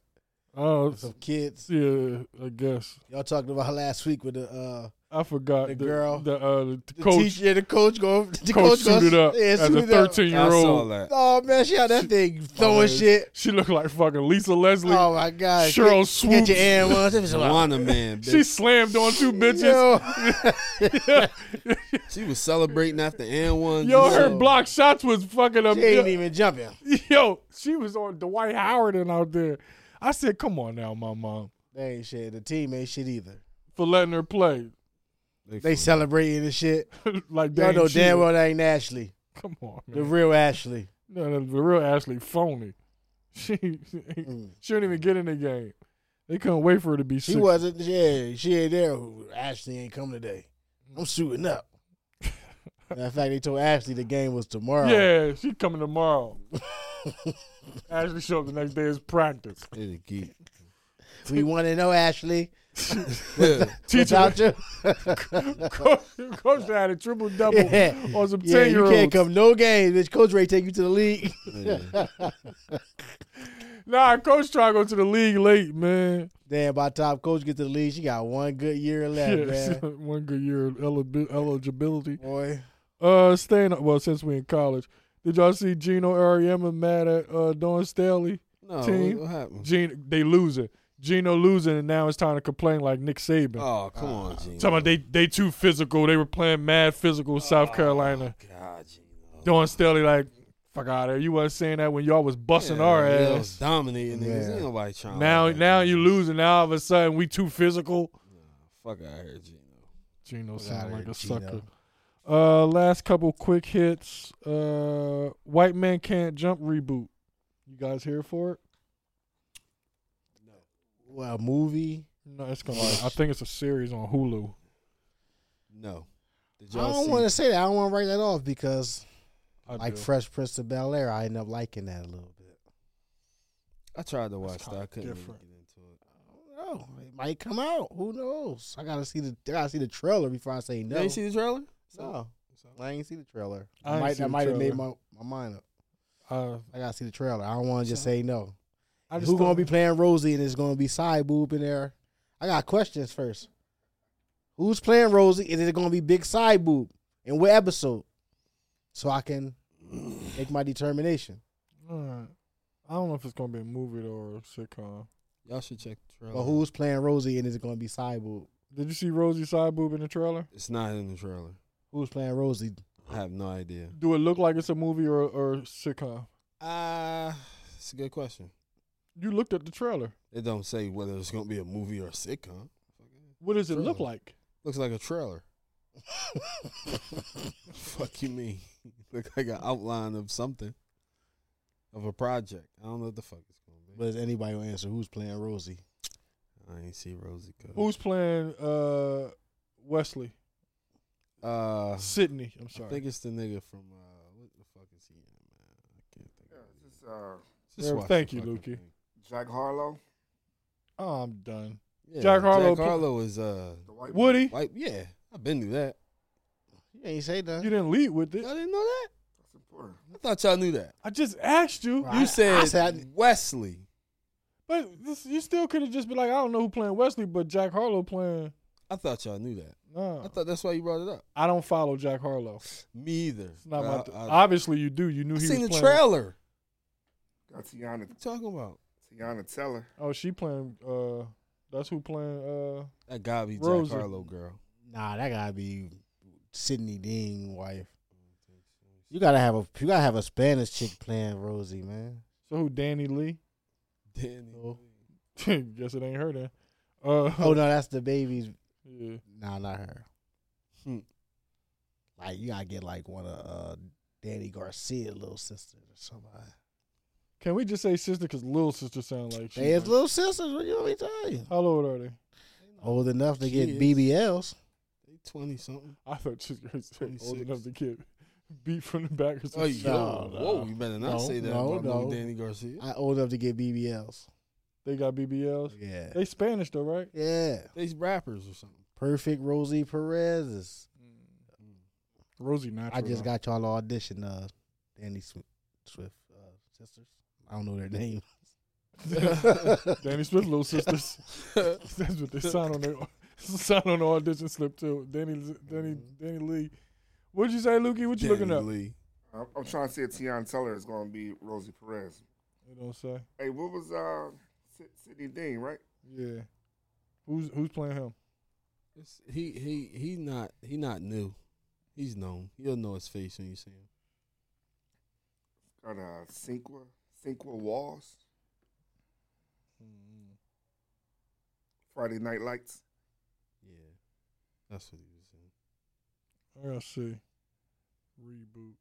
Speaker 1: Uh,
Speaker 2: Some kids.
Speaker 1: yeah, I guess
Speaker 2: Y'all talked about last week with the uh
Speaker 1: I forgot
Speaker 2: The girl.
Speaker 1: the, uh, the
Speaker 2: the
Speaker 1: coach.
Speaker 2: teacher and the coach go the
Speaker 1: coach
Speaker 2: coach, goes
Speaker 1: suited up
Speaker 2: Yeah,
Speaker 1: as a
Speaker 2: suited up.
Speaker 1: thirteen
Speaker 3: I
Speaker 1: year
Speaker 3: saw
Speaker 1: old.
Speaker 3: that.
Speaker 2: Oh man, she had that thing throwing
Speaker 1: Oh,
Speaker 2: shit.
Speaker 1: She looked like fucking Lisa Leslie.
Speaker 2: Oh my god.
Speaker 1: Cheryl
Speaker 2: get,
Speaker 1: Swoops.
Speaker 2: Get your air ones. It was like,
Speaker 3: Juana man, bitch.
Speaker 1: she slammed on two bitches.
Speaker 2: yo.
Speaker 3: she was celebrating after and one.
Speaker 1: Yo, her
Speaker 2: No.
Speaker 1: block shots was fucking up.
Speaker 2: She ain't even jumping.
Speaker 1: Yo, she was on Dwight Howard and out there. I said, "Come on now, my mom,
Speaker 2: They ain't shit. The team ain't shit either.
Speaker 1: for letting her play."
Speaker 2: They celebrating and shit.
Speaker 1: like
Speaker 2: Y'all
Speaker 1: that.
Speaker 2: know damn well that ain't Ashley,
Speaker 1: Come on,
Speaker 2: the
Speaker 1: man.
Speaker 2: real Ashley.
Speaker 1: No, no, the real Ashley phony. She she didn't even get in the game. They couldn't wait for her to be
Speaker 2: Mm. She
Speaker 1: sick.
Speaker 2: wasn't. Yeah, she ain't there. Ashley ain't come today. I'm suiting up. Matter of fact, they told Ashley the game was tomorrow.
Speaker 1: Yeah, she coming tomorrow. Ashley show up the next day is practice.
Speaker 3: It's a geek.
Speaker 2: We want to know Ashley.
Speaker 1: Teacher,
Speaker 2: Without you,
Speaker 1: coach, coach had a triple double
Speaker 2: Yeah.
Speaker 1: on some
Speaker 2: yeah,
Speaker 1: ten year
Speaker 2: you
Speaker 1: olds.
Speaker 2: can't come no games. Bitch, Coach Ray take you to the league.
Speaker 3: Yeah.
Speaker 1: Nah, coach trying to go to the league late, man.
Speaker 2: Damn, by the time Coach get to the league, she got one good year left,
Speaker 1: Yeah,
Speaker 2: man.
Speaker 1: one good year of elibi- eligibility.
Speaker 2: Boy,
Speaker 1: Uh, staying well since we in college. Did y'all see Gino Ariema mad at uh Dawn Staley?
Speaker 3: No,
Speaker 1: Team.
Speaker 3: what, what happened?
Speaker 1: Gino, they losing. Gino losing, and now it's time to complain like Nick Saban.
Speaker 3: Oh, come on, Gino.
Speaker 1: Talking about they they too physical. They were playing mad physical.
Speaker 3: Oh.
Speaker 1: South Carolina.
Speaker 3: God, Gino.
Speaker 1: Dawn Staley like fuck out of here. You wasn't saying that when y'all was busting
Speaker 3: Yeah,
Speaker 1: our
Speaker 3: they was
Speaker 1: ass.
Speaker 3: Dominating niggas.
Speaker 2: Yeah.
Speaker 3: Ain't nobody trying.
Speaker 1: Now
Speaker 3: like that.
Speaker 1: now you losing. Now all of a sudden we too physical.
Speaker 3: Fuck out here, Gino.
Speaker 1: Gino
Speaker 2: outta
Speaker 1: sound
Speaker 2: here,
Speaker 1: like a
Speaker 2: Gino.
Speaker 1: sucker. Uh, last couple quick hits. Uh, White Man Can't Jump reboot. You guys here for it?
Speaker 2: well, movie.
Speaker 1: No, it's gonna. I think it's a series on Hulu.
Speaker 3: No. Did
Speaker 2: I
Speaker 3: y'all
Speaker 2: don't
Speaker 3: see?
Speaker 2: want to say that. I don't want to write that off because,
Speaker 1: I
Speaker 2: like
Speaker 1: do.
Speaker 2: Fresh Prince of Bel Air, I end up liking that a little bit.
Speaker 3: I tried to watch that.
Speaker 1: kinda
Speaker 3: I couldn't really
Speaker 1: different.
Speaker 3: get into it.
Speaker 2: I don't know. Oh, It might come out. Who knows? I gotta see the I gotta see the trailer before I say
Speaker 3: You
Speaker 2: no.
Speaker 3: ain't see the trailer?
Speaker 2: no, I ain't see the trailer.
Speaker 1: I
Speaker 2: I
Speaker 1: ain't
Speaker 2: might
Speaker 1: see
Speaker 2: I
Speaker 1: the
Speaker 2: might have made my,
Speaker 1: trailer.
Speaker 2: my mind up.
Speaker 1: uh,
Speaker 2: I gotta see the trailer. I don't want to just say no.
Speaker 1: I just
Speaker 2: Who gonna
Speaker 1: thought-
Speaker 2: be playing Rosie and it's gonna be side boob in there? I got questions first. Who's playing Rosie? And is it gonna be Big Side Boob? And what episode? So I can make my determination.
Speaker 1: Alright. I don't know if it's gonna be a movie though or a sitcom.
Speaker 3: Y'all should check the trailer.
Speaker 2: But who's playing Rosie and is it gonna be side boob?
Speaker 1: Did you see Rosie side boob in the trailer?
Speaker 3: It's not in the trailer.
Speaker 2: Who's playing Rosie?
Speaker 3: I have no idea.
Speaker 1: Do it look like it's a movie or or a sitcom?
Speaker 3: Uh, it's a good question.
Speaker 1: You looked at the trailer.
Speaker 3: It don't say whether it's gonna be a movie or a sitcom.
Speaker 1: What does it look
Speaker 3: Trailer.
Speaker 1: like?
Speaker 3: Looks like a trailer. Fuck you mean? Look like an outline of something, of a project. I don't know what the fuck it's gonna
Speaker 2: But is anybody gonna answer who's playing Rosie?
Speaker 3: be. I ain't see Rosie. Cause,
Speaker 1: Who's playing uh, Wesley?
Speaker 2: Uh-huh.
Speaker 3: uh,
Speaker 1: Sydney. I'm
Speaker 3: I
Speaker 1: sorry.
Speaker 3: think it's the nigga from uh, what the fuck is he in, man? I can't think.
Speaker 4: Yeah,
Speaker 3: of his
Speaker 4: it's
Speaker 3: name.
Speaker 4: just uh,
Speaker 3: Just
Speaker 1: Yeah,
Speaker 3: watch
Speaker 1: thank
Speaker 3: the
Speaker 1: you,
Speaker 3: fucking
Speaker 1: Lukey.
Speaker 3: thing.
Speaker 4: Jack Harlow,
Speaker 1: oh, I'm done.
Speaker 3: Yeah,
Speaker 1: Jack
Speaker 3: Jack
Speaker 1: Harlow
Speaker 3: Harlow.
Speaker 1: pl-
Speaker 3: is uh,
Speaker 4: the white one.
Speaker 1: Woody,
Speaker 3: like yeah, I've been through that.
Speaker 2: You ain't say
Speaker 1: you
Speaker 2: nothing.
Speaker 1: didn't lead with it.
Speaker 3: Y'all didn't know that?
Speaker 4: That's important.
Speaker 3: I thought y'all knew that.
Speaker 1: I just asked you,
Speaker 2: Right. I- I
Speaker 3: You said,
Speaker 2: said-
Speaker 3: Wesley.
Speaker 1: but this, you still could have just been like, I don't know who playing Wesley, but Jack Harlow playing.
Speaker 3: I thought y'all knew that.
Speaker 1: Nah,
Speaker 3: I thought that's why you brought it up.
Speaker 1: I don't follow Jack Harlow.
Speaker 3: Me either.
Speaker 1: It's not my
Speaker 3: I,
Speaker 1: th-
Speaker 3: I-
Speaker 1: Obviously, you do. You knew
Speaker 3: I
Speaker 1: he
Speaker 3: seen the
Speaker 1: was playing.
Speaker 3: trailer.
Speaker 4: Got Tiana,
Speaker 3: What you talking about?
Speaker 4: Tiana Teller.
Speaker 1: Oh, she playing. Uh, that's who playing. Uh,
Speaker 3: That gotta be
Speaker 1: Rosa.
Speaker 3: Jack Harlow, girl.
Speaker 2: Nah, that gotta be Sydney Dean wife. You gotta have a you gotta have a Spanish chick playing Rosie, man.
Speaker 1: so who? Danny Lee.
Speaker 3: Danny.
Speaker 2: Oh.
Speaker 1: Guess it ain't her then. Uh,
Speaker 2: Oh no, that's the baby's.
Speaker 1: yeah.
Speaker 2: Nah, not her.
Speaker 3: Hmm.
Speaker 2: Like you gotta get like one of uh, Danny Garcia little sisters or somebody.
Speaker 1: Can we just say sister? Because little sister sound like she.
Speaker 2: They is
Speaker 1: like-
Speaker 2: little sisters. What you want me to tell you?
Speaker 1: How old are they?
Speaker 2: Old enough to get
Speaker 3: Kids.
Speaker 2: BBLs.
Speaker 3: They twenty something.
Speaker 1: I thought she was gonna say old
Speaker 3: 26.
Speaker 1: enough to get beat from the back or
Speaker 3: Oh,
Speaker 1: something.
Speaker 2: yeah.
Speaker 3: yo.
Speaker 2: no.
Speaker 3: Whoa, you better not
Speaker 2: No,
Speaker 3: say that
Speaker 2: no,
Speaker 3: about no.
Speaker 2: no.
Speaker 3: Danny Garcia.
Speaker 2: I old enough to get BBLs.
Speaker 1: They got BBLs.
Speaker 2: Yeah.
Speaker 1: They Spanish though, right?
Speaker 2: Yeah.
Speaker 3: These rappers or something.
Speaker 2: Perfect Rosie Perez is.
Speaker 1: Rosie Natural.
Speaker 2: I just
Speaker 1: though.
Speaker 2: got y'all to audition uh Danny Swi- Swift uh, sisters. I don't know their name.
Speaker 1: Danny Swift little sisters. That's what they sign on their sign on the audition slip too. Danny Danny Danny Lee. What'd you say, Lukey? What you looking
Speaker 3: Mm-hmm. Danny
Speaker 1: up?
Speaker 3: Lee.
Speaker 4: I'm, I'm trying to see if Tiana Teller is going to be Rosie Perez.
Speaker 1: It don't say.
Speaker 4: Hey, what was uh, Sy- Sydney Dean, right?
Speaker 1: Yeah. Who's who's playing him?
Speaker 3: It's- he he he not he not new. He's known. You'll know his face when you see him.
Speaker 4: Got uh, Cinqua, Cinqua Walls,
Speaker 1: Mm-hmm.
Speaker 4: Friday Night Lights.
Speaker 3: Yeah, that's what he was in.
Speaker 1: I gotta see. Reboot.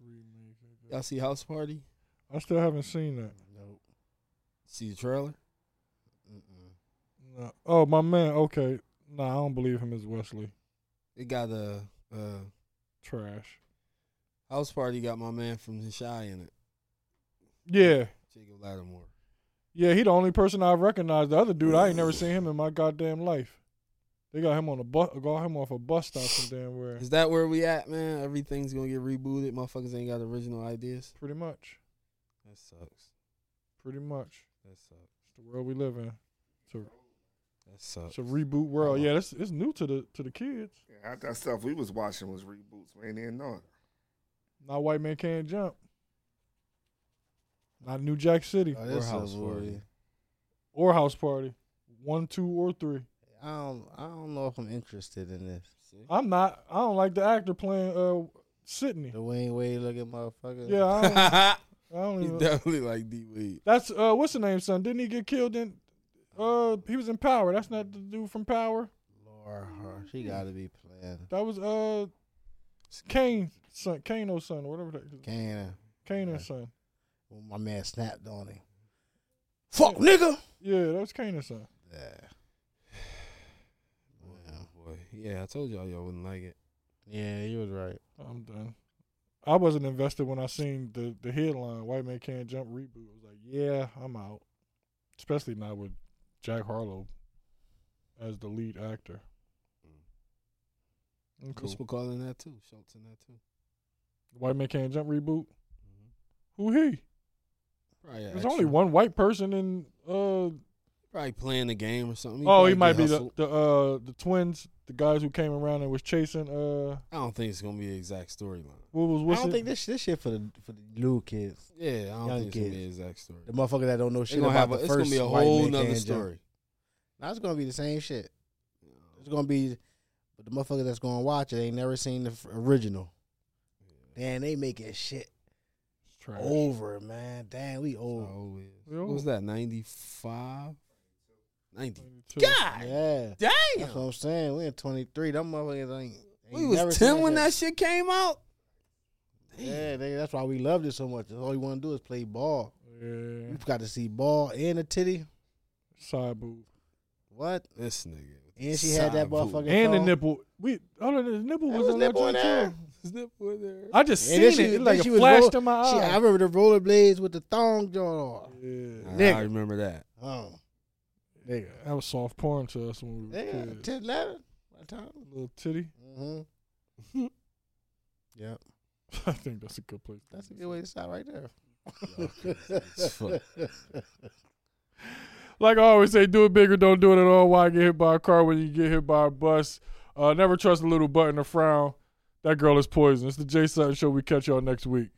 Speaker 1: Remake. I
Speaker 3: Y'all
Speaker 1: guess.
Speaker 3: see House Party?
Speaker 1: I still haven't seen that.
Speaker 2: Nope.
Speaker 3: See the trailer?
Speaker 2: Mm-mm.
Speaker 1: No. Oh, my man. Okay. Nah, I don't believe him as Wesley.
Speaker 3: It got a uh, uh,
Speaker 1: Trash.
Speaker 3: House Party. Got my man from the Shy in it,
Speaker 1: Yeah.
Speaker 3: Jacob Lattimore.
Speaker 1: Yeah, he the only person I've recognized. The other dude, I ain't never seen him in my goddamn life. They got him on a bus, got him off a bus stop from damn where.
Speaker 3: Is that where we at, man? Everything's gonna get rebooted. Motherfuckers ain't got original ideas.
Speaker 1: Pretty much,
Speaker 3: That sucks.
Speaker 1: pretty much.
Speaker 3: That sucks.
Speaker 1: It's the world we live in. It's a,
Speaker 2: Uh,
Speaker 3: That
Speaker 1: it's
Speaker 3: sucks.
Speaker 1: a reboot
Speaker 2: uh-huh.
Speaker 1: world. Yeah, it's it's new to the to the kids.
Speaker 4: Yeah, half that stuff we was watching was reboots. We ain't even know it.
Speaker 1: Not white man can't jump. Not New Jack City
Speaker 2: Oh, this
Speaker 3: House
Speaker 2: is what
Speaker 3: Party.
Speaker 2: it-
Speaker 1: or House Party, one, two, or three.
Speaker 2: I don't. I don't know if I'm interested in this.
Speaker 3: See?
Speaker 1: I'm not. I don't like the actor playing uh Sydney.
Speaker 2: The Wayne Wade looking motherfucker.
Speaker 1: Yeah, I don't, I don't
Speaker 3: he
Speaker 1: even.
Speaker 3: definitely like D Wade.
Speaker 1: That's uh, what's the name, son? Didn't he get killed in? Uh, he was in Power. That's not the dude from Power.
Speaker 2: Laura Hart. She got to be playing.
Speaker 1: That was uh, Kane son, Kano's son, or whatever that.
Speaker 2: Canna.
Speaker 1: Kanan's son.
Speaker 2: When my man snapped on him. Fuck nigga.
Speaker 1: Yeah, that was Kanan's son.
Speaker 2: Yeah. Yeah.
Speaker 3: Oh, Boy, yeah, I told y'all y'all wouldn't like it.
Speaker 2: Yeah, you was right.
Speaker 1: I'm done. I wasn't invested when I seen the the headline "White Man Can't Jump" reboot. I was like, yeah, I'm out. Especially now with Jack Harlow as the lead actor. I'm
Speaker 3: Chris
Speaker 1: cool.
Speaker 3: McCall in that too. Schultz in that too.
Speaker 1: White Man Can't Jump reboot. Who he?
Speaker 3: Probably
Speaker 1: There's only one white person in uh
Speaker 3: Probably playing the game or something.
Speaker 1: oh
Speaker 3: probably
Speaker 1: he
Speaker 3: get
Speaker 1: might be the,
Speaker 3: hustled.
Speaker 1: the uh the twins the guys who came around and was chasing uh
Speaker 3: I don't think it's gonna be the exact storyline.
Speaker 1: what was
Speaker 2: I
Speaker 1: what's
Speaker 2: don't
Speaker 1: it?
Speaker 2: think this this shit for the for the new kids,
Speaker 3: Yeah, I don't
Speaker 2: Young
Speaker 3: think it's gonna
Speaker 2: kids.
Speaker 3: be the exact story.
Speaker 2: the motherfucker that don't know
Speaker 3: It's
Speaker 2: shit
Speaker 3: gonna
Speaker 2: about
Speaker 3: have a,
Speaker 2: the
Speaker 3: it's
Speaker 2: first
Speaker 3: gonna be a
Speaker 2: white
Speaker 3: whole
Speaker 2: man
Speaker 3: nother
Speaker 2: can't jump.
Speaker 3: story.
Speaker 2: Nah, it's gonna be the same shit. It's gonna be, but the motherfucker that's gonna watch it ain't never seen the f- original. Damn, they making shit
Speaker 1: It's trash.
Speaker 2: over, man. Damn, we old.
Speaker 3: Oh, yeah.
Speaker 1: We
Speaker 3: What
Speaker 1: old.
Speaker 3: was that? 95? 90.
Speaker 1: 92.
Speaker 2: Yeah,
Speaker 3: damn.
Speaker 2: that's what I'm saying. We in 23. Them motherfuckers ain't. ain't
Speaker 3: We was
Speaker 2: never seen
Speaker 3: 10 when that shit came out.
Speaker 2: Yeah, they, that's why we loved it so much. All you want to do is play ball.
Speaker 1: Yeah.
Speaker 2: You got to see ball and a titty.
Speaker 1: Side boob.
Speaker 2: What?
Speaker 3: This nigga.
Speaker 2: And she had that
Speaker 3: Sabu.
Speaker 2: motherfucking
Speaker 1: And the
Speaker 2: thong.
Speaker 1: nipple. We oh no, the nipple
Speaker 2: There
Speaker 1: was,
Speaker 2: was
Speaker 1: on
Speaker 2: nipple
Speaker 1: that Ah. joint,
Speaker 2: in there.
Speaker 1: too.
Speaker 3: Is that boy there?
Speaker 1: I just
Speaker 2: And
Speaker 1: seen
Speaker 2: then
Speaker 1: it.
Speaker 2: she-
Speaker 1: It
Speaker 2: then
Speaker 1: like
Speaker 2: she
Speaker 1: it
Speaker 2: was
Speaker 1: flashed
Speaker 2: roll-
Speaker 1: in my
Speaker 2: She, I
Speaker 1: eye.
Speaker 2: remember the rollerblades with the thong jaw on.
Speaker 1: Yeah.
Speaker 3: I,
Speaker 2: Nigga.
Speaker 3: remember that.
Speaker 2: Oh, nigga.
Speaker 1: That was soft porn to us when we were
Speaker 2: Yeah,
Speaker 1: kids.
Speaker 2: 10, 11 by the time.
Speaker 1: Little titty.
Speaker 2: Mm-hmm. yep.
Speaker 1: I think that's a good place.
Speaker 2: That's a good way to stop right there.
Speaker 3: as fuck.
Speaker 1: Like I always say, do it big or don't do it at all. Why get hit by a car when you get hit by a bus? Uh, never trust a little button or frown. That girl is poison. It's the Jay Sutton Show. We catch y'all next week.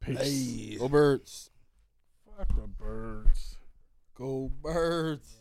Speaker 1: Peace.
Speaker 3: Go birds.
Speaker 1: Fuck the birds.
Speaker 3: Go birds.